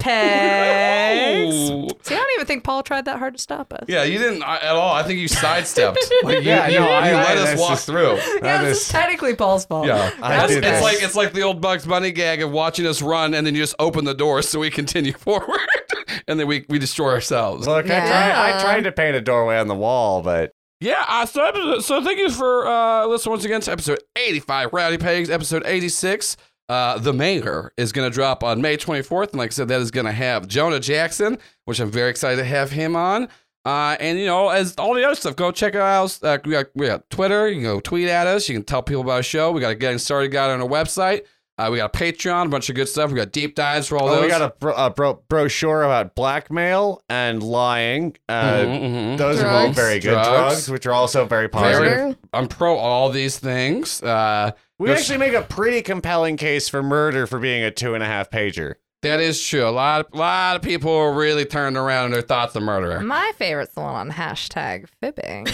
S4: pigs.
S2: Ooh.
S4: See, I don't even think Paul tried that hard to stop us.
S2: Yeah, you didn't uh, at all. I think you sidestepped. Like, you,
S3: Yeah,
S2: you,
S3: no, I-
S2: you
S3: I-
S2: let us
S3: that's
S2: walk
S3: just-
S2: through.
S4: Yeah,
S3: that
S4: this
S3: is-
S4: is technically Paul's fault.
S2: Yeah,
S3: I
S2: That's-
S3: do
S2: it's
S3: this.
S2: like it's like the old Bugs Bunny gag of watching us run, and then you just open the door so we continue forward, and then we, we destroy ourselves.
S3: look, I, tried,
S4: Yeah.
S3: I tried to paint a doorway on the wall, but
S2: Yeah, uh, so episode- so thank you for uh, listening once again to episode eighty five, Rowdy Pigs, episode eighty six. Uh, the Mayor is going to drop on May 24th. And like I said, that is going to have Jonah Jackson, which I'm very excited to have him on. Uh, and, you know, as all the other stuff, go check out uh, we, got, we got Twitter. You can go tweet at us. You can tell people about our show. We got a Getting Started Guide on our website. Uh, we got a Patreon, a bunch of good stuff. We got deep dives for all
S3: oh,
S2: those.
S3: we got a, bro- a bro- brochure about blackmail and lying. Uh,
S2: Mhm, mhm.
S3: Those are both
S5: Drugs.
S3: very good
S2: Drugs.
S3: drugs, which are also very positive.
S2: Very- I'm pro all these things. Uh,
S3: We
S2: There's-
S3: actually make a pretty compelling case for murder for being a two and a half pager.
S2: That is true. A lot, a lot of people are really turned around in their thoughts of murder.
S4: My favorite's the one on hashtag fibbing.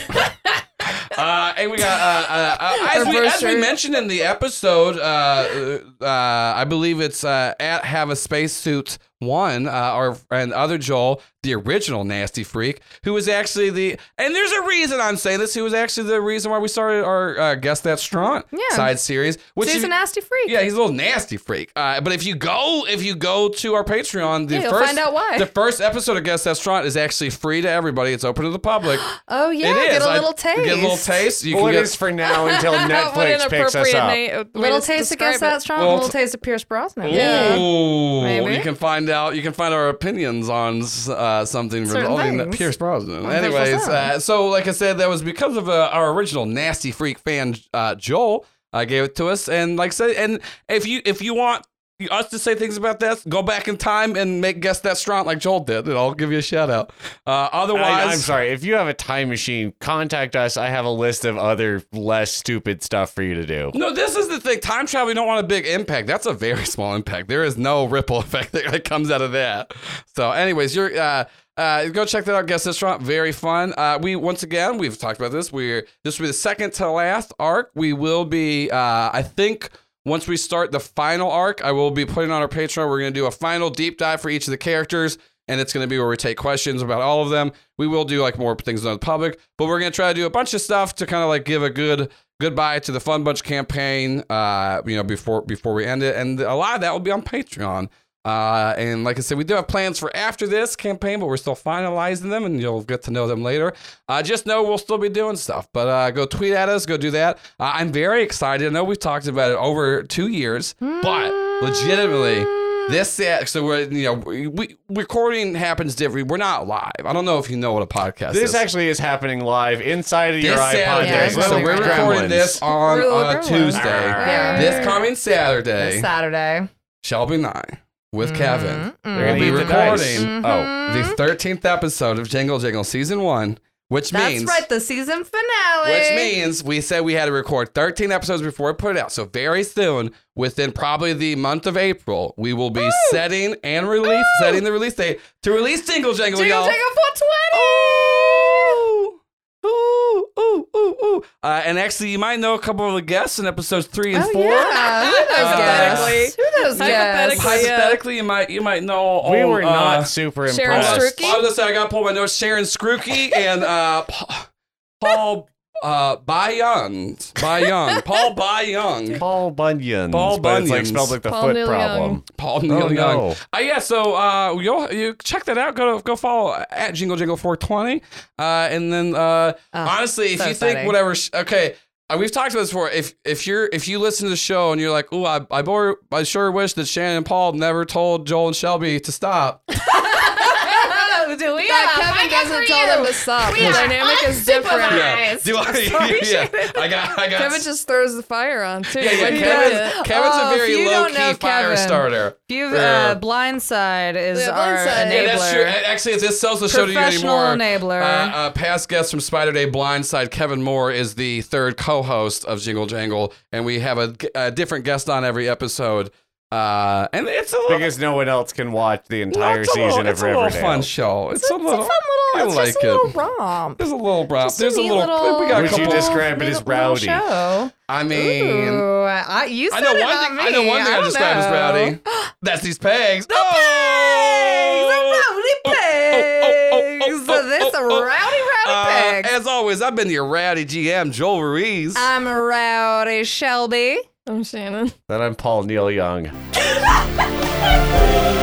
S2: Uh, and we got, uh, uh, uh, as, we, as we
S5: Reverser.
S2: mentioned in the episode, uh, uh, I believe it's uh, at Have a Spacesuit One, uh, our friend Other Joel, the original Nasty Freak, who was actually the, and there's a reason I'm saying this, who was actually the reason why we started our uh, Guess That's Strong
S4: Yeah.
S2: side series. Which
S4: She's
S2: if-
S4: a nasty freak.
S2: Yeah, he's a little nasty freak. Uh, but if you go, if you go to our Patreon, the
S4: Yeah, you'll
S2: first
S4: find out why.
S2: the first episode of Guest Restaurant is actually free to everybody. It's open to the public.
S4: Oh yeah,
S2: it is.
S4: get a
S2: I-
S4: little taste.
S2: Get a little taste. You
S3: Well,
S2: can
S3: it
S2: get
S3: is for now until
S5: what an
S3: Netflix picks us
S5: appropriate
S3: up.
S5: na- way
S4: Little
S5: to
S4: taste
S5: describe
S4: against that
S5: it.
S4: strong.
S2: Well,
S4: little taste of Pierce Brosnan.
S5: Yeah.
S2: Ooh,
S4: Maybe.
S2: you can find out. You can find our opinions on uh, something
S4: Certain
S2: regarding
S4: things.
S2: Pierce Brosnan.
S4: On Visual
S2: Anyways,
S4: Sound.
S2: uh, so like I said, that was because of uh, our original nasty freak fan uh, Joel uh, gave it to us, and like I said, and if you if you want us to say things about this, go back in time and make guess that strong like Joel did, and I'll give you a shout out. Uh, otherwise,
S3: I, am sorry. If you have a time machine, contact us. I have a list of other less stupid stuff for you to do.
S2: No, this is the thing. Time travel, you don't want a big impact. That's a very small impact. There is no ripple effect that that comes out of that. So, anyways, you're uh, uh, go check that out. Guest restaurant, very fun. Uh, we once again, we've talked about this. We're this will be the second to last arc. We will be, uh, I think. Once we start the final arc, I will be putting on our Patreon. We're going to do a final deep dive for each of the characters, and it's going to be where we take questions about all of them. We will do like more things on the public, but we're going to try to do a bunch of stuff to kind of like give a good goodbye to the Fun Bunch campaign. Uh, you know, before before we end it, and a lot of that will be on Patreon. Uh, and like I said, we do have plans for after this campaign, but we're still finalizing them, and you'll get to know them later. Uh, just know we'll still be doing stuff, but uh, go tweet at us, go do that. Uh, I'm very excited. I know we've talked about it over two years, but legitimately, this set. So we're you know we, we recording happens different. We're not live. I don't know if you know what a podcast
S3: This
S2: is.
S3: actually is happening live inside of your
S2: This
S3: iPod.
S2: Saturday.
S4: Yeah,
S2: so we're
S4: Gremlins.
S2: recording this on
S5: Real
S2: uh,
S5: Gremlins.
S2: Tuesday.
S4: Yeah.
S2: This coming Saturday,
S4: This Saturday.
S2: Shelby and I with Kevin
S4: Mm-hmm.
S3: They're
S2: will
S3: gonna
S2: be
S3: eat the dice.
S2: recording Mm-hmm. the
S3: Oh,
S2: 13th episode of Jingle Jingle Season 1, which
S4: That's
S2: means.
S4: right, the season finale.
S2: Which means we said we had to record 13 episodes before we put it out. So very soon, within probably the month of April, we will be setting and release setting the release date to release Jingle Jingle,
S4: Jingle
S2: y'all.
S4: Jingle 420.
S2: Ooh, ooh, ooh, ooh, ooh. Uh, and actually, you might know a couple of the guests in episodes three and four.
S4: Oh, Yeah, who knows
S2: Hypothetically.
S4: guests? Who knows guests?
S5: Hypothetically.
S2: Hypothetically, you might you might know.
S3: we
S2: all,
S3: were
S2: uh,
S3: not super
S5: Sharon
S3: impressed.
S5: Struck-
S2: well, I was gonna say I gotta pull my nose. Sharon Skruki and uh, Pa- Paul uh, Byung, Byung, Paul Byung,
S3: Paul Bunyan.
S2: Paul
S3: but it's like
S2: Bunyan's.
S3: spelled like the
S5: Paul
S3: foot
S5: Neil
S3: problem.
S5: Young.
S2: Paul Neil
S3: Oh,
S2: Young.
S3: no.
S2: Uh, yeah, so uh, you'll you check that out. Go to, go follow at Jingle Jingle 420, uh, and then uh, honestly, if
S4: so
S2: you
S4: exciting.
S2: think whatever, sh- okay. uh, We've talked about this before. If if you're if you listen to the show and you're like, "Ooh, I I, bore, I sure wish that Shannon and Paul never told Joel and Shelby to stop."
S4: Oh, do we?
S5: Yeah,
S4: have-
S5: Kevin
S4: I got
S5: doesn't
S4: for
S5: tell
S4: you.
S5: them to stop.
S4: We
S5: The
S4: are
S5: dynamic is different.
S4: unsupervised.
S2: Yeah,
S4: Guys.
S2: do I? yeah, I got I got
S5: Kevin just throws the fire on too.
S2: Yeah, yeah,
S5: Like,
S2: Kevin, Kevin's
S4: Oh,
S2: a
S4: if
S2: very
S4: you
S2: low
S4: don't
S2: key
S4: know
S2: fire
S4: Kevin.
S2: starter.
S4: If You've
S2: Yeah.
S4: uh, Blindside is
S5: Yeah,
S4: our
S5: Blindside.
S4: enabler.
S5: Yeah,
S2: Yeah, that's true. A- Actually, if this sells the show to you
S4: Professional
S2: anymore,
S4: enabler.
S2: Uh, uh, past guest from Spider Day Blindside, Kevin Moore, is the third co host of Jingle Jangle, and we have a, g- a different guest on every episode. Uh, and it's a little,
S3: Because no one else can watch the
S2: no,
S3: entire
S2: it's a
S3: season
S2: little,
S3: of
S2: it's a little
S3: Riverdale.
S2: fun show. It's, a
S4: It's
S2: little,
S4: a fun
S2: I
S4: little. It's
S2: like
S4: just a little
S2: it.
S4: romp.
S2: There's a little romp.
S4: Just a
S2: There's a
S4: neat
S2: little. we got a
S3: Would you
S2: couple.
S3: describe it as
S4: neat little
S3: rowdy?
S4: Show.
S2: I mean,
S4: Ooh, I, you said
S2: I know
S4: it,
S2: one
S4: not
S2: thing.
S4: me.
S2: I know one thing I,
S4: don't
S2: described
S4: know.
S2: as rowdy. That's these pegs. Oh! The
S4: It's a rowdy pig.
S2: oh, oh, oh,
S4: That's a
S2: oh, oh.
S4: rowdy, rowdy pig.
S2: Uh, as always, I've been your rowdy GM, Joel Ruiz.
S4: I'm rowdy, Shelby.
S5: I'm Shannon.
S3: Then I'm Paul Neil Young.
S7: Thank you.